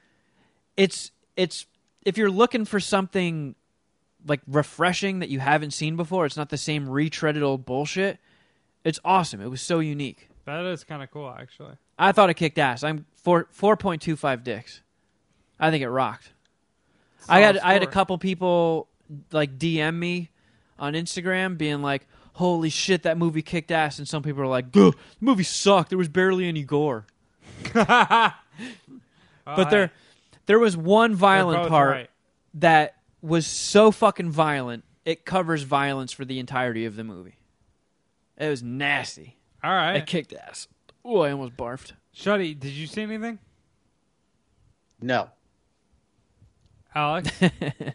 S2: it's it's if you're looking for something like refreshing that you haven't seen before, it's not the same retreaded old bullshit. It's awesome. It was so unique.
S5: That is kind of cool, actually.
S2: I thought it kicked ass. I'm four four point two five dicks. I think it rocked. I
S5: Solid
S2: had I had a
S5: score.
S2: couple people like DM me on Instagram being like, "Holy shit, that movie kicked ass!" And some people are like, "Duh, the movie sucked. There was barely any gore." but there there was one violent
S5: both
S2: part
S5: right.
S2: that was so fucking violent it covers violence for the entirety of the movie it was nasty
S5: All right.
S2: it kicked ass Ooh, i almost barfed
S5: Shuddy, did you see anything,
S4: No,
S5: Alex?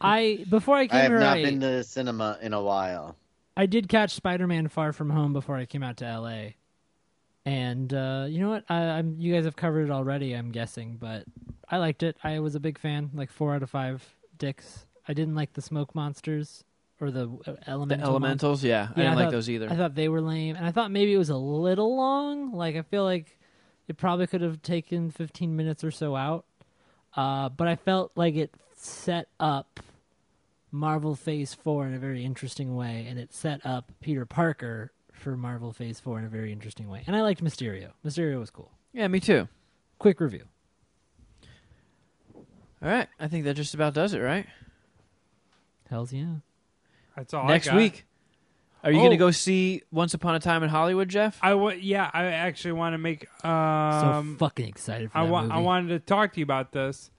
S3: I before I came
S4: I have
S3: here,
S4: not
S3: I,
S4: been to the cinema in a while.
S3: I did catch Spider-Man: Far From Home before I came out to LA, and uh, you know what? I, I'm you guys have covered it already. I'm guessing, but I liked it. I was a big fan. Like four out of five dicks. I didn't like the smoke monsters or the uh,
S2: the
S3: elemental. monsters.
S2: elementals yeah, i
S3: Yeah,
S2: didn't like
S3: thought-
S2: those either
S3: I thought they were lame, and I thought maybe it was a little long. Like I feel like it probably could have taken 15 minutes or so out, uh, but I felt like it set up Marvel Phase Four in a very interesting way, and it set up Peter Parker for Marvel Phase Four in a very interesting way. And I liked Mysterio. Mysterio was cool.
S2: yeah me too
S3: Quick review.
S2: all right i think that just about does it right
S3: Hells yeah.
S2: Oh,
S5: That's all. I
S2: next
S5: got.
S2: week Are you going
S5: Oh.
S2: to go see Once Upon a Time in Hollywood, Jeff?
S5: I wa- yeah, I actually want to make um
S3: so fucking excited for
S5: I
S3: that
S5: wa-
S3: movie.
S5: I wanted to talk to you about this.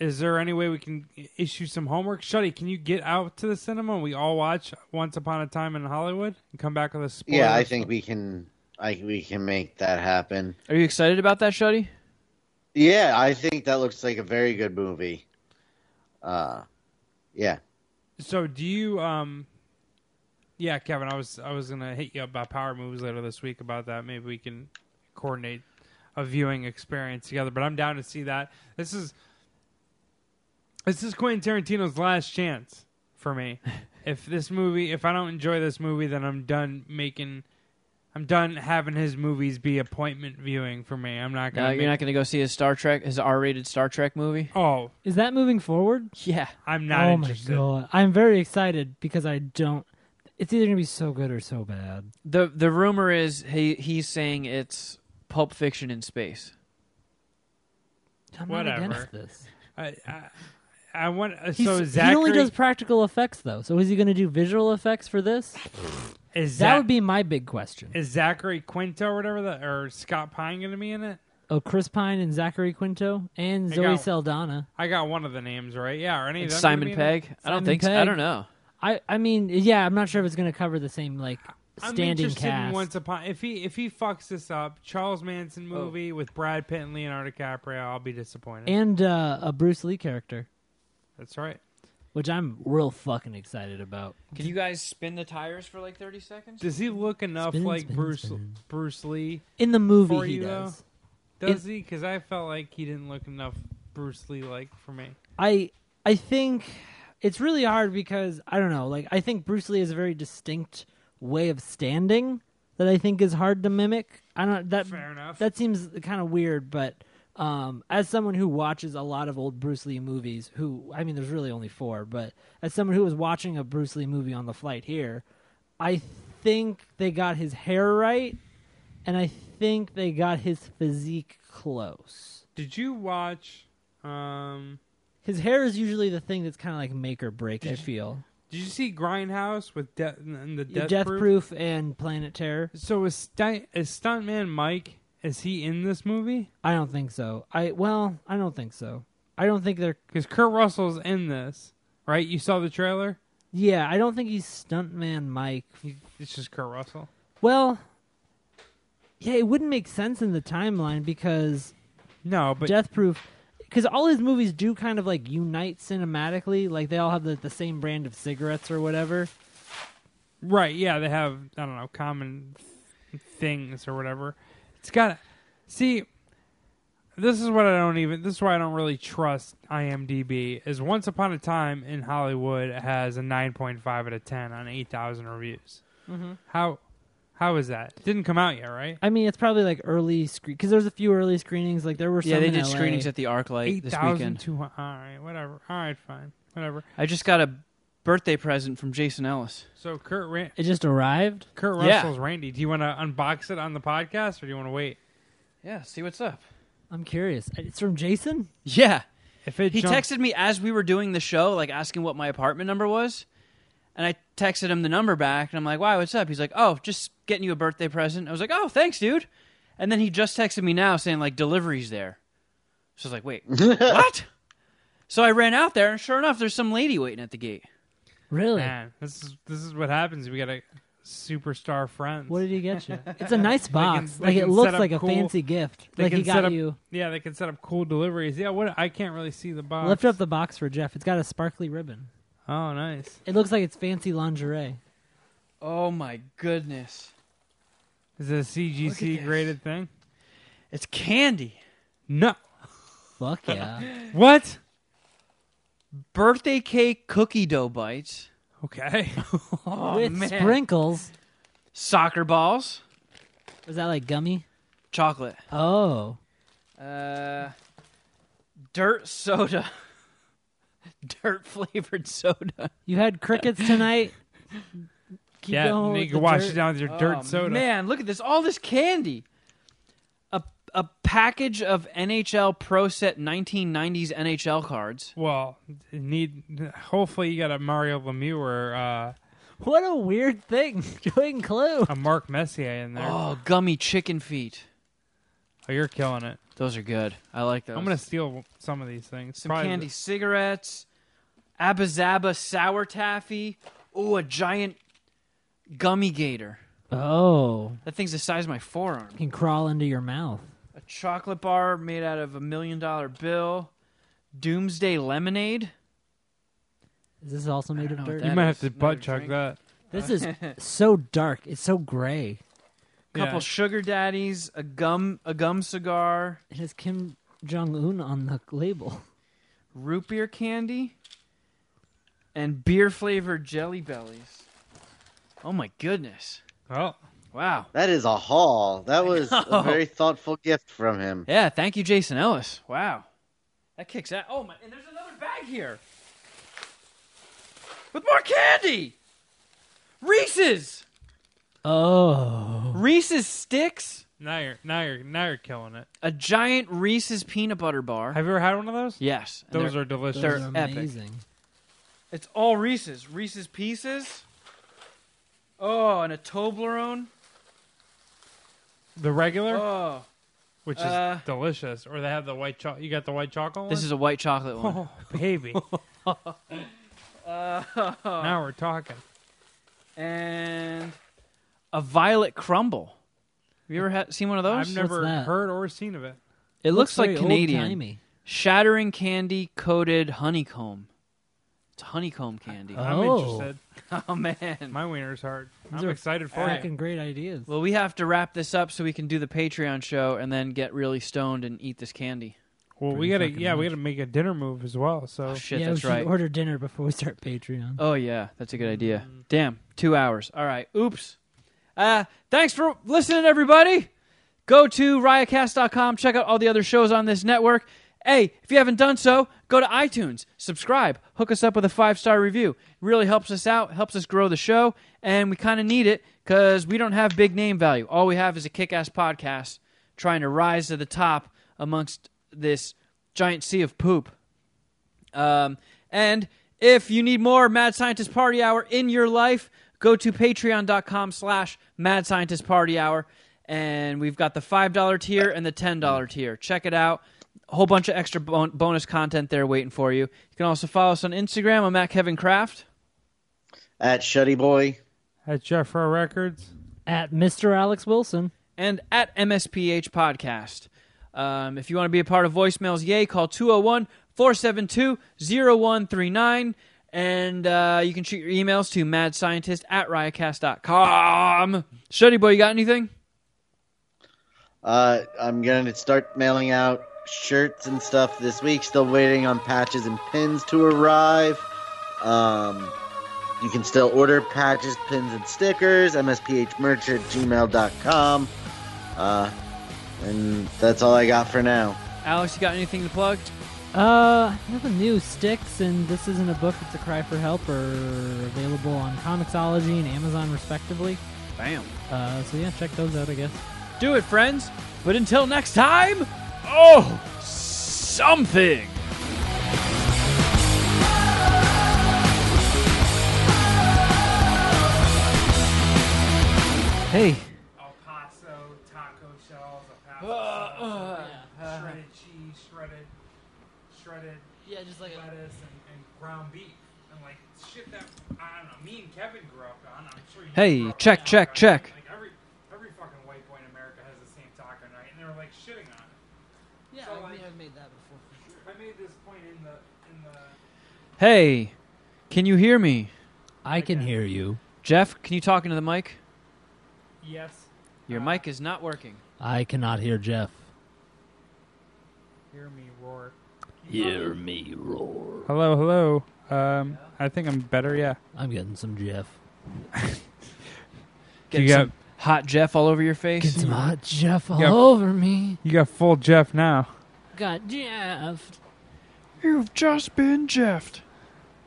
S5: Is there any way we can issue some homework? Shuddy, can you get out to the cinema and we all watch Once Upon a Time in Hollywood and come back with a spoiler?
S4: Yeah, I think we can. I we can make that happen.
S2: Are you excited about that, Shuddy?
S4: Yeah, I think that looks like a very good movie. Uh, yeah.
S5: So do you um Yeah, Kevin, I was I was gonna hit you up about power moves later this week about that. Maybe we can coordinate a viewing experience together, but I'm down to see that. This is this is Quentin Tarantino's last chance for me. if this movie if I don't enjoy this movie then I'm done making I'm done having his movies be appointment viewing for me. I'm not
S2: No,
S5: gonna
S2: Uh, you're not going to go see his Star Trek, his R-rated Star Trek movie.
S5: not Oh,
S3: Is that moving forward?
S2: Yeah,
S5: I'm not
S3: oh
S5: interested.
S3: my god! I'm very excited because I don't. It's either gonna be so good or so bad.
S2: the the rumor is he he's saying it's Pulp Fiction in space.
S3: I'm
S5: Whatever.
S3: not against this.
S5: I, I, I want
S3: He's,
S5: so
S3: he
S5: Zachary
S3: only does practical effects though. So is he gonna do visual effects for this?
S5: is
S3: that
S5: Zach-
S3: would be my big question.
S5: Is Zachary Quinto or whatever the or Scott Pine going to be in it?
S3: Oh, Chris Pine and Zachary Quinto and
S5: I
S3: Zoe
S5: got-
S3: Saldana.
S5: I got one of the names right. Yeah, or any of
S2: It's
S5: them
S2: Simon
S5: gonna be in it?
S2: Pegg. I don't
S3: Simon
S2: think. so. I
S3: Pegg.
S2: don't know.
S3: I I mean, yeah, I'm not sure if it's gonna cover the same like
S5: I'm
S3: standing
S5: interested
S3: cast.
S5: In Once upon if he if he fucks this up, Charles Manson
S3: Oh.
S5: movie with Brad Pitt and Leonardo DiCaprio, I'll be disappointed.
S3: and uh, a Bruce Lee character,
S5: That's right.
S3: which I'm real fucking excited about.
S2: Can you guys spin the tires for like 30 seconds?
S5: Does he look enough
S3: Spin,
S5: like
S3: spin,
S5: Bruce
S3: spin.
S5: Bruce Lee?
S3: In the movie,
S5: For
S3: he
S5: you, though?
S3: does.
S5: Does he? Because I felt like he didn't look enough Bruce Lee like for me.
S3: I I think it's really hard because I don't know. Like I think Bruce Lee has a very distinct way of standing that I think is hard to mimic. I don't that
S5: Fair enough.
S3: That seems kind of weird, but um, as someone who watches a lot of old Bruce Lee movies, who I mean, there's really only four, but as someone who was watching a Bruce Lee movie on the flight here, I think they got his hair right, and I think they got his physique close
S5: Did you watch? Um,
S3: his hair is usually the thing that's kind of like make or break. I feel
S5: did you see Grindhouse with Death and the
S3: death,
S5: Death,
S3: proof. and Planet Terror.
S5: So is stunt is stuntman Mike? Is he in this movie?
S3: I don't think so. I well, I don't think so. I don't think they're.
S5: Because Kurt Russell's in this, right? You saw the trailer.
S3: Yeah, I don't think he's stuntman Mike.
S5: It's just Kurt Russell.
S3: Well, yeah, it wouldn't make sense in the timeline because
S5: No, but
S3: Death Proof, because all his movies do kind of like unite cinematically. Like they all have the, the same brand of cigarettes or whatever.
S5: right, yeah, they have I don't know common th- things or whatever. It's got see. This is what I don't even. This is why I don't really trust IMDb. Is Once Upon a Time in Hollywood has a nine point five out of ten on eight thousand reviews. Mm-hmm. How how is that? Didn't come out yet, right?
S3: I mean, it's probably like early screen because there's a few early screenings. Like there were some
S2: yeah, they
S3: in
S2: did
S3: LA.
S2: screenings at the ArcLight
S5: Eight
S2: this
S5: thousand
S2: weekend.
S5: two hundred. All right, whatever. All right, fine, whatever.
S2: I just got a birthday present from Jason Ellis.
S5: So Kurt Ran-
S3: It just arrived.
S5: Kurt
S2: Yeah.
S5: Russell's Randy. Do you want to unbox it on the podcast, or do you want to wait?
S2: Yeah, see what's up.
S3: I'm curious. Uh, It's from Jason.
S2: Yeah.
S5: If it
S2: He
S5: jumps-
S2: texted me as we were doing the show, like asking what my apartment number was. And I texted him the number back, and I'm like, wow, what's up? He's like, oh, just getting you a birthday present. I was like, oh, thanks, dude. And then he just texted me now saying, like, delivery's there. So I was like, wait, what? So I ran out there, and sure enough, there's some lady waiting at the gate.
S3: Really?
S5: man, this is this is what happens. We got a superstar friends.
S3: What did he get you? It's a nice box.
S5: they
S3: like it
S5: can
S3: looks
S5: set up
S3: like a
S5: cool-
S3: fancy gift.
S5: they
S3: like
S5: can
S3: he
S5: set
S3: got
S5: up,
S3: you.
S5: Yeah, they can set up cool deliveries. Yeah, what? I can't really see the box.
S3: Lift up the box for Jeff. It's got a sparkly ribbon.
S5: Oh, nice.
S3: It looks like it's fancy lingerie.
S2: Oh, my goodness.
S5: Is it a CGC
S2: this.
S5: graded thing?
S2: It's candy.
S5: No.
S3: Fuck yeah.
S5: What?
S2: Birthday cake cookie dough bites.
S5: Okay. Oh,
S2: Oh,
S3: With sprinkles.
S2: Soccer balls.
S3: Was that like gummy?
S2: Chocolate.
S3: Oh.
S2: Uh, dirt soda. dirt flavored soda.
S3: You had crickets tonight? Keep
S5: yeah,
S3: going
S5: and
S3: with
S5: you can
S3: the
S5: wash
S3: dirt.
S5: it down with your Oh, dirt soda.
S2: Oh, Man, look at this. All this candy. A, a package of NHL Pro Set 1990s NHL cards.
S5: Well, need hopefully you got a Mario Lemieux or uh,
S3: What a weird thing. Join Clue.
S5: A Mark Messier in there. Oh,
S2: Oh, gummy chicken feet.
S5: you're killing it.
S2: Those are good. I like those.
S5: I'm gonna steal some of these things.
S2: some
S5: Probably
S2: candy
S5: the-
S2: cigarettes, Abba Zaba sour taffy. Oh, a giant gummy gator.
S3: Oh.
S2: That thing's the size of my forearm.
S3: Can crawl into your mouth.
S2: A chocolate bar made out of a million dollar bill. Doomsday lemonade.
S3: Is this also made
S2: don't
S3: of
S2: know what
S3: dirt?
S2: that
S5: You might have
S2: is
S5: to
S2: another
S5: butt chug
S2: drink.
S5: that.
S3: This is so dark. It's so gray.
S2: Couple
S5: Yeah.
S2: sugar daddies. A gum. A gum cigar.
S3: It has Kim Jong Un on the label.
S2: Root beer candy. And beer flavored jelly bellies. Oh my goodness!
S5: Well,
S2: Wow.
S4: That is a haul. That was
S2: know.
S4: a very thoughtful gift from him.
S2: Yeah, thank you, Jason Ellis. Wow, that kicks out. Oh my! And there's another bag here with more candy. Reese's,
S3: Oh.
S2: Reese's sticks,
S5: now you're now you're now you're killing it.
S2: a giant Reese's peanut butter bar.
S5: Have you ever had one of those?
S2: yes, and
S5: Those
S2: they're-
S5: are delicious.
S2: they're
S3: Those are
S2: epic.
S3: amazing.
S2: It's all Reese's, Reese's pieces. Oh, and a Toblerone.
S5: the regular,
S2: Oh,
S5: which is
S2: uh,
S5: delicious, or they have the white chocolate. You got the white chocolate.
S2: this
S5: one?
S2: is a white chocolate one.
S5: oh, baby. now we're talking.
S2: and a violet crumble. Have you ever had, seen one of those?
S5: I've never
S3: that?
S5: heard or seen of it.
S2: it looks, like
S3: very
S2: Canadian.
S3: old-timey.
S2: Shattering candy coated honeycomb. It's honeycomb candy. Oh,
S5: I'm
S3: Oh.
S5: interested.
S2: man.
S5: Uh, My wiener's hard.
S3: Those
S5: I'm
S3: are
S5: excited for it.
S3: Fucking great ideas.
S2: Well, we have to wrap this up so we can do the Patreon show and then get really stoned and eat this candy.
S5: Well, we
S3: Pretty
S5: gotta
S3: fucking
S5: yeah, we
S3: much.
S5: gotta make a dinner move as well. So
S2: Oh, shit,
S3: yeah,
S2: that's
S3: we should
S2: right.
S3: order dinner before we start Patreon.
S2: Oh yeah, that's a good idea. Damn, two hours. All right. Oops. Uh, thanks for listening, everybody. Go to riotcast.com. Check out all the other shows on this network. Hey, if you haven't done so, go to iTunes, subscribe, hook us up with a five star review. It really helps us out, helps us grow the show, and we kind of need it because we don't have big name value. All we have is a kick ass podcast trying to rise to the top amongst this giant sea of poop. Um, and if you need more Mad Scientist Party Hour in your life, go to patreon.com slash Mad Scientist Party Hour. And we've got the $5 tier and the $10 tier. Check it out. A whole bunch of extra bon- bonus content there waiting for you. You can also follow us on Instagram. I'm at Kevin Kraft.
S4: At Shuddy Boy.
S5: at Jeff Rowe Records,
S3: At Mr. Alex Wilson.
S2: and at MSPH Podcast. Um, if you want to be a part of voicemails, yay, call 201 472 0139. And uh, you can shoot your emails to madscientist at riotcast.com. Shuddy Boy, you got anything?
S4: Uh, I'm going to start mailing out shirts and stuff this week. Still waiting on patches and pins to arrive. Um, you can still order patches, pins, and stickers. MSPHmerch at gmail.com. Uh, and that's all I got for now.
S2: Alex, you got anything to plug?
S3: Uh, nothing new. Sticks, and this isn't a book, it's a cry for help, are available on Comixology and Amazon, respectively.
S2: Bam.
S3: Uh, so yeah, check those out, I guess.
S2: Do it, friends. But until next time, oh, something. Hey.
S5: El Paso taco shells, El Paso uh. shredded cheese, shredded, shredded
S3: Yeah, just like
S5: lettuce, and, and ground beef, and like shit that I don't know. Me and Kevin grew up on. I'm sure. You
S2: Hey,
S5: grew up
S2: check,
S5: on
S2: check,
S5: taco night.
S2: check.
S5: Like every every fucking white boy in America has the same taco night, and they're like shitting on it.
S3: Yeah,
S5: So, like-
S3: have made that before.
S5: I made this point in the in the.
S2: Hey, can you hear me?
S3: I can hear you.
S2: Jeff, can you talk into the mic?
S5: Yes.
S2: Your
S5: Uh,
S2: mic is not working.
S3: I cannot hear Jeff.
S5: Hear me roar.
S3: Hear me roar.
S5: Hello, hello. Um, I think I'm better. Yeah.
S3: I'm getting some Jeff.
S2: Get
S5: You
S2: some hot Jeff all over your
S3: Get
S2: face.
S3: some hot Jeff all
S5: Yep.
S3: over me.
S5: You got full Jeff now.
S3: Got Jeff.
S2: You've just been Jeffed.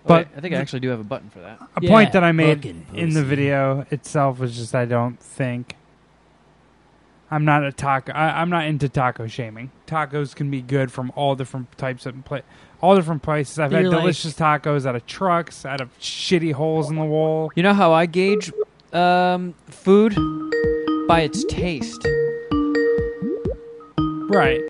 S5: But-
S2: But I think I actually do have a button for that.
S5: A
S3: Yeah,
S5: point that I made
S3: fucking
S5: in the
S3: pussy.
S5: video itself was just I don't think I'm not a taco. I, I'm not into taco shaming. Tacos can be good from all different types of pla- all different places. I've had
S3: You're like-
S5: delicious tacos out of trucks, out of shitty holes in the wall.
S2: You know how I gauge um, food? By its taste.
S5: Right.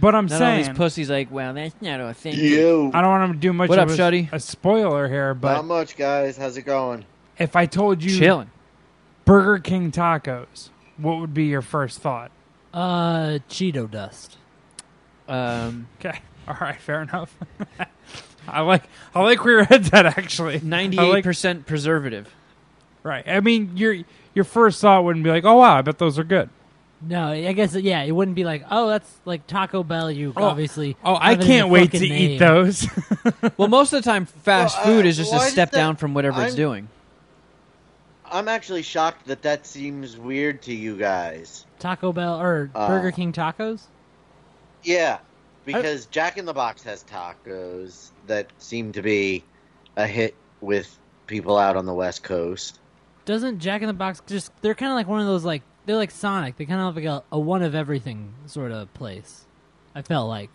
S5: But I'm
S2: Not all
S5: saying
S2: these pussies like, well, that's not a thing.
S4: You.
S5: I don't want to do much
S2: What
S5: of
S2: up,
S5: a,
S2: Shuddy?
S5: a spoiler here, but
S4: Not much, guys. How's it going?
S5: if I told you
S2: Chilling.
S5: Burger King tacos, what would be your first thought?
S3: Uh, Cheeto dust.
S2: Um,
S5: Okay. All right, fair enough. I like I like where your head's at actually. I like-
S2: 98% preservative.
S5: right. I mean, your your first thought wouldn't be like, "Oh wow, I bet those are good."
S3: No, I guess yeah. It wouldn't be like, oh, that's like Taco Bell. You obviously.
S5: Oh, I
S3: have it in
S5: can't
S3: the
S5: wait to
S3: fucking
S5: eat
S3: name.
S5: those.
S2: Well, most of the time, fast
S4: Well,
S2: food
S4: uh,
S2: is just a
S4: why did
S2: step
S4: that-
S2: down from whatever it's
S4: I'm-
S2: doing.
S4: I'm actually shocked that that seems weird to you guys.
S3: Taco Bell or
S4: Uh,
S3: Burger King tacos.
S4: Yeah, because Jack in the Box has tacos that seem to be a hit with people out on the West Coast.
S3: Doesn't Jack in the Box just? They're kind of like one of those like they're like Sonic. They kind of like a, a one of everything sort of place. I felt like,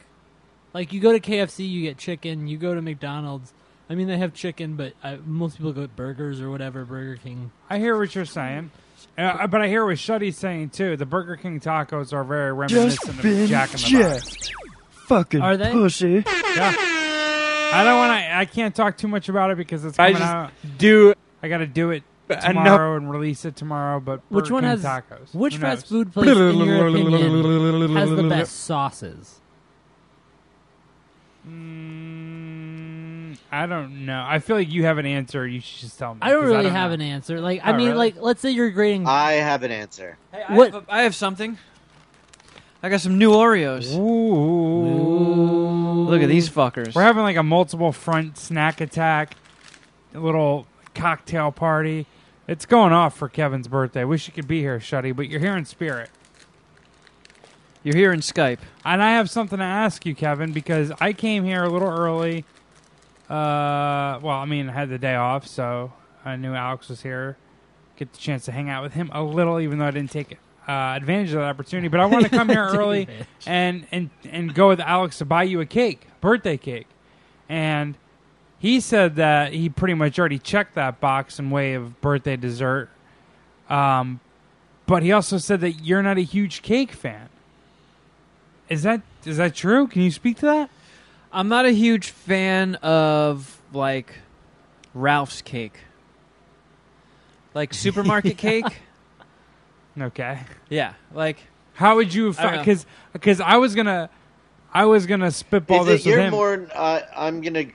S3: like you go to KFC, you get chicken. You go to McDonald's. I mean, they have chicken, but I, most people go burgers or whatever. Burger King.
S5: I hear what you're saying. Uh, but I hear what Shuddy's saying too. The Burger King tacos are very reminiscent of Jack in the Box.
S6: Fucking
S3: Are they?
S6: pussy.
S5: I don't want to. I can't talk too much about it because it's
S7: I
S5: coming out.
S7: just do.
S5: I got to do it
S7: Enough-
S5: tomorrow and release it tomorrow. But Burger
S3: Which one
S5: King
S3: has
S5: tacos?
S3: Which
S5: Who
S3: fast
S5: knows?
S3: food place, in your opinion, has the best sauces?
S5: Mm, I don't know. I feel like you have an answer. You should just tell me.
S3: I don't
S5: 'cause
S3: really have
S5: know.
S3: an answer. Like, I
S5: Oh,
S3: mean,
S5: really?
S3: like, let's say you're grading.
S4: I have an answer.
S2: Hey,
S3: I What-
S2: I, have something. I got some new Oreos.
S5: Ooh.
S2: Look at these fuckers.
S5: We're having like a multiple front snack attack, a little cocktail party. It's going off for Kevin's birthday. Wish you could be here, Shuddy, but you're here in spirit.
S2: You're here in Skype.
S5: And I have something to ask you, Kevin, because I came here a little early. Uh, well, I mean, I had the day off, so I knew Alex was here. Get the chance to hang out with him a little, even though I didn't take uh, advantage of that opportunity. But I want to come here early
S3: advantage.
S5: and, and and go with Alex to buy you a cake, birthday cake. And he said that he pretty much already checked that box in way of birthday dessert. Um, but he also said that you're not a huge cake fan. Is that is that true? Can you speak to that?
S2: I'm not a huge fan of, like, Ralph's cake. Like, supermarket cake?
S5: Okay.
S2: Yeah. Like,
S5: How would you
S2: I don't know.
S5: because because I was gonna I was gonna spitball
S4: Is
S5: this
S4: it,
S5: with
S4: you're
S5: him.
S4: more. Uh, I'm gonna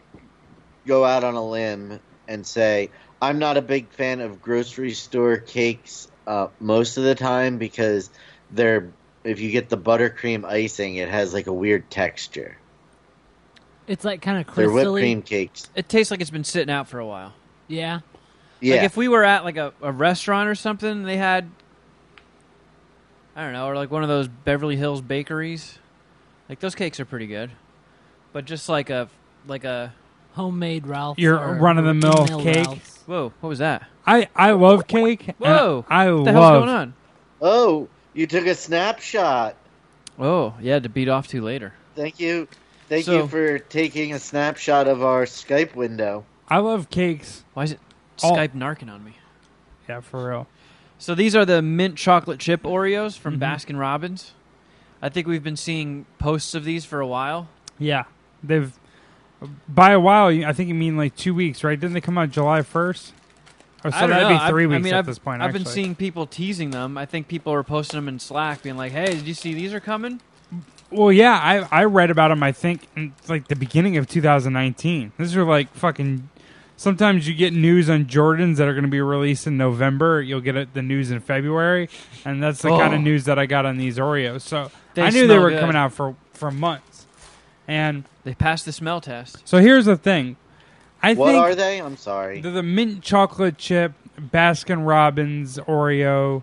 S4: go out on a limb and say I'm not a big fan of grocery store cakes uh, most of the time because they're if you get the buttercream icing, it has like a weird texture.
S3: It's like kind of
S4: They're whipped
S3: crystally.
S4: cream cakes.
S2: it tastes like it's been sitting out for a while.
S3: Yeah.
S4: Yeah,
S2: Like if we were at like a, a restaurant or something, and they had I don't know, or like one of those Beverly Hills bakeries. Like those cakes are pretty good, but just like a like a
S3: homemade Ralph's.
S5: Your
S3: or
S5: run-of-the-mill
S3: retail
S5: cake?
S3: Ralph's.
S2: whoa, what was that?
S5: I I love cake. and
S2: Whoa,
S5: I
S2: what the
S5: love
S2: hell's going on?
S4: Oh, you took a snapshot.
S2: Oh yeah, to beat off to later.
S4: Thank you. Thank
S2: So-
S4: you for taking a snapshot of our Skype window.
S5: I love cakes.
S2: Why is it
S5: Oh.
S2: Skype narking on me?
S5: Yeah, for real.
S2: So these are the mint chocolate chip Oreos
S5: Mm-hmm.
S2: from Baskin Robbins. I think we've been seeing posts of these for a while.
S5: Yeah, they've by a while. you- I think you mean like two weeks, right? Didn't they come out July first? Or so
S2: I don't
S5: that'd
S2: know.
S5: be 3
S2: I've-
S5: weeks
S2: I mean,
S5: at
S2: I've,
S5: this point.
S2: I've been
S5: actually.
S2: seeing people teasing them. I think people are posting them in Slack, being like, "Hey, did you see these are coming?"
S5: Well, yeah, I I read about them. I think in, like the beginning of 2019. These are like fucking. Sometimes you get news on Jordans that are going to be released in November. You'll get it, the news in February, and that's the kind
S2: Oh.
S5: of news that I got on these Oreos. So
S2: They
S5: I knew they
S2: smell
S5: were
S2: good.
S5: coming out for for months. And
S2: They passed the smell test.
S5: so here's the thing. I
S4: What
S5: think
S4: are they? I'm sorry.
S5: They're the mint chocolate chip Baskin Robbins Oreo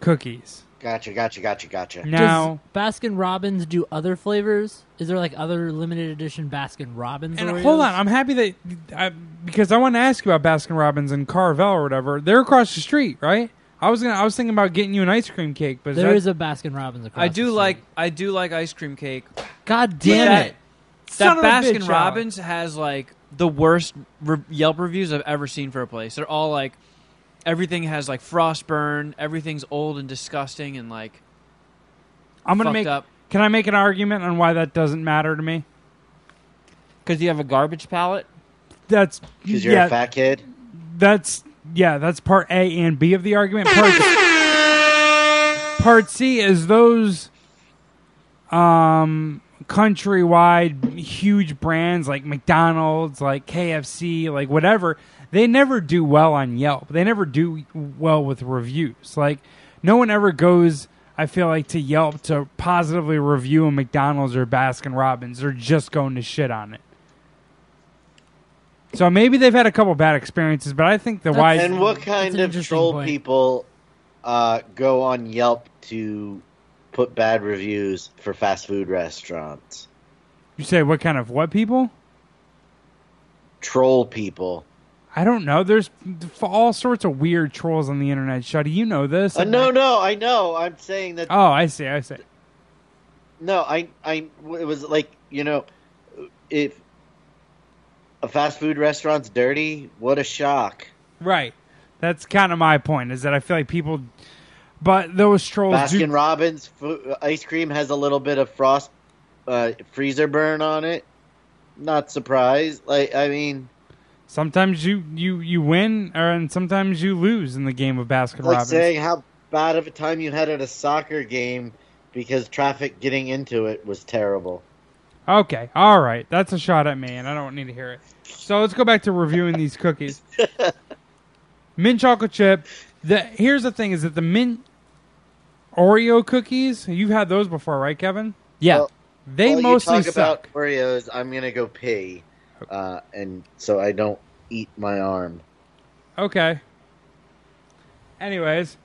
S5: cookies.
S4: Gotcha, gotcha, gotcha, gotcha.
S5: Now,
S3: Does Baskin Robbins do other flavors? Is there like other limited edition Baskin Robbins?
S5: and
S3: Oreos?
S5: hold on, I'm happy that I, because I want to ask you about Baskin Robbins and Carvel or whatever. They're across the street, right? I I was gonna. I was thinking about getting you an ice cream cake, but
S3: There
S5: that-
S3: is a Baskin Robbins across.
S2: I
S3: the
S2: do
S3: street.
S2: like I do like ice cream cake.
S3: God damn
S2: that-
S3: it!
S5: Son
S2: that
S5: of a bitch,
S2: Baskin
S5: Alex.
S2: Robbins has like the worst re- Yelp reviews I've ever seen for a place. They're all like everything has like frostburn, everything's old and disgusting and like
S5: I'm gonna
S2: fucked
S5: make.
S2: up.
S5: Can I make an argument on why that doesn't matter to me?
S2: Cuz you have a garbage palate?
S5: That's
S4: because you're
S5: yeah,
S4: a fat kid.
S5: That's yeah, that's part A and B of the argument. Part, part C is those um countrywide huge brands like McDonald's, like KFC, like whatever, they never do well on Yelp. They never do well with reviews. Like no one ever goes I feel like to Yelp to positively review a McDonald's or Baskin Robbins. They're just going to shit on it. So maybe they've had a couple bad experiences, but I think the wise
S4: And what kind
S3: an
S4: of
S3: interesting
S4: troll
S3: point.
S4: people uh, go on Yelp to put bad reviews for fast food restaurants?
S5: You say what kind of what people?
S4: Troll people.
S5: I don't know. There's f- all sorts of weird trolls on the internet. Shuddy, you know this?
S4: Uh, no, no, I know. I'm saying that.
S5: Oh, I see. I see.
S4: No, I, I, it was like you know, if a fast food restaurant's dirty, what a shock.
S5: Right. That's kind of my point. Is that I feel like people, but those trolls
S4: Baskin
S5: do.
S4: Robbins fu- ice cream has a little bit of frost uh, freezer burn on it. Not surprised. Like I mean,
S5: Sometimes you you you win, or and sometimes you lose in the game of Baskin
S4: like
S5: Robbins.
S4: saying how bad of a time you had at a soccer game because traffic getting into it was terrible.
S5: Okay. All right. That's a shot at me, and I don't need to hear it. So let's go back to reviewing these cookies. mint chocolate chip. The here's the thing: is that the mint Oreo cookies? You've had those before, right, Kevin?
S2: Yeah.
S4: Well,
S5: They
S4: While
S5: mostly
S4: you talk
S5: suck.
S4: about Oreos. I'm gonna go pee, uh, and so I don't eat my arm.
S5: Okay. Anyways,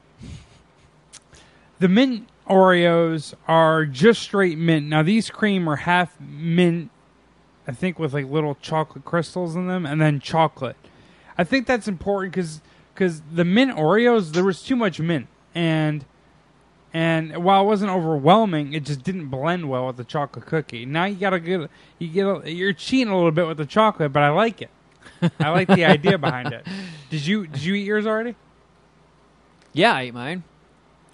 S5: the mint Oreos are just straight mint. Now these cream are half mint, I think, with like little chocolate crystals in them, and then chocolate. I think that's important because the mint Oreos there was too much mint, and and while it wasn't overwhelming, it just didn't blend well with the chocolate cookie. Now you gotta get you get a, you're cheating a little bit with the chocolate, but I like it. I like the idea behind it. Did you did you eat yours already?
S2: Yeah, I ate mine.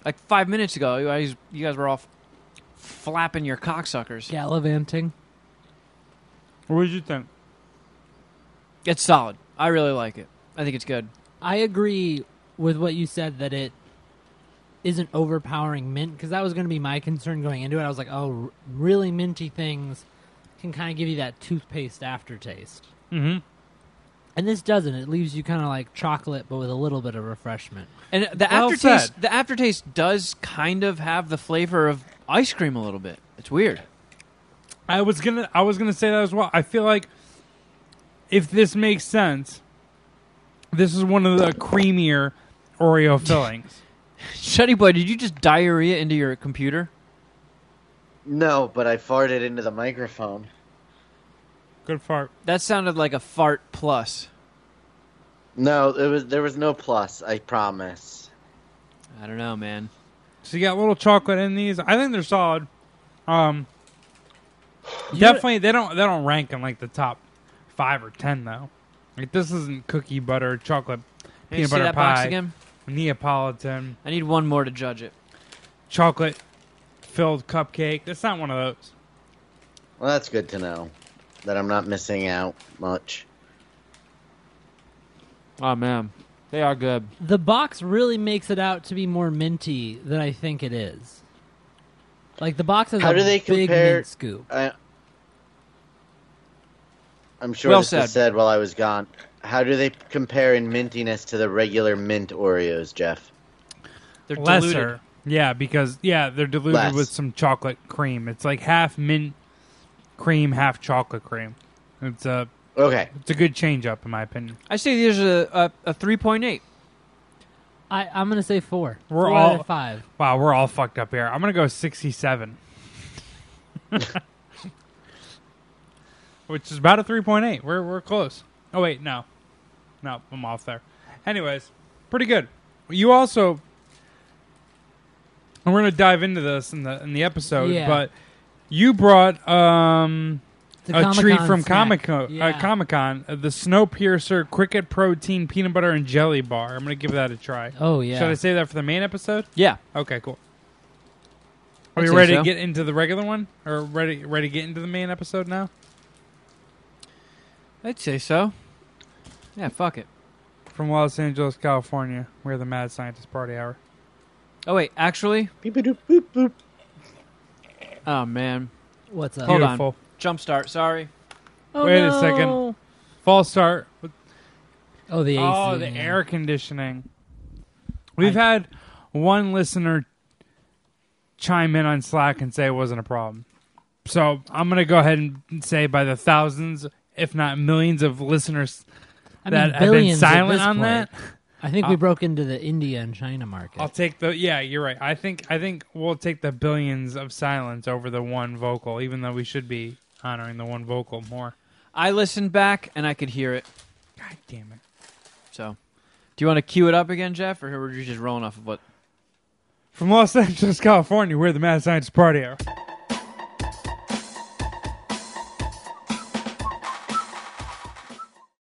S2: Like 5 minutes ago, you guys you guys were all f- flapping your cocksuckers.
S3: Gallivanting.
S5: What did you think?
S2: It's solid. I really like it. I think it's good.
S3: I agree with what you said that it isn't overpowering mint because that was going to be my concern going into it. I was like, oh, r- really minty things can kind of give you that toothpaste aftertaste,
S5: Mm-hmm.
S3: and this doesn't. It leaves you kind of like chocolate, but with a little bit of refreshment.
S2: And the
S5: Well
S2: aftertaste
S5: said.
S2: the aftertaste does kind of have the flavor of ice cream a little bit. It's weird.
S5: I was gonna I was gonna say that as well. I feel like if this makes sense, this is one of the creamier Oreo fillings.
S2: Shuddy boy, did you just diarrhea into your computer?
S4: No, but I farted into the microphone.
S5: Good fart.
S2: That sounded like a fart plus.
S4: No, it was there was no plus. I promise.
S2: I don't know, man.
S5: So you got little chocolate in these. I think they're solid. Um, definitely they don't they don't rank in like the top five or ten though. Like this isn't cookie butter chocolate
S2: Can you
S5: peanut
S2: see
S5: butter
S2: that
S5: pie
S2: box again?
S5: Neapolitan.
S2: I need one more to judge it.
S5: chocolate filled cupcake. That's not one of those.
S4: Well, that's good to know that I'm not missing out much.
S2: Oh man. They are good.
S3: The box really makes it out to be more minty than I think it is. Like the box has
S4: How
S3: a
S4: do they
S3: big
S4: compare-
S3: mint scoop.
S4: I, I'm sure
S2: Well
S4: this was
S2: said.
S4: said while I was gone. How do they compare in mintiness to the regular mint Oreos, Jeff?
S2: They're
S5: Lesser.
S2: diluted.
S5: Yeah, because yeah, they're diluted
S4: Less.
S5: with some chocolate cream. It's like half mint cream, half chocolate cream. It's a
S4: Okay,
S5: it's a good change up in my opinion.
S2: I say these are a, a, a 3.8.
S3: I, I'm going to say four.
S5: We're
S3: Four
S5: all-
S3: out of five.
S5: Wow, we're all fucked up here. I'm gonna go sixty seven. Which is about a three point eight. We're we're close. Oh wait, no. No, I'm off there. Anyways, pretty good. You also and we're gonna dive into this in the in the episode.
S3: Yeah.
S5: But you brought um,
S3: The
S5: a treat
S3: Comic-Con
S5: from
S3: snack.
S5: Comic Con,
S3: Yeah.
S5: uh, Comic Con, uh, the Snowpiercer Cricket Protein Peanut Butter and Jelly Bar. I'm gonna give that a try.
S3: Oh yeah.
S5: Should I say that for the main episode?
S2: Yeah.
S5: Okay, cool.
S2: I'd
S5: Are you
S2: say
S5: ready
S2: so.
S5: to get into the regular one, or ready ready to get into the main episode now?
S2: I'd say so. Yeah, fuck it.
S5: From Los Angeles, California, we're the Mad Scientist Party Hour.
S2: Oh wait, actually,
S4: Beep, boop, boop, boop.
S2: oh man,
S3: What's up?
S2: Hold on.
S5: Beautiful.
S2: jump start. Sorry.
S3: Oh,
S5: Wait a second.
S3: no.
S5: False start.
S3: Oh, the AC.
S5: Oh, the
S3: yeah.
S5: air conditioning. We've had one listener chime in on Slack and say it wasn't a problem. So I'm going to go ahead and say by the thousands, if not millions, of listeners
S3: I mean,
S5: that have been
S3: billions at
S5: silent
S3: this
S5: on
S3: point.
S5: that. Uh,
S3: I think we broke into the India and China market.
S5: I'll take the yeah. You're right. I think I think we'll take the billions of silence over the one vocal, even though we should be honoring the one vocal more.
S2: I listened back and I could hear it.
S5: God damn it!
S2: So, do you want to cue it up again, Jeff, or were you just rolling off of what?
S5: From Los Angeles, California, we're the Mad Science Party Hour.